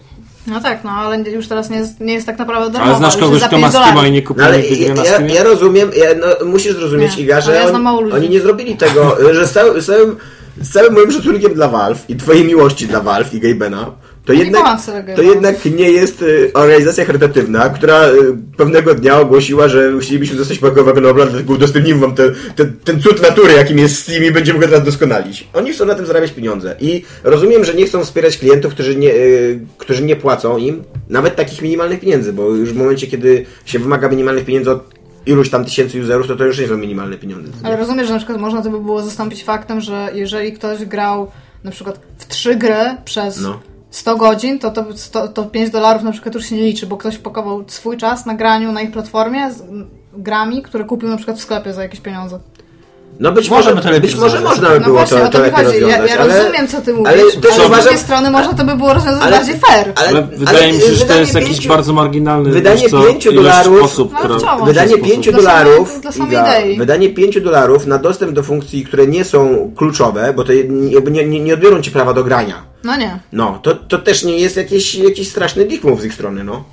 [SPEAKER 4] No tak, no ale już teraz nie jest, nie jest tak naprawdę darmowa.
[SPEAKER 2] Ale znasz
[SPEAKER 4] już jest
[SPEAKER 2] kogoś,
[SPEAKER 4] za
[SPEAKER 2] kto
[SPEAKER 4] 5
[SPEAKER 2] ma Steama i
[SPEAKER 4] dolarów.
[SPEAKER 2] nie
[SPEAKER 5] No
[SPEAKER 2] kupił
[SPEAKER 5] ale
[SPEAKER 2] nigdy gry na
[SPEAKER 5] ja,
[SPEAKER 2] Steamie?
[SPEAKER 5] ja rozumiem, ja, no, musisz zrozumieć
[SPEAKER 4] Nie,
[SPEAKER 5] Iga, że
[SPEAKER 4] ale ja
[SPEAKER 5] on-
[SPEAKER 4] znam mało ludzi.
[SPEAKER 5] oni nie zrobili tego, e, że z całym, z całym, z całym moim szacunkiem dla Valve i twojej miłości dla Valve i Gabena, to
[SPEAKER 4] nie
[SPEAKER 5] jednak,
[SPEAKER 4] mam całego
[SPEAKER 5] to
[SPEAKER 4] Gabena.
[SPEAKER 5] jednak nie jest y, organizacja charytatywna, która y, pewnego dnia ogłosiła, że chcielibyśmy dostać pakowego Nobla, dlatego udostępnimy wam te, te, ten cud natury, jakim jest Steam i będziemy go teraz doskonalić. Oni chcą na tym zarabiać pieniądze i rozumiem, że nie chcą wspierać klientów, którzy nie, y, którzy nie płacą im nawet takich minimalnych pieniędzy, bo już w momencie, kiedy się wymaga minimalnych pieniędzy od iluś tam tysięcy userów, to to już nie są minimalne pieniądze.
[SPEAKER 4] Ale rozumiem, że na przykład można to by było zastąpić faktem, że jeżeli ktoś grał na przykład w trzy gry przez
[SPEAKER 5] No.
[SPEAKER 4] 100 godzin, to to, to, to 5 dolarów na przykład już się nie liczy, bo ktoś wpakował swój czas na graniu na ich platformie z m, grami, które kupił na przykład w sklepie za jakieś pieniądze.
[SPEAKER 5] No być
[SPEAKER 2] Może
[SPEAKER 5] może,
[SPEAKER 2] by to lepiej
[SPEAKER 5] być może
[SPEAKER 2] zrobić.
[SPEAKER 5] można by
[SPEAKER 4] No
[SPEAKER 5] było
[SPEAKER 4] właśnie,
[SPEAKER 5] to,
[SPEAKER 4] o to mi
[SPEAKER 5] lepiej
[SPEAKER 4] chodzi. Ja,
[SPEAKER 5] rozwiązać.
[SPEAKER 4] ja
[SPEAKER 5] ale-
[SPEAKER 4] rozumiem, co ty mówisz,
[SPEAKER 5] ale
[SPEAKER 4] ale,
[SPEAKER 5] też
[SPEAKER 4] z drugiej
[SPEAKER 5] uważam-
[SPEAKER 4] strony można to by było rozwiązać
[SPEAKER 5] ale-
[SPEAKER 4] bardziej fair.
[SPEAKER 5] ale-
[SPEAKER 2] Ale wydaje mi się, że to
[SPEAKER 5] wydanie
[SPEAKER 2] jest jakiś
[SPEAKER 5] pięciu-
[SPEAKER 2] bardzo marginalny
[SPEAKER 5] wydanie
[SPEAKER 2] wiesz co,
[SPEAKER 5] pięciu
[SPEAKER 2] ilość
[SPEAKER 5] dolarów-
[SPEAKER 2] osób,
[SPEAKER 4] No,
[SPEAKER 2] która
[SPEAKER 4] chciałam.
[SPEAKER 2] w ten
[SPEAKER 5] Wydanie
[SPEAKER 2] sposób-
[SPEAKER 5] 5
[SPEAKER 4] Dla samej-
[SPEAKER 5] dolarów,
[SPEAKER 4] dla samej
[SPEAKER 5] Iga,
[SPEAKER 4] idei.
[SPEAKER 5] wydanie 5 dolarów na dostęp do funkcji, które nie są kluczowe, bo to jakby nie, nie, nie odbiorą ci prawa do grania.
[SPEAKER 4] No nie.
[SPEAKER 5] No, to, to też nie jest jakiś, jakiś straszny dick move z ich strony, no.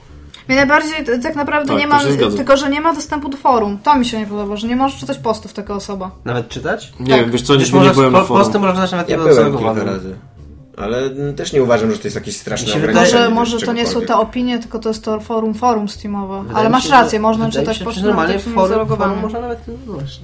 [SPEAKER 4] Mnie najbardziej t- tak naprawdę
[SPEAKER 2] Tak,
[SPEAKER 4] nie
[SPEAKER 2] to
[SPEAKER 4] ma,
[SPEAKER 2] się zgadzam.
[SPEAKER 4] tylko że nie ma dostępu do forum. To mi się nie podoba, że nie możesz czytać postów taka osoba.
[SPEAKER 3] Nawet czytać?
[SPEAKER 2] Nie
[SPEAKER 4] Tak.
[SPEAKER 2] wiem, wiesz co,
[SPEAKER 3] Też
[SPEAKER 2] nigdy nie
[SPEAKER 3] możesz,
[SPEAKER 2] byłem
[SPEAKER 3] po,
[SPEAKER 2] na forum.
[SPEAKER 3] posty można nawet nie
[SPEAKER 5] Ja
[SPEAKER 3] ja
[SPEAKER 5] byłem kilka
[SPEAKER 3] obserwowany.
[SPEAKER 5] razy. Ale mm, też nie uważam, że to jest jakieś straszne
[SPEAKER 3] Mi się wydaje-
[SPEAKER 5] ograniczenie
[SPEAKER 4] Może, może
[SPEAKER 5] czy
[SPEAKER 4] to nie są
[SPEAKER 5] czegokolwiek.
[SPEAKER 4] te opinie, tylko to jest to forum, forum steamowe.
[SPEAKER 3] Wydaje
[SPEAKER 4] Ale
[SPEAKER 3] mi
[SPEAKER 4] masz
[SPEAKER 3] się, że-
[SPEAKER 4] rację, można
[SPEAKER 3] wydaje mi
[SPEAKER 4] czytać
[SPEAKER 3] się,
[SPEAKER 4] po
[SPEAKER 3] że
[SPEAKER 4] prostu
[SPEAKER 3] normalnie
[SPEAKER 4] nawet
[SPEAKER 3] w
[SPEAKER 4] jak
[SPEAKER 3] forum, forum
[SPEAKER 4] zalogowanym.
[SPEAKER 3] można nawet... No właśnie.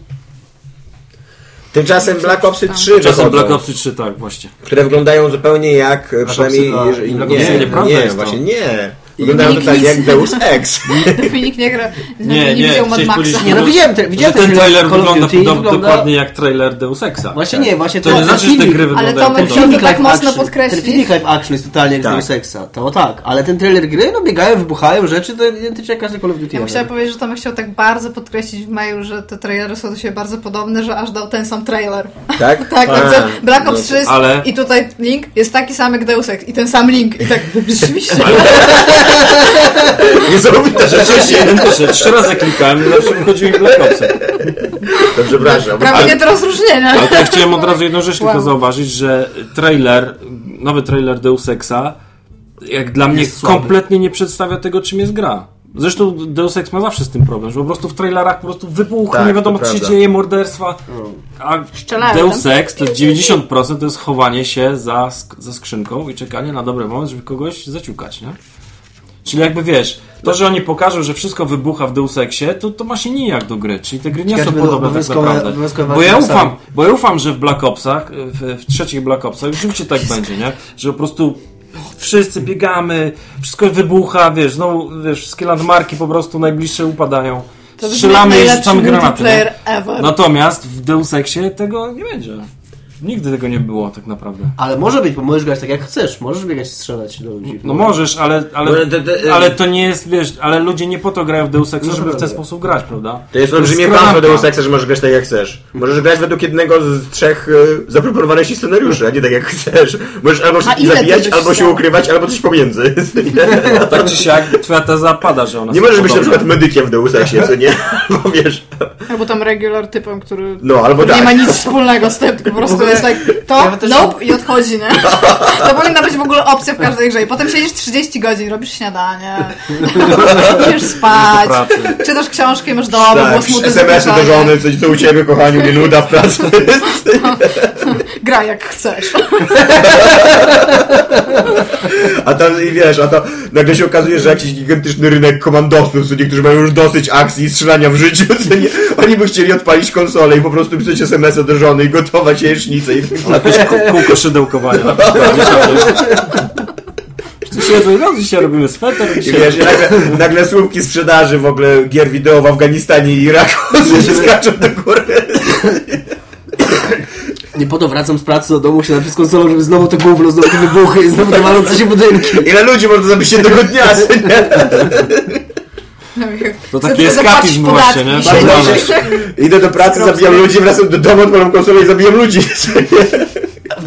[SPEAKER 5] Tymczasem Black Opsy 3
[SPEAKER 2] Czasem
[SPEAKER 5] wychodzą,
[SPEAKER 2] Black Opsy 3, tak, właśnie.
[SPEAKER 4] Znaczy,
[SPEAKER 5] które wyglądają zupełnie jak e, przynajmniej...
[SPEAKER 3] Opsy dwa.
[SPEAKER 5] jeżeli-
[SPEAKER 3] Black
[SPEAKER 5] nie,
[SPEAKER 2] Opsy,
[SPEAKER 5] nie,
[SPEAKER 2] nieprawda
[SPEAKER 5] nie
[SPEAKER 2] jest to.
[SPEAKER 5] właśnie nie. Wyglądają
[SPEAKER 4] Nikt
[SPEAKER 5] totalnie
[SPEAKER 4] nic-
[SPEAKER 5] jak Deus Ex.
[SPEAKER 4] Dominik nie gra,
[SPEAKER 2] Nie,
[SPEAKER 4] nie,
[SPEAKER 2] nie,
[SPEAKER 4] widział Mad
[SPEAKER 2] chciałeś
[SPEAKER 4] Maxa.
[SPEAKER 2] powiedzieć,
[SPEAKER 3] Nie, no
[SPEAKER 2] że-
[SPEAKER 3] widziałem te- widziałem
[SPEAKER 2] że ten
[SPEAKER 3] ten
[SPEAKER 2] trailer
[SPEAKER 3] Call of
[SPEAKER 2] wygląda,
[SPEAKER 3] Duty i
[SPEAKER 2] podob-
[SPEAKER 3] wygląda-
[SPEAKER 2] dokładnie jak trailer Deus Exa.
[SPEAKER 3] Właśnie nie, właśnie
[SPEAKER 2] To
[SPEAKER 3] ten-
[SPEAKER 2] nie
[SPEAKER 3] ten
[SPEAKER 2] znaczy, że te
[SPEAKER 3] filmik.
[SPEAKER 2] gry
[SPEAKER 3] Ale
[SPEAKER 4] Ale
[SPEAKER 2] wyglądają
[SPEAKER 4] to my
[SPEAKER 3] ten
[SPEAKER 2] podobnie.
[SPEAKER 4] filmik
[SPEAKER 3] filmik
[SPEAKER 4] tak
[SPEAKER 3] live
[SPEAKER 4] mocno
[SPEAKER 3] action-
[SPEAKER 4] podkreślić.
[SPEAKER 3] Ten filmik live action jest totalnie jak
[SPEAKER 5] Tak.
[SPEAKER 3] tak. Deus Exa, to tak, ale ten trailer gry, no biegają, wybuchają rzeczy, to identycznie jak każdy Call of Duty.
[SPEAKER 4] Ja bym
[SPEAKER 3] ever.
[SPEAKER 4] chciała powiedzieć, że Tomek chciał tak bardzo podkreślić w mailu, że te trailery są do siebie bardzo podobne, że aż dał ten sam trailer.
[SPEAKER 5] Tak?
[SPEAKER 4] Tak,
[SPEAKER 5] A,
[SPEAKER 4] także Black Ops
[SPEAKER 5] no
[SPEAKER 4] 3
[SPEAKER 2] ale-
[SPEAKER 4] i tutaj link jest taki sam jak Deus Ex i ten sam link i tak rzeczywiście.
[SPEAKER 5] to Niesamowita rzecz.
[SPEAKER 2] Rzeczywiście identyczne. Trzy razy klikałem i zawsze wychodziły mi Black Opsy.
[SPEAKER 5] To przepraszam.
[SPEAKER 4] Prawie nie do rozróżnienia.
[SPEAKER 2] Ale to ja chciałem od razu jedną rzecz tylko
[SPEAKER 4] Wow.
[SPEAKER 2] zauważyć, że trailer, nowy trailer Deus Exa, jak dla mnie
[SPEAKER 3] Jest słaby.
[SPEAKER 2] kompletnie nie przedstawia tego, czym jest gra. Zresztą Deus Ex ma zawsze z tym problem, że po prostu w trailerach po prostu wybuchy,
[SPEAKER 5] Tak,
[SPEAKER 2] nie wiadomo
[SPEAKER 5] to
[SPEAKER 2] co się
[SPEAKER 5] prawda.
[SPEAKER 2] dzieje, morderstwa. A
[SPEAKER 4] Strzelają,
[SPEAKER 2] Deus Ex to 90% to jest chowanie się za, sk- za skrzynką i czekanie na dobry moment, żeby kogoś zaciukać, nie? Czyli jakby wiesz, to, że oni pokażą, że wszystko wybucha w Deus Exie, to, to ma się nijak do gry, czyli te gry nie
[SPEAKER 3] Ciekawe,
[SPEAKER 2] są
[SPEAKER 3] czy będą
[SPEAKER 2] podobne tak
[SPEAKER 3] obowiązkowe-
[SPEAKER 2] naprawdę.
[SPEAKER 3] obowiązkowe
[SPEAKER 2] Bo ja
[SPEAKER 3] Black Opsy.
[SPEAKER 2] ufam, bo ja ufam, że w Black Opsach, w, w trzecich Black Opsach, rzeczywiście tak będzie, nie? Że po prostu wszyscy biegamy, wszystko wybucha, wiesz, no, wiesz, wszystkie landmarki po prostu najbliższe upadają.
[SPEAKER 4] To brzmi
[SPEAKER 2] Strzelamy i
[SPEAKER 4] najlepszy
[SPEAKER 2] rzucamy granaty. nie?
[SPEAKER 4] multiplayer ever.
[SPEAKER 2] Natomiast w Deus Exie tego nie będzie. Nigdy tego nie było tak naprawdę.
[SPEAKER 3] Ale może być, bo możesz grać tak jak chcesz, możesz biegać i strzelać do ludzi.
[SPEAKER 2] No możesz, ale,
[SPEAKER 5] No,
[SPEAKER 2] ale,
[SPEAKER 5] ale te- te-
[SPEAKER 2] ale to nie jest, wiesz, ale ludzie nie po to grają w Deus Exa,
[SPEAKER 3] No,
[SPEAKER 2] żeby w ten
[SPEAKER 3] prawda.
[SPEAKER 2] sposób grać, prawda?
[SPEAKER 5] To jest olbrzymie
[SPEAKER 2] skranka.
[SPEAKER 5] prawo Deus Exa, że możesz grać tak jak chcesz. Możesz grać według jednego z trzech y, zaproponowanych ci scenariuszy, a nie tak jak chcesz. Możesz albo wszystkich
[SPEAKER 4] ile ty
[SPEAKER 5] zabijać,
[SPEAKER 4] byś
[SPEAKER 5] albo się
[SPEAKER 4] chciał?
[SPEAKER 5] ukrywać, albo coś pomiędzy.
[SPEAKER 2] Tak czy siak, twoja teza pada, że ona
[SPEAKER 5] Nie
[SPEAKER 2] są
[SPEAKER 5] możesz być na
[SPEAKER 2] podobne.
[SPEAKER 5] przykład medykiem w Deus Exie, co nie? Bo wiesz,
[SPEAKER 4] Albo tam regular typem, który
[SPEAKER 5] no albo
[SPEAKER 4] nie ma
[SPEAKER 5] tak.
[SPEAKER 4] nic wspólnego z tym, tylko po
[SPEAKER 3] W
[SPEAKER 4] prostu
[SPEAKER 3] ogóle-
[SPEAKER 4] jest tak to,
[SPEAKER 3] Ja też-
[SPEAKER 4] nope i odchodzi, nie? To powinna być w ogóle opcja w każdej grze. I potem siedzisz 30 godzin, robisz śniadanie, idziesz spać,
[SPEAKER 2] Do pracy.
[SPEAKER 4] czytasz książki, masz dobre, było
[SPEAKER 5] Tak,
[SPEAKER 4] smutne
[SPEAKER 5] SMS-y do
[SPEAKER 4] zakończenie.
[SPEAKER 5] żony, coś co u ciebie, kochaniu, nie nuda w pracy.
[SPEAKER 4] Graj jak chcesz.
[SPEAKER 5] A tam, i wiesz, a to nagle się okazuje, że jakiś gigantyczny rynek komandosów, co niektórzy mają już dosyć akcji i strzelania w życiu, co nie, oni by chcieli odpalić konsolę i po prostu pisać SMS do żony i gotować jajecznicę i tak
[SPEAKER 2] Jakieś kół- kółko szydełkowania na przykład. wiesz, albo- Czy Siedzą, no dzisiaj robimy sweter,
[SPEAKER 5] I
[SPEAKER 2] dzisiaj
[SPEAKER 5] wiesz, i nagle, nagle słupki sprzedaży w ogóle gier wideo w Afganistanie i Iraku się skaczą do góry.
[SPEAKER 3] Nie po to wracam z pracy do domu, siadam przed konsolą, żeby znowu te gówno, znowu te wybuchy, znowu te walące się budynki.
[SPEAKER 5] Ile ludzi można zabić jednego dnia, co nie?
[SPEAKER 2] To
[SPEAKER 4] Chcę
[SPEAKER 2] taki
[SPEAKER 4] tylko zapłacić
[SPEAKER 2] eskapizm właśnie,
[SPEAKER 4] podatki.
[SPEAKER 2] nie?
[SPEAKER 5] Bardzo
[SPEAKER 2] Przebrane.
[SPEAKER 5] dobrze. Idę do pracy, zabijam ludzi, wracam do domu, odpalam konsolę i zabijam ludzi. co nie?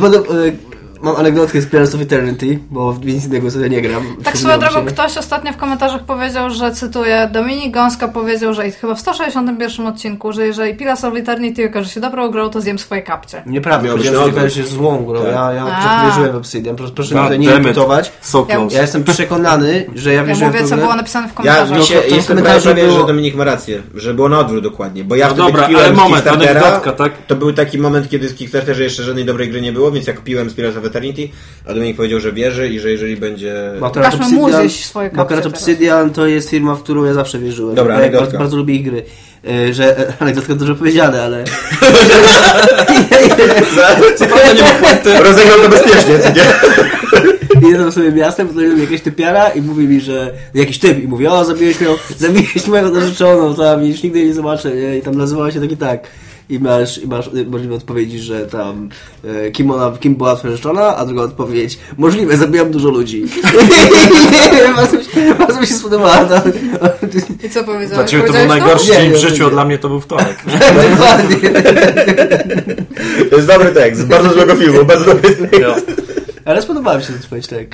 [SPEAKER 3] Potem, e, mam anegdotkę z Pillars of Eternity, bo w nic innego sobie nie gram.
[SPEAKER 4] Tak swoją
[SPEAKER 3] Przypomniało mi
[SPEAKER 4] drogą,
[SPEAKER 3] się.
[SPEAKER 4] ktoś ostatnio w komentarzach powiedział, że cytuję, Dominik Gąska powiedział, że i chyba w 161 odcinku, że jeżeli Pillars of Eternity okaże się dobrą grą, to zjem swoje kapcie.
[SPEAKER 3] Nieprawda,
[SPEAKER 5] Miał być
[SPEAKER 3] powiedziałem, że
[SPEAKER 5] na odwrót.
[SPEAKER 3] Pillars jest złą grą,
[SPEAKER 5] Tak.
[SPEAKER 3] ja,
[SPEAKER 5] No,
[SPEAKER 3] ja
[SPEAKER 4] A.
[SPEAKER 3] wierzyłem w Obsidian, proszę, proszę
[SPEAKER 2] God
[SPEAKER 3] mnie tutaj nie
[SPEAKER 2] damn it.
[SPEAKER 3] imputować.
[SPEAKER 2] So
[SPEAKER 4] Ja-
[SPEAKER 2] close.
[SPEAKER 3] Ja jestem przekonany, że ja
[SPEAKER 4] Ja
[SPEAKER 3] wierzyłem
[SPEAKER 4] mówię,
[SPEAKER 3] w
[SPEAKER 4] co
[SPEAKER 3] to,
[SPEAKER 4] było napisane w
[SPEAKER 5] Ja
[SPEAKER 4] komentarzach.
[SPEAKER 5] mi się,
[SPEAKER 3] No to- to
[SPEAKER 5] jestem prawie
[SPEAKER 3] komentarz
[SPEAKER 5] pewien,
[SPEAKER 3] było-
[SPEAKER 5] że Dominik ma rację, że było na odwrót dokładnie, bo ja
[SPEAKER 2] No
[SPEAKER 5] wtedy
[SPEAKER 2] dobra,
[SPEAKER 5] piłem
[SPEAKER 2] ale
[SPEAKER 5] z
[SPEAKER 2] moment,
[SPEAKER 5] Kickstartera,
[SPEAKER 2] anegdotka, tak?
[SPEAKER 5] To był taki moment, kiedy z Kickstarterze jeszcze żadnej dobrej gry nie było, więc jak piłem z Pirates of Eternity, a Dominik powiedział, że wierzy i że jeżeli będzie...
[SPEAKER 3] Bo akurat
[SPEAKER 4] Pokażmy
[SPEAKER 3] Obsidian-
[SPEAKER 4] mu zjeść swoje
[SPEAKER 3] bo akurat
[SPEAKER 4] kapcie teraz.
[SPEAKER 3] Obsidian to jest firma, w którą ja zawsze wierzyłem.
[SPEAKER 5] Dobra,
[SPEAKER 3] ja
[SPEAKER 5] anegdotka.
[SPEAKER 3] bardzo, bardzo lubię ich gry. E, Że, anegdotka dużo powiedziane, ale...
[SPEAKER 5] Rozegrał to bezpiecznie, co nie?
[SPEAKER 3] Idę tam sobie miastem, podleciał mi jakaś typiara i mówi mi, że jakiś typ i mówi, o zabiłeś mnie, zabiłeś moją narzeczoną, tam i już nigdy jej nie zobaczę, nie? I tam nazywała się tak i tak. I masz, i masz y, możliwe odpowiedzi, że tam e, kim ona, kim była twoja narzeczona, a druga odpowiedź, możliwe, zabijam dużo ludzi. Bardzo mi się- Bardzo mi się spodobała ta...
[SPEAKER 4] I co powiedziałeś?
[SPEAKER 2] Dla Ciebie to był
[SPEAKER 4] Powiedziałeś
[SPEAKER 2] najgorszy
[SPEAKER 3] Nie,
[SPEAKER 2] dzień w
[SPEAKER 3] nie,
[SPEAKER 2] życiu,
[SPEAKER 3] nie.
[SPEAKER 2] a dla mnie to był wtorek.
[SPEAKER 3] Dokładnie.
[SPEAKER 5] To jest dobry tekst, z bardzo złego filmu, bardzo dobry tekst.
[SPEAKER 2] Ja.
[SPEAKER 3] Ale spodobała mi się ta odpowiedź, tak.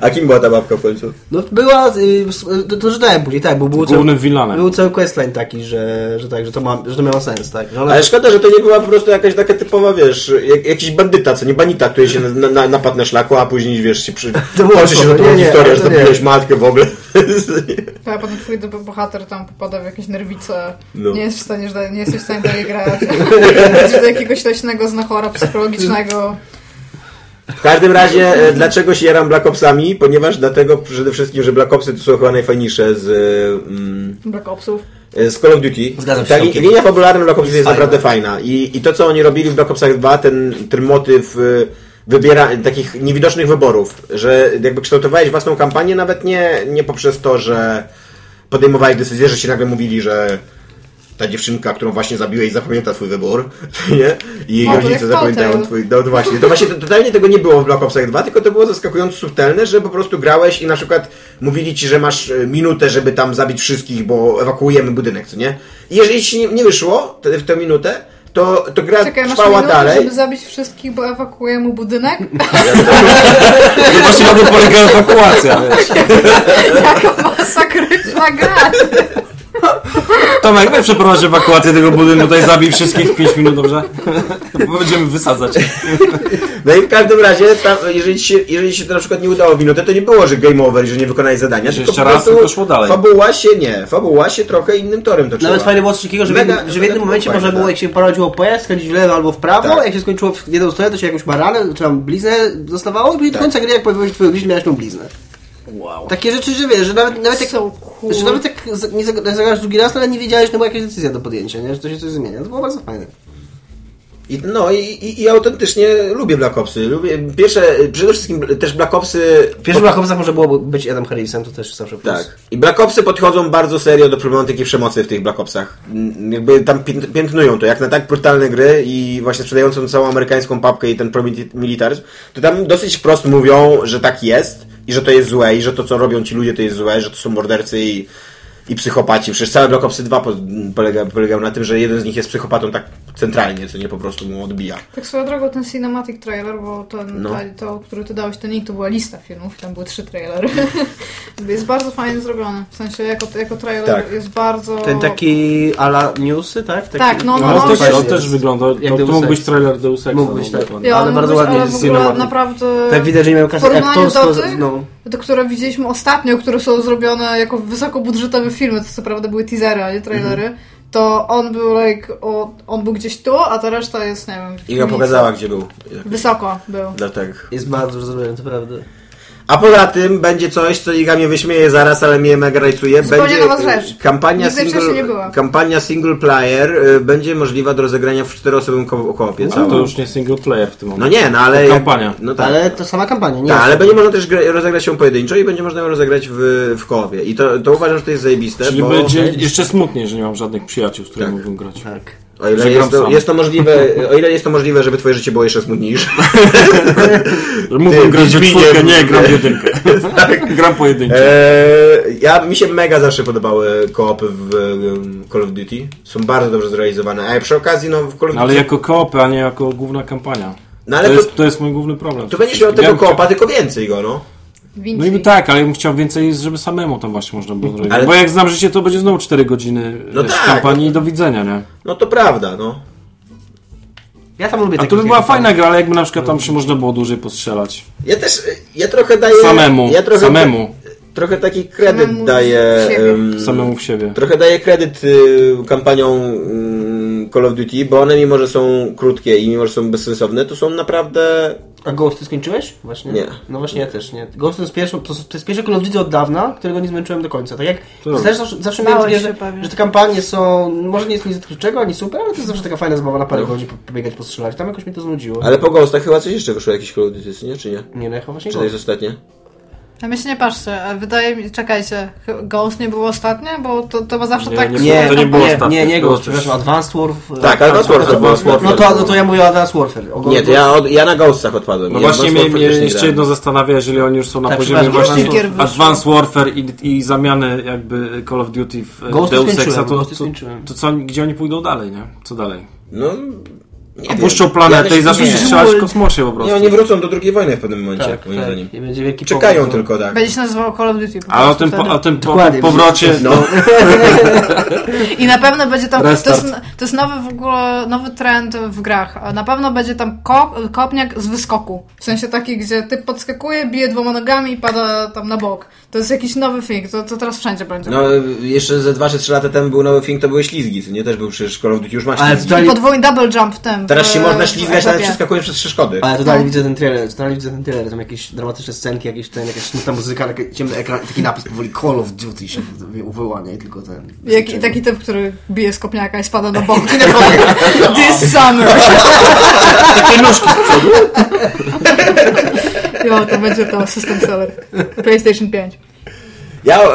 [SPEAKER 5] A kim była ta babka w końcu?
[SPEAKER 3] No była, y, s- to, to czytałem później, tak, bo był
[SPEAKER 2] Głównym villainem.
[SPEAKER 3] Był cały questline taki, że, że tak, że to, ma, że to miało sens, tak. Że ona-
[SPEAKER 5] Ale szkoda, że to nie była po prostu jakaś taka typowa, wiesz, jak, jakiś bandyta, co nie banita, który się na, na, napadł na szlaku, a później, wiesz, się przy... No
[SPEAKER 3] To było
[SPEAKER 5] Toczy się
[SPEAKER 3] spoko,
[SPEAKER 5] za
[SPEAKER 3] nie,
[SPEAKER 5] tą
[SPEAKER 3] nie,
[SPEAKER 5] historię,
[SPEAKER 3] ale
[SPEAKER 5] że
[SPEAKER 3] to nie.
[SPEAKER 5] zabiłeś matkę w ogóle.
[SPEAKER 4] To ja potem twój dobry bohater tam popada w jakieś nerwice.
[SPEAKER 5] No.
[SPEAKER 4] Nie, jest w stanie, że- nie jesteś w stanie dalej grać. Czy do jakiegoś leśnego znachora psychologicznego.
[SPEAKER 5] W każdym razie, e, dlaczego się jaram Black Opsami? Ponieważ dlatego przede wszystkim, że Black Opsy to są chyba najfajniejsze z, e, mm,
[SPEAKER 4] Black Opsów.
[SPEAKER 5] e, z Call of Duty.
[SPEAKER 3] Zgadzam się
[SPEAKER 5] Ta
[SPEAKER 3] z
[SPEAKER 5] li-
[SPEAKER 3] Tomkiem.
[SPEAKER 5] linia fabularna Black Opsów jest
[SPEAKER 3] Fajna.
[SPEAKER 5] naprawdę fajna. I, I to, co oni robili w Black Opsach 2, ten, ten motyw e, wybiera takich niewidocznych wyborów, że jakby kształtowałeś własną kampanię, nawet nie, nie poprzez to, że podejmowałeś decyzję, że ci nagle mówili, że ta dziewczynka, którą właśnie zabiłeś, zapamięta twój wybór, nie? I jej
[SPEAKER 4] O, to
[SPEAKER 5] rodzice
[SPEAKER 4] jak
[SPEAKER 5] zapamiętają
[SPEAKER 4] potem.
[SPEAKER 5] twój... No to właśnie, to właśnie to, totalnie tego nie było w Black Opsach 2, tylko to było zaskakująco subtelne, że po prostu grałeś i na przykład mówili ci, że masz e, minutę, żeby tam zabić wszystkich, bo ewakuujemy budynek, co nie? I jeżeli ci nie, nie wyszło te, w tę minutę, to, to gra
[SPEAKER 4] Czekaj, masz
[SPEAKER 5] trwała
[SPEAKER 4] minutę,
[SPEAKER 5] dalej.
[SPEAKER 4] żeby zabić wszystkich, bo ewakuuję mu budynek?
[SPEAKER 2] To właśnie na tym polega ewakuacja, wiesz.
[SPEAKER 4] Jaka masakryczna gra!
[SPEAKER 2] Tomek, weź przeprowadź ewakuację tego budynku, tutaj zabij wszystkich w 5 minut, dobrze? Bo będziemy wysadzać.
[SPEAKER 5] No i w każdym razie, tam, jeżeli, ci się, jeżeli ci się to na przykład nie udało w minutę, to nie było, że game over i że nie wykonałeś zadania, tylko
[SPEAKER 2] jeszcze
[SPEAKER 5] po
[SPEAKER 2] raz,
[SPEAKER 5] prostu
[SPEAKER 2] tylko szło dalej.
[SPEAKER 5] fabuła się, nie, fabuła się trochę innym torem toczyła.
[SPEAKER 3] Nawet fajne było coś takiego, że, w
[SPEAKER 5] Mega-
[SPEAKER 3] jednym- że w
[SPEAKER 5] mega
[SPEAKER 3] jednym
[SPEAKER 5] było
[SPEAKER 3] momencie
[SPEAKER 5] fajne,
[SPEAKER 3] można było,
[SPEAKER 5] tak.
[SPEAKER 3] jak się prowadziło pojazd, skręcić w lewo albo w prawo,
[SPEAKER 5] Tak.
[SPEAKER 3] jak się skończyło w jedną stronę, to się jakąś baranę, czy tam bliznę dostawało, i do końca gry, jak pojawiło się twoje bliźnie, miałeś tą bliznę.
[SPEAKER 2] Wow.
[SPEAKER 3] Takie rzeczy, że wiesz, że nawet, nawet jak...
[SPEAKER 4] So cool.
[SPEAKER 3] Że nawet jak za- nie zag- zagrasz drugi raz, ale nie wiedziałeś, no była jakaś decyzja do podjęcia, nie? że to się coś zmienia. To było bardzo fajne.
[SPEAKER 5] I, no i, i, i autentycznie lubię Black Opsy. Lubię, pierwsze, przede wszystkim też Black Opsy...
[SPEAKER 3] W pierwszym Black Opsach może było być Adam Harrisem, to też zawsze plus.
[SPEAKER 5] Tak. I Black Opsy podchodzą bardzo serio do problematyki przemocy w tych Black Opsach. Mm, Jakby tam pię- piętnują to, jak na tak brutalne gry i właśnie sprzedającą całą amerykańską papkę i ten promilitaryzm, to tam dosyć wprost mówią, że tak jest i że to jest złe i że to, co robią ci ludzie, to jest złe, że to są mordercy i, i psychopaci. Przecież całe Black Opsy 2 po, polega, polegało na tym, że jeden z nich jest psychopatą tak centralnie, co nie po prostu mu odbija.
[SPEAKER 4] Tak swoją drogą ten cinematic trailer, bo ten,
[SPEAKER 5] No.
[SPEAKER 4] ta, to, który ty dałeś, ten link to była lista filmów, i tam były trzy trailery. jest bardzo fajnie zrobiony. W sensie jako, jako trailer
[SPEAKER 5] Tak.
[SPEAKER 4] jest bardzo...
[SPEAKER 3] Ten taki ala newsy, tak? Taki,
[SPEAKER 4] Tak, no,
[SPEAKER 2] No,
[SPEAKER 4] no,
[SPEAKER 2] on,
[SPEAKER 4] on
[SPEAKER 2] też,
[SPEAKER 4] się-
[SPEAKER 2] on też wygląda,
[SPEAKER 3] Jak
[SPEAKER 2] to, to
[SPEAKER 3] Deus
[SPEAKER 2] mógł być
[SPEAKER 3] Ex.
[SPEAKER 2] trailer Deus Exa.
[SPEAKER 3] Mógł być, tak.
[SPEAKER 2] dokładnie.
[SPEAKER 4] Ja,
[SPEAKER 3] ale
[SPEAKER 4] on
[SPEAKER 3] bardzo
[SPEAKER 4] mógł być,
[SPEAKER 3] ładnie
[SPEAKER 4] ale
[SPEAKER 3] jest
[SPEAKER 4] w ogóle
[SPEAKER 2] cinematic.
[SPEAKER 4] naprawdę...
[SPEAKER 3] Tak widać, że nie miał
[SPEAKER 4] W
[SPEAKER 3] kasy
[SPEAKER 4] porównaniu
[SPEAKER 3] aktorsko.
[SPEAKER 4] do tych?
[SPEAKER 3] No.
[SPEAKER 4] te, które widzieliśmy ostatnio, które są zrobione jako wysokobudżetowe filmy, to co prawda były teasery, a nie trailery,
[SPEAKER 3] Mhm.
[SPEAKER 4] to on był like, o, on był gdzieś tu, a ta reszta jest, nie wiem...
[SPEAKER 5] Iga
[SPEAKER 4] nic.
[SPEAKER 5] pokazała, gdzie był.
[SPEAKER 3] No
[SPEAKER 4] Wysoko był.
[SPEAKER 5] Dlatego. Tak.
[SPEAKER 3] Jest bardzo zrobiony, to prawda.
[SPEAKER 5] A poza tym będzie coś, co Iga mnie wyśmieje zaraz, ale mnie mega rajcuje.
[SPEAKER 4] Zupełnie
[SPEAKER 5] Będzie
[SPEAKER 4] nowa
[SPEAKER 5] y,
[SPEAKER 4] rzecz.
[SPEAKER 5] kampania
[SPEAKER 4] Nigdy
[SPEAKER 5] single,
[SPEAKER 4] wcześniej nie była.
[SPEAKER 5] kampania single player y, będzie możliwa do rozegrania w czteroosobowym ko- koopie
[SPEAKER 2] Ale
[SPEAKER 5] całym.
[SPEAKER 2] No to już nie single player w tym
[SPEAKER 5] No
[SPEAKER 2] momencie.
[SPEAKER 5] nie, no ale...
[SPEAKER 2] To kampania.
[SPEAKER 5] No tak.
[SPEAKER 3] Ale to sama kampania, nie?
[SPEAKER 5] Tak,
[SPEAKER 3] jest-
[SPEAKER 5] ale będzie można też gra- rozegrać ją pojedynczo i będzie można ją rozegrać w, w koopie. I to, to uważam, że to jest zajebiste,
[SPEAKER 2] Czyli
[SPEAKER 5] bo...
[SPEAKER 2] będzie jeszcze smutniej, że nie mam żadnych przyjaciół, z którymi mógłbym grać.
[SPEAKER 3] Tak.
[SPEAKER 5] O ile
[SPEAKER 2] że
[SPEAKER 5] jest
[SPEAKER 2] gram
[SPEAKER 5] to,
[SPEAKER 2] sam.
[SPEAKER 5] jest to możliwe, o ile jest to możliwe, żeby twoje życie było jeszcze smutniejsze.
[SPEAKER 2] Że mógłbym
[SPEAKER 5] Ty,
[SPEAKER 2] grać we
[SPEAKER 5] Wiedźminie.
[SPEAKER 2] czwórkę, nie, gram w jedynkę. Tak. Gram pojedyncze.
[SPEAKER 5] Eee, ja mi się mega zawsze podobały koopy w em, Call of Duty. Są bardzo dobrze zrealizowane. A przy okazji, no w Call of
[SPEAKER 2] No,
[SPEAKER 5] Duty.
[SPEAKER 2] Ale jako koopy, a nie jako główna kampania.
[SPEAKER 5] No, ale
[SPEAKER 2] to,
[SPEAKER 5] to-
[SPEAKER 2] jest, to jest mój główny problem.
[SPEAKER 5] To będziesz miał tego
[SPEAKER 2] Ja bym chciał-
[SPEAKER 5] koopa, tylko więcej go, no.
[SPEAKER 2] No
[SPEAKER 4] Vinci.
[SPEAKER 2] i tak, ale ja bym chciał więcej, żeby samemu tam właśnie można było zrobić.
[SPEAKER 5] Ale-
[SPEAKER 2] Bo jak znam życie, to będzie znowu 4 godziny
[SPEAKER 5] No
[SPEAKER 2] no z
[SPEAKER 5] tak.
[SPEAKER 2] kampanii i do widzenia, nie?
[SPEAKER 5] No to prawda, no.
[SPEAKER 3] Ja tam lubię
[SPEAKER 2] A
[SPEAKER 5] Tak
[SPEAKER 3] takie
[SPEAKER 2] to by była
[SPEAKER 3] kampanie.
[SPEAKER 2] fajna gra, ale jakby na przykład tam się można było dłużej postrzelać.
[SPEAKER 5] Ja też, e, ja trochę daję...
[SPEAKER 2] Samemu,
[SPEAKER 5] Ja trochę,
[SPEAKER 2] samemu.
[SPEAKER 5] Trochę taki kredyt
[SPEAKER 4] Samemu
[SPEAKER 5] daję...
[SPEAKER 4] w siebie.
[SPEAKER 5] em,
[SPEAKER 2] Samemu w siebie.
[SPEAKER 5] Trochę daję kredyt y, kampaniom mm, Call of Duty, bo one mimo, że są krótkie i mimo, że są bezsensowne, to są naprawdę...
[SPEAKER 3] A Ghosty skończyłeś? Właśnie?
[SPEAKER 5] Nie.
[SPEAKER 3] No właśnie ja też nie. Ghost to jest pierwszy, to, to jest pierwszy Call of Duty od dawna, którego nie zmęczyłem do końca. Tak jak
[SPEAKER 2] Tak.
[SPEAKER 3] też zawsze, zawsze
[SPEAKER 4] Bałeś
[SPEAKER 3] miałem takie,
[SPEAKER 4] się
[SPEAKER 3] że,
[SPEAKER 4] pewnie.
[SPEAKER 3] że te kampanie są, może nie jest nic odkrywczego, ani super, ale to jest zawsze taka fajna zabawa na parę godzin po- pobiegać, postrzelać. Tam jakoś mi to znudziło.
[SPEAKER 5] No. Ale po Ghostach chyba coś jeszcze wyszło, jakieś Call of Duty, nie? Czy nie?
[SPEAKER 3] Nie, no ja chyba właśnie
[SPEAKER 5] Czy to jest
[SPEAKER 3] Ghost.
[SPEAKER 5] ostatnie?
[SPEAKER 4] A my się nie patrzcie, a wydaje mi, czekajcie, ch- Ghost nie było ostatnie, bo to, to ma zawsze
[SPEAKER 2] Nie,
[SPEAKER 4] tak...
[SPEAKER 2] nie było. To nie było
[SPEAKER 3] nie,
[SPEAKER 2] ostatnie,
[SPEAKER 3] nie, nie
[SPEAKER 2] było
[SPEAKER 3] Ghost,
[SPEAKER 2] coś.
[SPEAKER 3] przepraszam, Advanced Warfare.
[SPEAKER 5] Tak, Advanced Warfare, Advanced Warfare.
[SPEAKER 3] No to, no to ja mówię o Advanced Warfare. O
[SPEAKER 5] Nie, to ja, od, ja na Ghostach odpadłem.
[SPEAKER 2] No
[SPEAKER 5] Ja
[SPEAKER 2] właśnie mnie,
[SPEAKER 5] Advanced Warfare
[SPEAKER 2] mnie
[SPEAKER 5] też nie
[SPEAKER 2] jeszcze
[SPEAKER 5] grałem.
[SPEAKER 2] jedno zastanawia, jeżeli oni już są na
[SPEAKER 3] Tak,
[SPEAKER 2] poziomie
[SPEAKER 3] przepraszam,
[SPEAKER 2] właśnie
[SPEAKER 4] Advanced Warfare.
[SPEAKER 2] Advanced Warfare i, i zamiany jakby Call of Duty w e,
[SPEAKER 3] Ghosty
[SPEAKER 2] Deus Exa,
[SPEAKER 3] skończyłem,
[SPEAKER 2] to,
[SPEAKER 3] Ghosty
[SPEAKER 2] to,
[SPEAKER 3] skończyłem.
[SPEAKER 2] to co, oni- gdzie oni pójdą dalej, nie? Co dalej?
[SPEAKER 5] No... Nie
[SPEAKER 2] Opuszczą
[SPEAKER 5] wiem.
[SPEAKER 2] planetę
[SPEAKER 5] też
[SPEAKER 2] i zaczną
[SPEAKER 5] nie
[SPEAKER 2] się
[SPEAKER 5] wiem.
[SPEAKER 2] strzelać w kosmosie po
[SPEAKER 5] Nie,
[SPEAKER 2] prostu.
[SPEAKER 5] oni wrócą do II wojny w pewnym momencie,
[SPEAKER 3] Tak,
[SPEAKER 5] moim
[SPEAKER 3] tak.
[SPEAKER 5] zdaniem.
[SPEAKER 3] I będzie wielki no.
[SPEAKER 5] Czekają
[SPEAKER 3] powrót.
[SPEAKER 5] tylko, tak.
[SPEAKER 4] Będzie się nazywało Call of Duty po
[SPEAKER 2] A o
[SPEAKER 4] prostu
[SPEAKER 2] tym, po,
[SPEAKER 4] wtedy.
[SPEAKER 2] o tym po,
[SPEAKER 3] Dokładnie,
[SPEAKER 2] powrocie...
[SPEAKER 5] No,
[SPEAKER 4] I na pewno będzie tam. To jest,
[SPEAKER 2] Restart.
[SPEAKER 4] to jest nowy w ogóle nowy trend w grach. Na pewno będzie tam kop, kopniak z wyskoku. W sensie taki, gdzie ty podskakuje, bije dwoma nogami i pada tam na bok. To jest jakiś nowy thing, to, to teraz wszędzie będzie.
[SPEAKER 5] no jeszcze ze 2 czy 3 lata temu był nowy film, to były ślizgi, co nie? Też był przecież Call of Duty, już ma
[SPEAKER 3] Ale
[SPEAKER 5] ślizgi.
[SPEAKER 3] tutaj-
[SPEAKER 4] I podwójny double jump w tym.
[SPEAKER 5] Teraz
[SPEAKER 4] w-
[SPEAKER 5] się można
[SPEAKER 4] w
[SPEAKER 5] ślizgać, nawet
[SPEAKER 4] etapie.
[SPEAKER 5] przeskakując przez przeszkody.
[SPEAKER 3] Ale to
[SPEAKER 4] Tak.
[SPEAKER 3] dalej widzę ten trailer, to dalej widzę ten trailer, tam jakieś dramatyczne scenki, jakieś ten, jakaś smutna muzyka, taki ciemny ekran, taki napis powoli Call of Duty się wy- wyłania i tylko ten...
[SPEAKER 4] Jak, i taki typ, który bije z kopniaka i spada na bok. This summer.
[SPEAKER 2] Takie nóżki.
[SPEAKER 4] Jo, to będzie to system seller. PlayStation 5.
[SPEAKER 5] Ja e, e,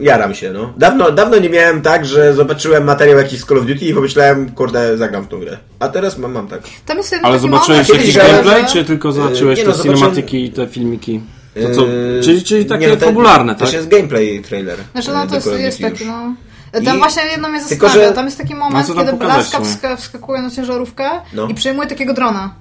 [SPEAKER 5] jaram się, no. Dawno, dawno nie miałem tak, że zobaczyłem materiał jakiś z Call of Duty i pomyślałem, kurde, zagram w tą grę. A teraz mam, mam tak.
[SPEAKER 4] Tam jest jeden
[SPEAKER 2] Ale
[SPEAKER 4] taki
[SPEAKER 2] zobaczyłeś
[SPEAKER 4] moment,
[SPEAKER 2] jakiś
[SPEAKER 4] że-
[SPEAKER 2] gameplay, czy tylko zobaczyłeś
[SPEAKER 5] nie
[SPEAKER 2] te
[SPEAKER 5] no, zobaczyłem-
[SPEAKER 2] cinematyki i te filmiki? To co,
[SPEAKER 5] E,
[SPEAKER 2] czyli, czyli takie
[SPEAKER 5] nie, no, te-
[SPEAKER 2] fabularne,
[SPEAKER 5] To
[SPEAKER 2] tak?
[SPEAKER 5] jest gameplay trailer.
[SPEAKER 4] Znaczy,
[SPEAKER 5] e,
[SPEAKER 4] no
[SPEAKER 5] do
[SPEAKER 4] to jest,
[SPEAKER 5] Call of
[SPEAKER 4] jest
[SPEAKER 5] Duty
[SPEAKER 4] taki,
[SPEAKER 5] już.
[SPEAKER 4] no. Tam
[SPEAKER 5] I-
[SPEAKER 4] właśnie jedno mnie
[SPEAKER 5] tylko,
[SPEAKER 4] zastanawia.
[SPEAKER 5] że-
[SPEAKER 4] Tam jest taki
[SPEAKER 2] No,
[SPEAKER 4] moment,
[SPEAKER 2] co tam
[SPEAKER 4] kiedy
[SPEAKER 2] pokazać,
[SPEAKER 4] Blaska
[SPEAKER 2] no?
[SPEAKER 4] wska wskakuje na ciężarówkę
[SPEAKER 5] No.
[SPEAKER 4] i przyjmuje takiego drona.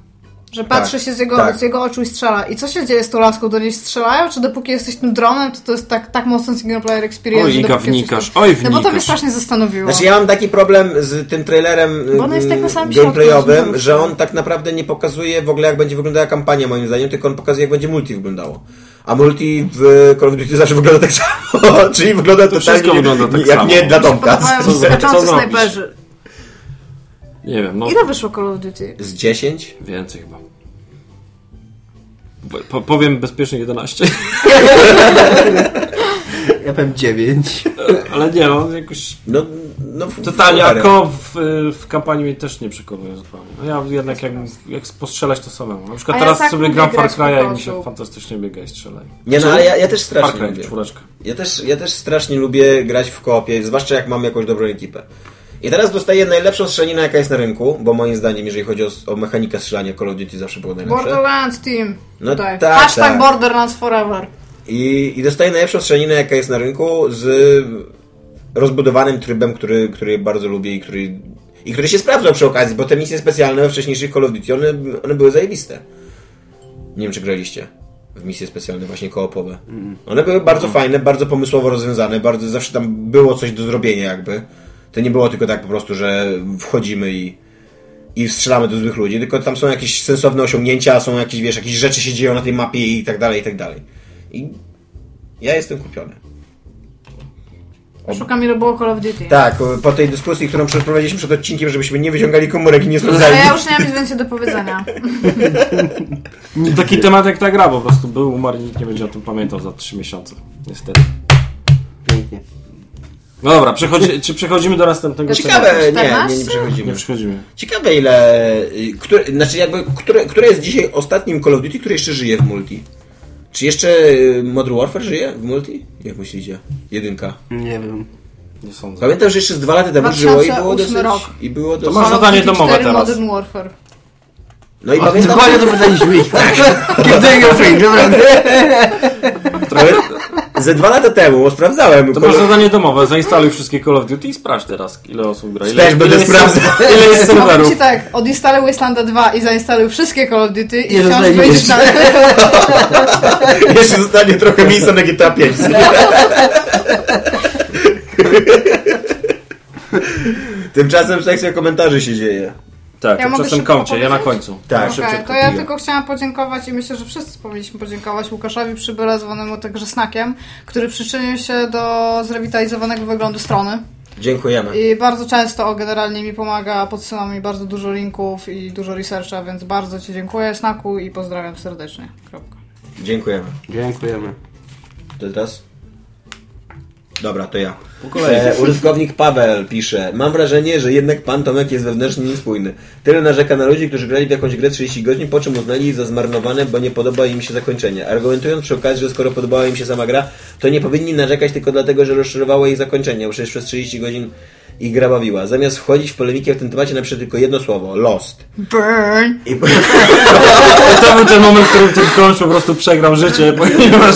[SPEAKER 4] Że patrzy się z jego,
[SPEAKER 5] tak.
[SPEAKER 4] z jego oczu i strzela. I co się dzieje z tą laską? Do niej strzelają? Czy dopóki jesteś tym dronem, to to jest tak, tak mocno single player experience?
[SPEAKER 2] Oj,
[SPEAKER 4] że
[SPEAKER 2] Iga,
[SPEAKER 4] dopóki jesteś
[SPEAKER 2] wnikasz.
[SPEAKER 4] tym-
[SPEAKER 2] Oj,
[SPEAKER 4] No bo to mnie
[SPEAKER 2] wnikasz.
[SPEAKER 4] strasznie zastanowiło.
[SPEAKER 5] Znaczy ja mam taki problem z tym trailerem
[SPEAKER 4] Bo on jest tak na samym
[SPEAKER 5] mm,
[SPEAKER 4] środku,
[SPEAKER 5] gameplayowym,
[SPEAKER 4] że-
[SPEAKER 5] że on tak naprawdę nie pokazuje w ogóle jak będzie wyglądała kampania moim zdaniem, tylko on pokazuje jak będzie multi wyglądało. A multi w Call of Duty zawsze wygląda tak samo, czyli wygląda to
[SPEAKER 2] wszystko wygląda tak
[SPEAKER 5] jak
[SPEAKER 2] samo.
[SPEAKER 5] nie dla Tomka.
[SPEAKER 4] Podobają
[SPEAKER 2] Co-
[SPEAKER 4] mi się
[SPEAKER 2] co
[SPEAKER 4] skaczący
[SPEAKER 2] zrobisz?
[SPEAKER 4] snajperzy.
[SPEAKER 2] Nie wiem, no
[SPEAKER 4] Ile wyszło Call of Duty?
[SPEAKER 5] Z 10?
[SPEAKER 2] więcej chyba. Bo- Po, powiem bezpiecznie 11,
[SPEAKER 3] Ja powiem 9.
[SPEAKER 2] ale nie no, jakoś
[SPEAKER 5] No, no w-
[SPEAKER 2] totalnie, a
[SPEAKER 5] parę.
[SPEAKER 2] koop tak, w, y, w kampanii mnie też nie przekonuje zupełnie. No ja jednak jak, jak postrzelać to samemu. Na przykład
[SPEAKER 4] A ja
[SPEAKER 2] teraz
[SPEAKER 4] tak
[SPEAKER 2] sobie
[SPEAKER 4] lubię
[SPEAKER 2] gram Far
[SPEAKER 4] grać
[SPEAKER 2] Cry'a
[SPEAKER 4] po
[SPEAKER 2] i mi się
[SPEAKER 4] prostu.
[SPEAKER 2] fantastycznie biega i strzela.
[SPEAKER 5] Nie no, ale ja, ja też
[SPEAKER 2] Far
[SPEAKER 5] strasznie
[SPEAKER 2] Cry,
[SPEAKER 5] lubię.
[SPEAKER 2] czwóreczka.
[SPEAKER 5] Ja też, ja też strasznie lubię grać w koopie, zwłaszcza jak mam jakąś dobrą ekipę. I teraz dostaję najlepszą strzelaninę, jaka jest na rynku, bo moim zdaniem, jeżeli chodzi o, o mechanikę strzelania, Call of Duty zawsze było najlepsze.
[SPEAKER 4] Borderlands Team.
[SPEAKER 5] No
[SPEAKER 4] Tutaj.
[SPEAKER 5] tak,
[SPEAKER 4] Hashtag
[SPEAKER 5] tak.
[SPEAKER 4] Borderlands Forever.
[SPEAKER 5] I, I dostaję najlepszą strzelaninę, jaka jest na rynku, z rozbudowanym trybem, który, który bardzo lubię i który, i który się sprawdzał przy okazji, bo te misje specjalne we wcześniejszych Call of Duty, one, one były zajebiste. Nie wiem, czy graliście w misje specjalne, właśnie koopowe. One były bardzo fajne, bardzo pomysłowo rozwiązane, bardzo zawsze tam było coś do zrobienia jakby. To nie było tylko tak po prostu, że wchodzimy i, i strzelamy do złych ludzi, tylko tam są jakieś sensowne osiągnięcia, są jakieś, wiesz, jakieś rzeczy się dzieją na tej mapie i tak dalej, i tak dalej. I ja jestem kupiony.
[SPEAKER 4] Szukam ile było Call of Duty.
[SPEAKER 5] Tak, po tej dyskusji, którą przeprowadziliśmy przed odcinkiem, żebyśmy nie wyciągali komórek i nie
[SPEAKER 4] Ale
[SPEAKER 5] sprawdzali.
[SPEAKER 4] No, ja już nie mam nic więcej do powiedzenia.
[SPEAKER 2] Taki temat jak ta gra po prostu był, umarł i nikt nie będzie o tym pamiętał za 3 miesiące. Niestety.
[SPEAKER 3] Pięknie.
[SPEAKER 2] No dobra, przechodzi, czy przechodzimy do następnego tematu?
[SPEAKER 5] Ciekawe, nie, nie, nie
[SPEAKER 4] 14?
[SPEAKER 5] przechodzimy.
[SPEAKER 2] Nie przechodzimy.
[SPEAKER 5] Ciekawe ile... y, Które, znaczy jakby, które, które jest dzisiaj ostatnim Call of Duty, które jeszcze żyje w multi? Czy jeszcze y, Modern Warfare żyje w multi? Jak myślicie? Jedynka.
[SPEAKER 3] Nie wiem.
[SPEAKER 2] Nie sądzę.
[SPEAKER 5] Pamiętam, że jeszcze z dwa lata temu żyło i było
[SPEAKER 4] 2008
[SPEAKER 5] dosyć...
[SPEAKER 4] rok.
[SPEAKER 5] I było dosyć...
[SPEAKER 2] masz-
[SPEAKER 4] Call of
[SPEAKER 2] zadanie
[SPEAKER 4] Duty
[SPEAKER 2] domowe
[SPEAKER 4] 4
[SPEAKER 2] teraz.
[SPEAKER 4] Modern Warfare.
[SPEAKER 5] No i
[SPEAKER 3] A
[SPEAKER 5] pamiętam...
[SPEAKER 3] dokładnie to pytaliśmy ich. Keep doing your thing, naprawdę.
[SPEAKER 5] Ale ze dwa lata temu, bo sprawdzałem.
[SPEAKER 2] To
[SPEAKER 5] Call
[SPEAKER 2] masz
[SPEAKER 5] of-
[SPEAKER 2] zadanie domowe, zainstaluj wszystkie Call of Duty i sprawdź teraz, ile osób gra. Ile,
[SPEAKER 5] Też
[SPEAKER 2] ile
[SPEAKER 5] będę
[SPEAKER 2] jest-
[SPEAKER 5] sprawdzał.
[SPEAKER 2] Ile jest
[SPEAKER 4] Powiem
[SPEAKER 2] serwerów.
[SPEAKER 4] ci tak, odinstaluj Wastelanda 2 i zainstaluj wszystkie Call of Duty i
[SPEAKER 3] Nie
[SPEAKER 4] wciąż
[SPEAKER 3] rozejdziesz.
[SPEAKER 4] będziesz na...
[SPEAKER 5] Jeszcze zostanie trochę miejsca na GTA 5. Tymczasem sekcja komentarzy się dzieje.
[SPEAKER 2] Tak,
[SPEAKER 4] Ja
[SPEAKER 2] to
[SPEAKER 4] mogę
[SPEAKER 2] czasem
[SPEAKER 4] szybko
[SPEAKER 2] kończę, ja na
[SPEAKER 4] powiedzieć?
[SPEAKER 2] końcu.
[SPEAKER 5] Tak,
[SPEAKER 4] Okej,
[SPEAKER 5] szybciutko.
[SPEAKER 4] to ja
[SPEAKER 5] piję.
[SPEAKER 4] tylko chciałam podziękować i myślę, że wszyscy powinniśmy podziękować Łukaszowi Przybyla, zwanemu także Snakiem, który przyczynił się do zrewitalizowanego wyglądu strony.
[SPEAKER 5] Dziękujemy.
[SPEAKER 4] I bardzo często o, generalnie mi pomaga, podsyła mi bardzo dużo linków i dużo researcha, więc bardzo Ci dziękuję, Snaku, i pozdrawiam serdecznie. Kropka.
[SPEAKER 5] Dziękujemy.
[SPEAKER 3] Dziękujemy.
[SPEAKER 5] To teraz? Dobra, to ja. E, użytkownik Paweł pisze Mam wrażenie, że jednak pan Tomek jest wewnętrznie niespójny. Tyle narzeka na ludzi, którzy grali w jakąś grę 30 godzin, po czym uznali za zmarnowane, bo nie podoba im się zakończenie. Argumentując przy okazji, że skoro podobała im się sama gra, to nie powinni narzekać tylko dlatego, że rozczarowało ich zakończenie, bo przecież przez 30 godzin ich gra bawiła. Zamiast wchodzić w polemikę w tym temacie, napiszę tylko jedno słowo. Lost.
[SPEAKER 4] Burn!
[SPEAKER 5] I...
[SPEAKER 2] To był ten moment, w którym ten koleś po prostu przegrał życie, ponieważ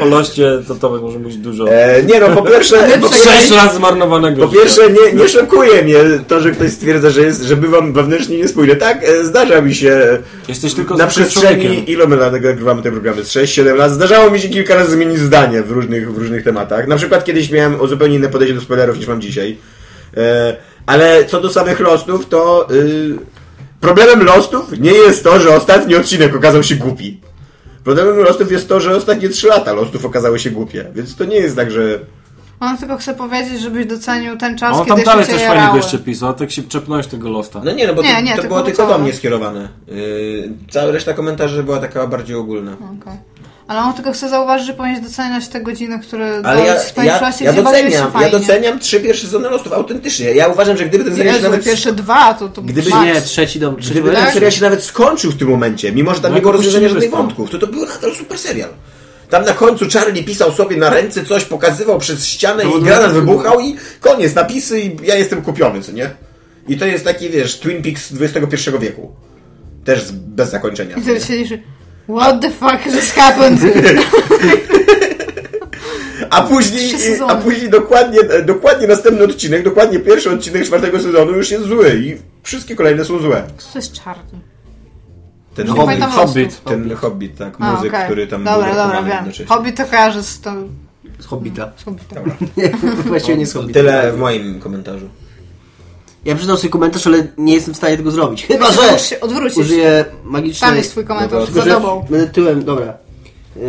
[SPEAKER 2] o loście to to może być dużo.
[SPEAKER 5] E, nie no, po pierwsze... po pierwsze-
[SPEAKER 2] Sześć lat zmarnowanego
[SPEAKER 5] Po
[SPEAKER 2] życia.
[SPEAKER 5] pierwsze, nie, nie szokuje mnie to, że ktoś stwierdza, że, jest, że bywam wewnętrznie niespójny. Tak, e, zdarza mi się.
[SPEAKER 2] Jesteś tylko
[SPEAKER 5] Na
[SPEAKER 2] zwykłym człowiekiem.
[SPEAKER 5] przestrzeni, ile my lat nagrywamy te programy? Z 6-7 lat. Zdarzało mi się kilka razy zmienić zdanie w różnych, w różnych tematach. Na przykład kiedyś miałem o zupełnie inne podejście do spoilerów niż mam dzisiaj. E, ale co do samych losów, to y, problemem losów nie jest to, że ostatni odcinek okazał się głupi. Problemem losów jest to, że ostatnie 3 lata losów okazały się głupie. Więc to nie jest tak, że
[SPEAKER 4] On tylko chce powiedzieć, żebyś docenił ten czas,
[SPEAKER 2] On No, tam
[SPEAKER 4] kiedy
[SPEAKER 2] dalej
[SPEAKER 4] się
[SPEAKER 2] coś
[SPEAKER 4] cię
[SPEAKER 2] fajnego
[SPEAKER 4] jarały.
[SPEAKER 2] jeszcze pisał, a tak się przepnąłeś tego losta.
[SPEAKER 5] No nie, no bo
[SPEAKER 4] Nie,
[SPEAKER 5] to,
[SPEAKER 4] nie,
[SPEAKER 5] to
[SPEAKER 4] tylko
[SPEAKER 5] było tylko
[SPEAKER 4] całe.
[SPEAKER 5] do mnie skierowane. Yy, cała reszta komentarzy była taka bardziej ogólna.
[SPEAKER 4] Okej. Ale on tylko chce zauważyć, że powinieneś doceniać te godziny, które
[SPEAKER 5] Ale ja, ja,
[SPEAKER 4] spędziłaś i
[SPEAKER 5] ja
[SPEAKER 4] gdzie bawiłeś
[SPEAKER 5] doceniam,
[SPEAKER 4] się fajnie.
[SPEAKER 5] ja doceniam trzy pierwsze sezony losów, autentycznie. Ja uważam, że gdyby ten serial się
[SPEAKER 4] Jezu,
[SPEAKER 5] nawet,
[SPEAKER 4] pierwsze dwa to, to
[SPEAKER 5] Gdyby
[SPEAKER 4] max.
[SPEAKER 3] Nie, trzeci dom. Trzeci
[SPEAKER 5] gdyby
[SPEAKER 3] dom.
[SPEAKER 5] ten
[SPEAKER 4] tak?
[SPEAKER 5] serial się nawet skończył w tym momencie, mimo że tam
[SPEAKER 2] No
[SPEAKER 5] nie było
[SPEAKER 2] jak
[SPEAKER 5] rozwiązania
[SPEAKER 2] opuścili
[SPEAKER 5] żadnych
[SPEAKER 2] wyspę.
[SPEAKER 5] wątków, to to był nadal super serial. Tam na końcu Charlie pisał sobie na ręce coś, pokazywał przez ścianę
[SPEAKER 3] No,
[SPEAKER 5] i
[SPEAKER 3] no,
[SPEAKER 5] granat
[SPEAKER 3] no,
[SPEAKER 5] wybuchał i koniec, napisy i ja jestem kupiony, co nie? I to jest taki, wiesz, Twin Peaks XXI wieku. Też z- bez zakończenia.
[SPEAKER 4] I wtedy siedzisz What the fuck just happened?
[SPEAKER 5] A później, e,
[SPEAKER 4] Trzy sezony.
[SPEAKER 5] a później dokładnie, e, dokładnie następny odcinek, dokładnie pierwszy odcinek czwartego sezonu już jest zły i wszystkie kolejne są złe.
[SPEAKER 4] Co to jest czarny?
[SPEAKER 5] Ten
[SPEAKER 4] Nie
[SPEAKER 5] Hobbit,
[SPEAKER 4] pamiętam
[SPEAKER 2] Hobbit.
[SPEAKER 5] ten Hobbit, tak,
[SPEAKER 4] A,
[SPEAKER 5] muzyk,
[SPEAKER 4] okej.
[SPEAKER 5] który tam
[SPEAKER 4] Dobra,
[SPEAKER 5] był
[SPEAKER 4] dobra,
[SPEAKER 5] reklamowany
[SPEAKER 4] wiem.
[SPEAKER 5] jednocześnie. Tak.
[SPEAKER 4] Hobbit to kojarzy z tą...
[SPEAKER 3] Z Hobbita.
[SPEAKER 4] z Hobbitem.
[SPEAKER 3] Właściwie nie z Hobbita.
[SPEAKER 5] Tyle w moim komentarzu.
[SPEAKER 3] Ja przeczytam sobie komentarz, ale nie jestem w stanie tego zrobić. Chyba, że
[SPEAKER 4] Musisz się odwrócić.
[SPEAKER 3] użyję magicznej...
[SPEAKER 4] Tam jest twój komentarz,
[SPEAKER 5] Dobra,
[SPEAKER 4] za
[SPEAKER 3] że
[SPEAKER 4] tobą.
[SPEAKER 3] Będę tyłem, dobra. Yy...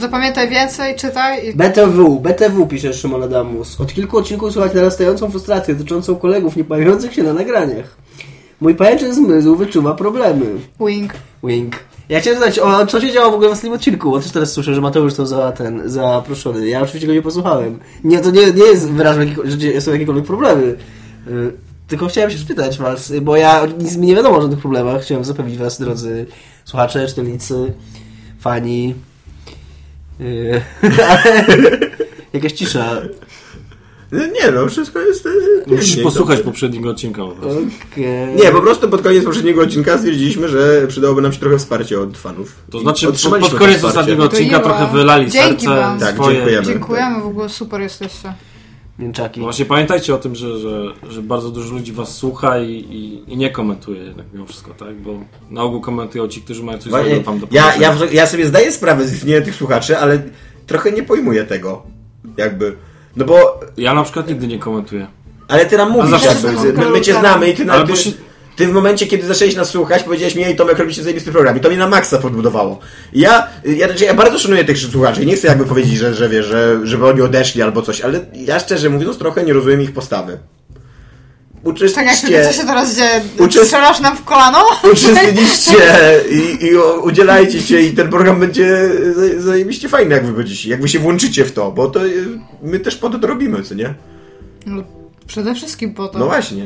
[SPEAKER 4] Zapamiętaj więcej, czytaj i...
[SPEAKER 3] BTW, BTW pisze Szymon Adamus. Od kilku odcinków słychać narastającą frustrację dotyczącą kolegów nie pojawiających się na nagraniach. Mój pajęczyn zmysł wyczuwa problemy.
[SPEAKER 4] Wing.
[SPEAKER 3] Wink. Ja chciałem znać, o, co się działo w ogóle w ostatnim odcinku, bo też teraz słyszę, że Mateusz to za ten, zaproszony. Ja oczywiście go nie posłuchałem. Nie, to nie, nie jest wyraz, jakiko- że dzieje- są jakiekolwiek problemy. Y, Tylko chciałem się spytać was, y, bo ja nic mi nie wiadomo o żadnych problemach. Chciałem zapewnić was, drodzy słuchacze, czytelnicy, fani. Y, ale Jakaś cisza.
[SPEAKER 5] No Nie no, wszystko jest... jest
[SPEAKER 2] Musisz
[SPEAKER 5] pięknie.
[SPEAKER 2] posłuchać poprzedniego odcinka po prostu.
[SPEAKER 3] Okej.
[SPEAKER 5] Nie, po prostu pod koniec poprzedniego odcinka stwierdziliśmy, że przydałoby nam się trochę wsparcia od fanów.
[SPEAKER 2] To
[SPEAKER 5] I
[SPEAKER 2] znaczy
[SPEAKER 5] otrzymaliśmy
[SPEAKER 2] pod koniec
[SPEAKER 5] to wsparcie.
[SPEAKER 2] ostatniego odcinka
[SPEAKER 4] To miło.
[SPEAKER 2] trochę wylali
[SPEAKER 4] Dzięki
[SPEAKER 2] serce
[SPEAKER 4] wam.
[SPEAKER 5] Tak,
[SPEAKER 2] swoje.
[SPEAKER 5] dziękujemy.
[SPEAKER 4] Dziękujemy, w ogóle super jesteście.
[SPEAKER 3] Mięczaki.
[SPEAKER 2] No właśnie pamiętajcie o tym, że, że, że bardzo dużo ludzi was słucha i, i, i nie komentuje jednak mimo wszystko, tak? Bo na ogół komentują ci, którzy mają coś
[SPEAKER 5] Właśnie,
[SPEAKER 2] złego tam do
[SPEAKER 5] ja,
[SPEAKER 2] powiedzenia.
[SPEAKER 5] ja, w- ja sobie zdaję sprawę z istnienia tych słuchaczy, ale trochę nie pojmuję tego. Jakby. No bo
[SPEAKER 2] ja na przykład nigdy nie komentuję.
[SPEAKER 5] Ale ty nam mówisz,
[SPEAKER 2] zawsze
[SPEAKER 5] jakby,
[SPEAKER 4] są
[SPEAKER 5] my, my cię
[SPEAKER 4] kolorkami.
[SPEAKER 5] znamy i ty,
[SPEAKER 2] Ale
[SPEAKER 5] nam, ty,
[SPEAKER 2] musi-
[SPEAKER 5] ty Ty w momencie, kiedy zaczęliś nas słuchać, powiedziałeś mi, ej Tomek, robicie zajebisty program. I to mnie na maksa podbudowało. I Ja, ja, znaczy, ja bardzo szanuję tych słuchaczy. i Nie chcę jakby powiedzieć, że, że wiesz, że, żeby oni odeszli albo coś, ale ja szczerze mówiąc trochę nie rozumiem ich postawy.
[SPEAKER 4] Tak jak
[SPEAKER 5] Uczestniczcie,
[SPEAKER 4] wiecie, co się teraz dzieje?
[SPEAKER 5] Uczest-
[SPEAKER 4] Strzelasz nam w kolano?
[SPEAKER 5] uczestniczcie i, i o- udzielajcie się i ten program będzie zaje- zajebiście fajny, jak wy będziecie, jak wy się włączycie w to, bo to y, my też po to to robimy, co nie?
[SPEAKER 4] No, przede wszystkim po to.
[SPEAKER 5] No właśnie.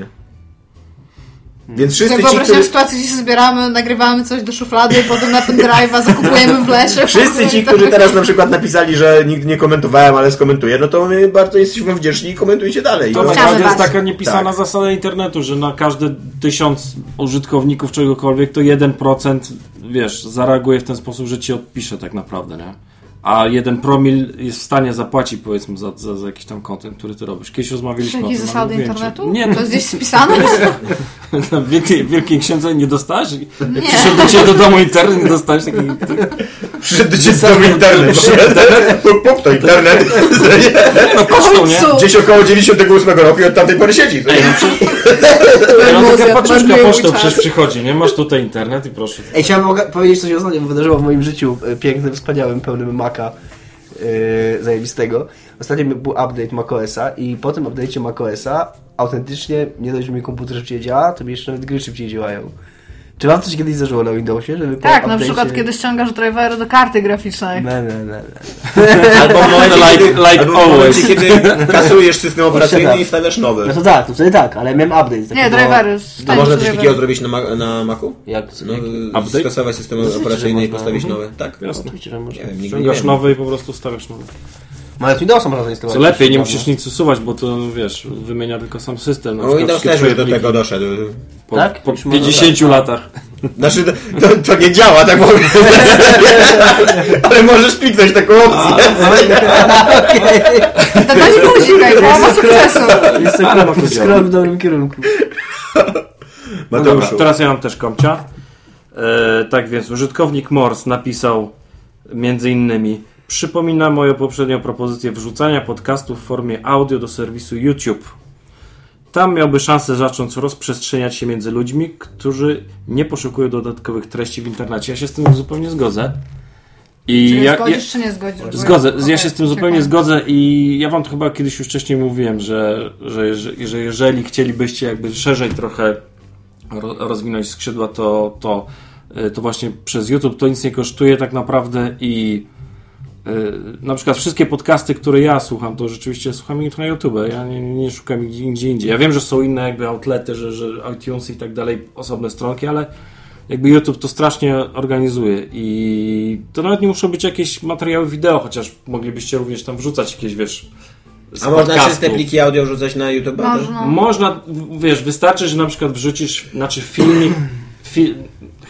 [SPEAKER 2] Hmm.
[SPEAKER 5] Więc wszyscy
[SPEAKER 4] Wszyscy
[SPEAKER 5] ci,
[SPEAKER 4] Wyobraź sobie
[SPEAKER 5] którzy,
[SPEAKER 4] sytuację, gdzie się zbieramy, nagrywamy coś do szuflady, potem na pendrive'a zakupujemy w lesie. tak-
[SPEAKER 5] wszyscy ci, którzy teraz na przykład napisali, że nigdy nie komentowałem, ale skomentuję, no to my bardzo jesteśmy wdzięczni i komentujcie dalej.
[SPEAKER 2] To
[SPEAKER 5] No.
[SPEAKER 2] naprawdę
[SPEAKER 4] Chciałabym
[SPEAKER 2] jest
[SPEAKER 4] was.
[SPEAKER 2] taka niepisana
[SPEAKER 5] Tak.
[SPEAKER 2] zasada internetu, że na każde tysiąc użytkowników czegokolwiek to 1% wiesz, zareaguje w ten sposób, że ci odpisze tak naprawdę, nie? A jeden promil jest w stanie zapłacić powiedzmy za, za, za jakiś tam kontent, który ty robisz. Kiedyś rozmawialiśmy
[SPEAKER 4] Jakieś
[SPEAKER 2] o tym.
[SPEAKER 4] zasady
[SPEAKER 2] ale mówiłem ci-
[SPEAKER 4] internetu?
[SPEAKER 2] Nie,
[SPEAKER 4] to jest gdzieś spisane?
[SPEAKER 2] to w Wielkiej, Wielkiej Księdze nie dostajesz? Jak
[SPEAKER 4] Nie.
[SPEAKER 2] przyszedł do ciebie do domu internet, nie dostajesz takich...
[SPEAKER 5] Przyszedł cię cały internet. Pup, pup, to internet.
[SPEAKER 2] No pocztą, nie?
[SPEAKER 4] Końcu!
[SPEAKER 5] Gdzieś około 98 roku i od tamtej pory
[SPEAKER 2] no,
[SPEAKER 5] siedzi.
[SPEAKER 2] Ja do
[SPEAKER 4] Emocje,
[SPEAKER 2] Karpaczuszka
[SPEAKER 4] marnują mój
[SPEAKER 2] pocztą
[SPEAKER 4] czas.
[SPEAKER 2] przecież przychodzi, nie? Masz tutaj internet i proszę.
[SPEAKER 3] Ej, chciałem oga- powiedzieć coś ostatnio, bo wydarzyło w moim życiu e, pięknym, wspaniałym, pełnym maka yy, zajebistego. Ostatnio był update macOSa i po tym update'cie macOSa autentycznie nie dość, że mi komputer szybciej działa, to mi jeszcze nawet gry szybciej działają. Czy wam coś kiedyś zdarzyło na Windowsie, żeby po
[SPEAKER 4] Tak, na
[SPEAKER 3] update'cie-
[SPEAKER 4] przykład kiedy ściągasz drivery do karty graficznej.
[SPEAKER 2] No,
[SPEAKER 3] Ne, ne, ne, ne.
[SPEAKER 5] Albo w momencie,
[SPEAKER 2] Like-
[SPEAKER 5] kiedy-
[SPEAKER 2] like
[SPEAKER 5] albo w momencie,
[SPEAKER 2] always.
[SPEAKER 5] kiedy kasujesz system operacyjny
[SPEAKER 3] Osiadam.
[SPEAKER 5] i stawiasz
[SPEAKER 3] No
[SPEAKER 5] nowy.
[SPEAKER 3] to tak, to wtedy tak, ale miałem update. taki
[SPEAKER 4] Nie,
[SPEAKER 3] do-
[SPEAKER 4] drivery.
[SPEAKER 5] A
[SPEAKER 4] staniesz
[SPEAKER 5] można coś
[SPEAKER 4] drivery.
[SPEAKER 5] takiego zrobić na, ma- na Macu?
[SPEAKER 3] Jak,
[SPEAKER 5] No,
[SPEAKER 2] Update?
[SPEAKER 5] skasować system
[SPEAKER 3] Oczywiście, że
[SPEAKER 5] operacyjny i
[SPEAKER 3] można.
[SPEAKER 5] postawić
[SPEAKER 3] Mhm.
[SPEAKER 5] nowy. Tak?
[SPEAKER 2] Jasne.
[SPEAKER 3] Oczywiście, że można.
[SPEAKER 5] Nie wiem, nigdy nie
[SPEAKER 2] Ściągasz
[SPEAKER 5] wiem.
[SPEAKER 2] nowe i po prostu stawiasz nowe.
[SPEAKER 3] Nawet Windowsa można
[SPEAKER 2] Co
[SPEAKER 3] zainstalować.
[SPEAKER 2] lepiej, nie
[SPEAKER 3] Można.
[SPEAKER 2] musisz nic usuwać, bo to no wiesz, wymienia tylko sam system. na
[SPEAKER 5] No
[SPEAKER 2] przykład
[SPEAKER 5] Windows
[SPEAKER 2] wszystkie
[SPEAKER 5] też już
[SPEAKER 2] twoje
[SPEAKER 5] do
[SPEAKER 2] pliki
[SPEAKER 5] tego doszedł.
[SPEAKER 2] Po,
[SPEAKER 3] Tak?
[SPEAKER 2] po
[SPEAKER 3] Już można
[SPEAKER 2] 50 latach.
[SPEAKER 5] Znaczy, to, to nie działa, tak powiem. Ale możesz kliknąć taką opcję.
[SPEAKER 3] Okej.
[SPEAKER 4] Dodać guzik, ej, połowa sukcesu.
[SPEAKER 3] Jestem
[SPEAKER 2] Ale
[SPEAKER 3] krok-
[SPEAKER 2] powiedział.
[SPEAKER 3] krok w dobrym kierunku.
[SPEAKER 2] No
[SPEAKER 5] Mateuszu.
[SPEAKER 2] dobra, teraz ja mam też komcia. E, tak więc użytkownik Mors napisał między innymi Przypomina moją poprzednią propozycję wrzucania podcastów w formie audio do serwisu YouTube. Tam miałby szansę zacząć rozprzestrzeniać się między ludźmi, którzy nie poszukują dodatkowych treści w internecie. Ja się z tym zupełnie zgodzę. I
[SPEAKER 4] Czy
[SPEAKER 2] ja, ja,
[SPEAKER 4] zgodzisz, czy nie zgodzisz? Bo-
[SPEAKER 2] Zgodzę, ja
[SPEAKER 4] Okej,
[SPEAKER 2] się z tym zupełnie
[SPEAKER 4] dziękuję.
[SPEAKER 2] zgodzę i ja wam to chyba kiedyś już wcześniej mówiłem, że, że, że, że jeżeli chcielibyście jakby szerzej trochę ro- rozwinąć skrzydła, to, to, y, to właśnie przez YouTube to nic nie kosztuje tak naprawdę i y, na przykład wszystkie podcasty, które ja słucham, to rzeczywiście słucham ich na YouTube. Ja nie, nie szukam ich gdzie indziej. Ja wiem, że są inne jakby outlety, że, że iTunes i tak dalej, osobne stronki, ale jakby YouTube to strasznie organizuje i to nawet nie muszą być jakieś materiały wideo, chociaż moglibyście również tam wrzucać jakieś, wiesz, z
[SPEAKER 5] A można
[SPEAKER 2] podcastu.
[SPEAKER 5] czyste pliki audio rzucać na YouTube?
[SPEAKER 4] Można.
[SPEAKER 2] Można, wiesz, wystarczy, że na przykład wrzucisz, znaczy filmik, fi,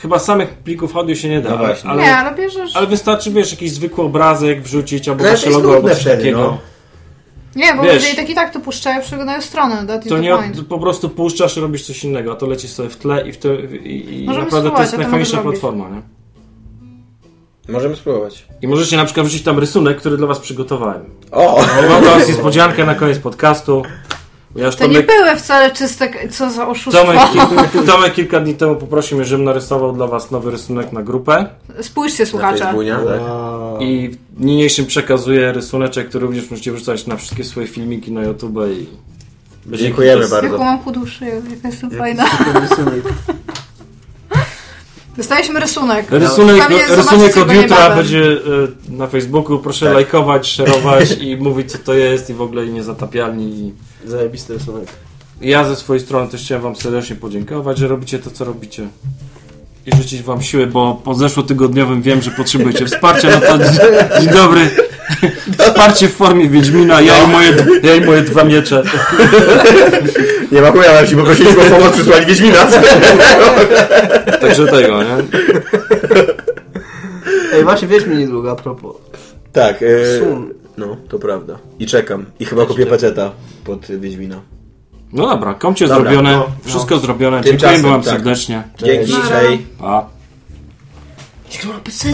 [SPEAKER 2] chyba samych plików audio się nie da,
[SPEAKER 5] No
[SPEAKER 2] ale,
[SPEAKER 5] właśnie.
[SPEAKER 4] Nie,
[SPEAKER 2] ale,
[SPEAKER 4] ale bierzesz...
[SPEAKER 2] ale wystarczy, wiesz, jakiś zwykły obrazek wrzucić albo
[SPEAKER 5] No, ale
[SPEAKER 2] wasze
[SPEAKER 5] to jest
[SPEAKER 2] logo, albo
[SPEAKER 5] nudne
[SPEAKER 2] coś
[SPEAKER 5] wtedy,
[SPEAKER 2] takiego.
[SPEAKER 5] no.
[SPEAKER 4] Nie, bo
[SPEAKER 2] Wiesz.
[SPEAKER 4] jeżeli tak i tak to puszczają, przeglądają stronę, that is
[SPEAKER 2] To
[SPEAKER 4] the
[SPEAKER 2] nie,
[SPEAKER 4] point.
[SPEAKER 2] po prostu puszczasz i robisz coś innego, a to leci sobie w tle i, w te, i, i
[SPEAKER 4] Możemy
[SPEAKER 2] naprawdę to
[SPEAKER 4] spróbować,
[SPEAKER 2] jest
[SPEAKER 4] ja to mogę
[SPEAKER 2] najfajniejsza
[SPEAKER 4] zrobić.
[SPEAKER 2] platforma, nie?
[SPEAKER 5] Możemy spróbować.
[SPEAKER 2] I możecie na przykład wrzucić tam rysunek, który dla was przygotowałem.
[SPEAKER 5] O!
[SPEAKER 2] Mam dla was niespodziankę na koniec podcastu. Ja już
[SPEAKER 4] To nie
[SPEAKER 2] Tomek,
[SPEAKER 4] były wcale czyste... Co za oszustwo.
[SPEAKER 2] Tomek, kilka, Tomek kilka dni temu poprosił mnie, żebym narysował dla was nowy rysunek na grupę.
[SPEAKER 4] Spójrzcie, słuchacze.
[SPEAKER 5] Facebookunia, tak.
[SPEAKER 2] I w niniejszym przekazuję rysuneczek, który również możecie wrzucać na wszystkie swoje filmiki na YouTube i... Będzie
[SPEAKER 5] Dziękujemy
[SPEAKER 2] jakiś-
[SPEAKER 5] bardzo.
[SPEAKER 4] Jaką mam poduszę, jaka jestem fajna. Dostaliśmy rysunek.
[SPEAKER 2] Rysunek,
[SPEAKER 4] Pewnie
[SPEAKER 2] rysunek
[SPEAKER 4] zobaczycie
[SPEAKER 2] od
[SPEAKER 4] go
[SPEAKER 2] jutra
[SPEAKER 4] niebawem.
[SPEAKER 2] będzie e, na Facebooku. Proszę
[SPEAKER 5] Tak.
[SPEAKER 2] lajkować, szerować i mówić co to jest i w ogóle nie zatapialni. I
[SPEAKER 3] Zajebisty rysunek.
[SPEAKER 2] Ja ze swojej strony też chciałem Wam serdecznie podziękować, że robicie to, co robicie. I życzyć Wam siły, bo po zeszłotygodniowym wiem, że potrzebujecie wsparcia. No to dzi- dzień dobry. Wsparcie w formie Wiedźmina, ja i moje, ja i moje dwa miecze.
[SPEAKER 5] Nie ma chuja, ale ci poprosiliśmy o pomoc, przysłali Wiedźmina.
[SPEAKER 2] Także tego, nie?
[SPEAKER 3] Ej, właśnie wieź mnie niedługo, a propos.
[SPEAKER 5] Tak. e,
[SPEAKER 3] Sun.
[SPEAKER 5] No, to prawda. I czekam. I chyba kupię peceta pod Wiedźmina.
[SPEAKER 2] No dobra, komcie
[SPEAKER 5] Dobra,
[SPEAKER 2] zrobione,
[SPEAKER 5] no,
[SPEAKER 2] wszystko zrobione.
[SPEAKER 5] Tymczasem,
[SPEAKER 2] Dziękuję Wam
[SPEAKER 5] tak.
[SPEAKER 2] serdecznie.
[SPEAKER 5] Dzięki,
[SPEAKER 4] Nara.
[SPEAKER 5] hej.
[SPEAKER 2] Pa.
[SPEAKER 3] Jak to na PC?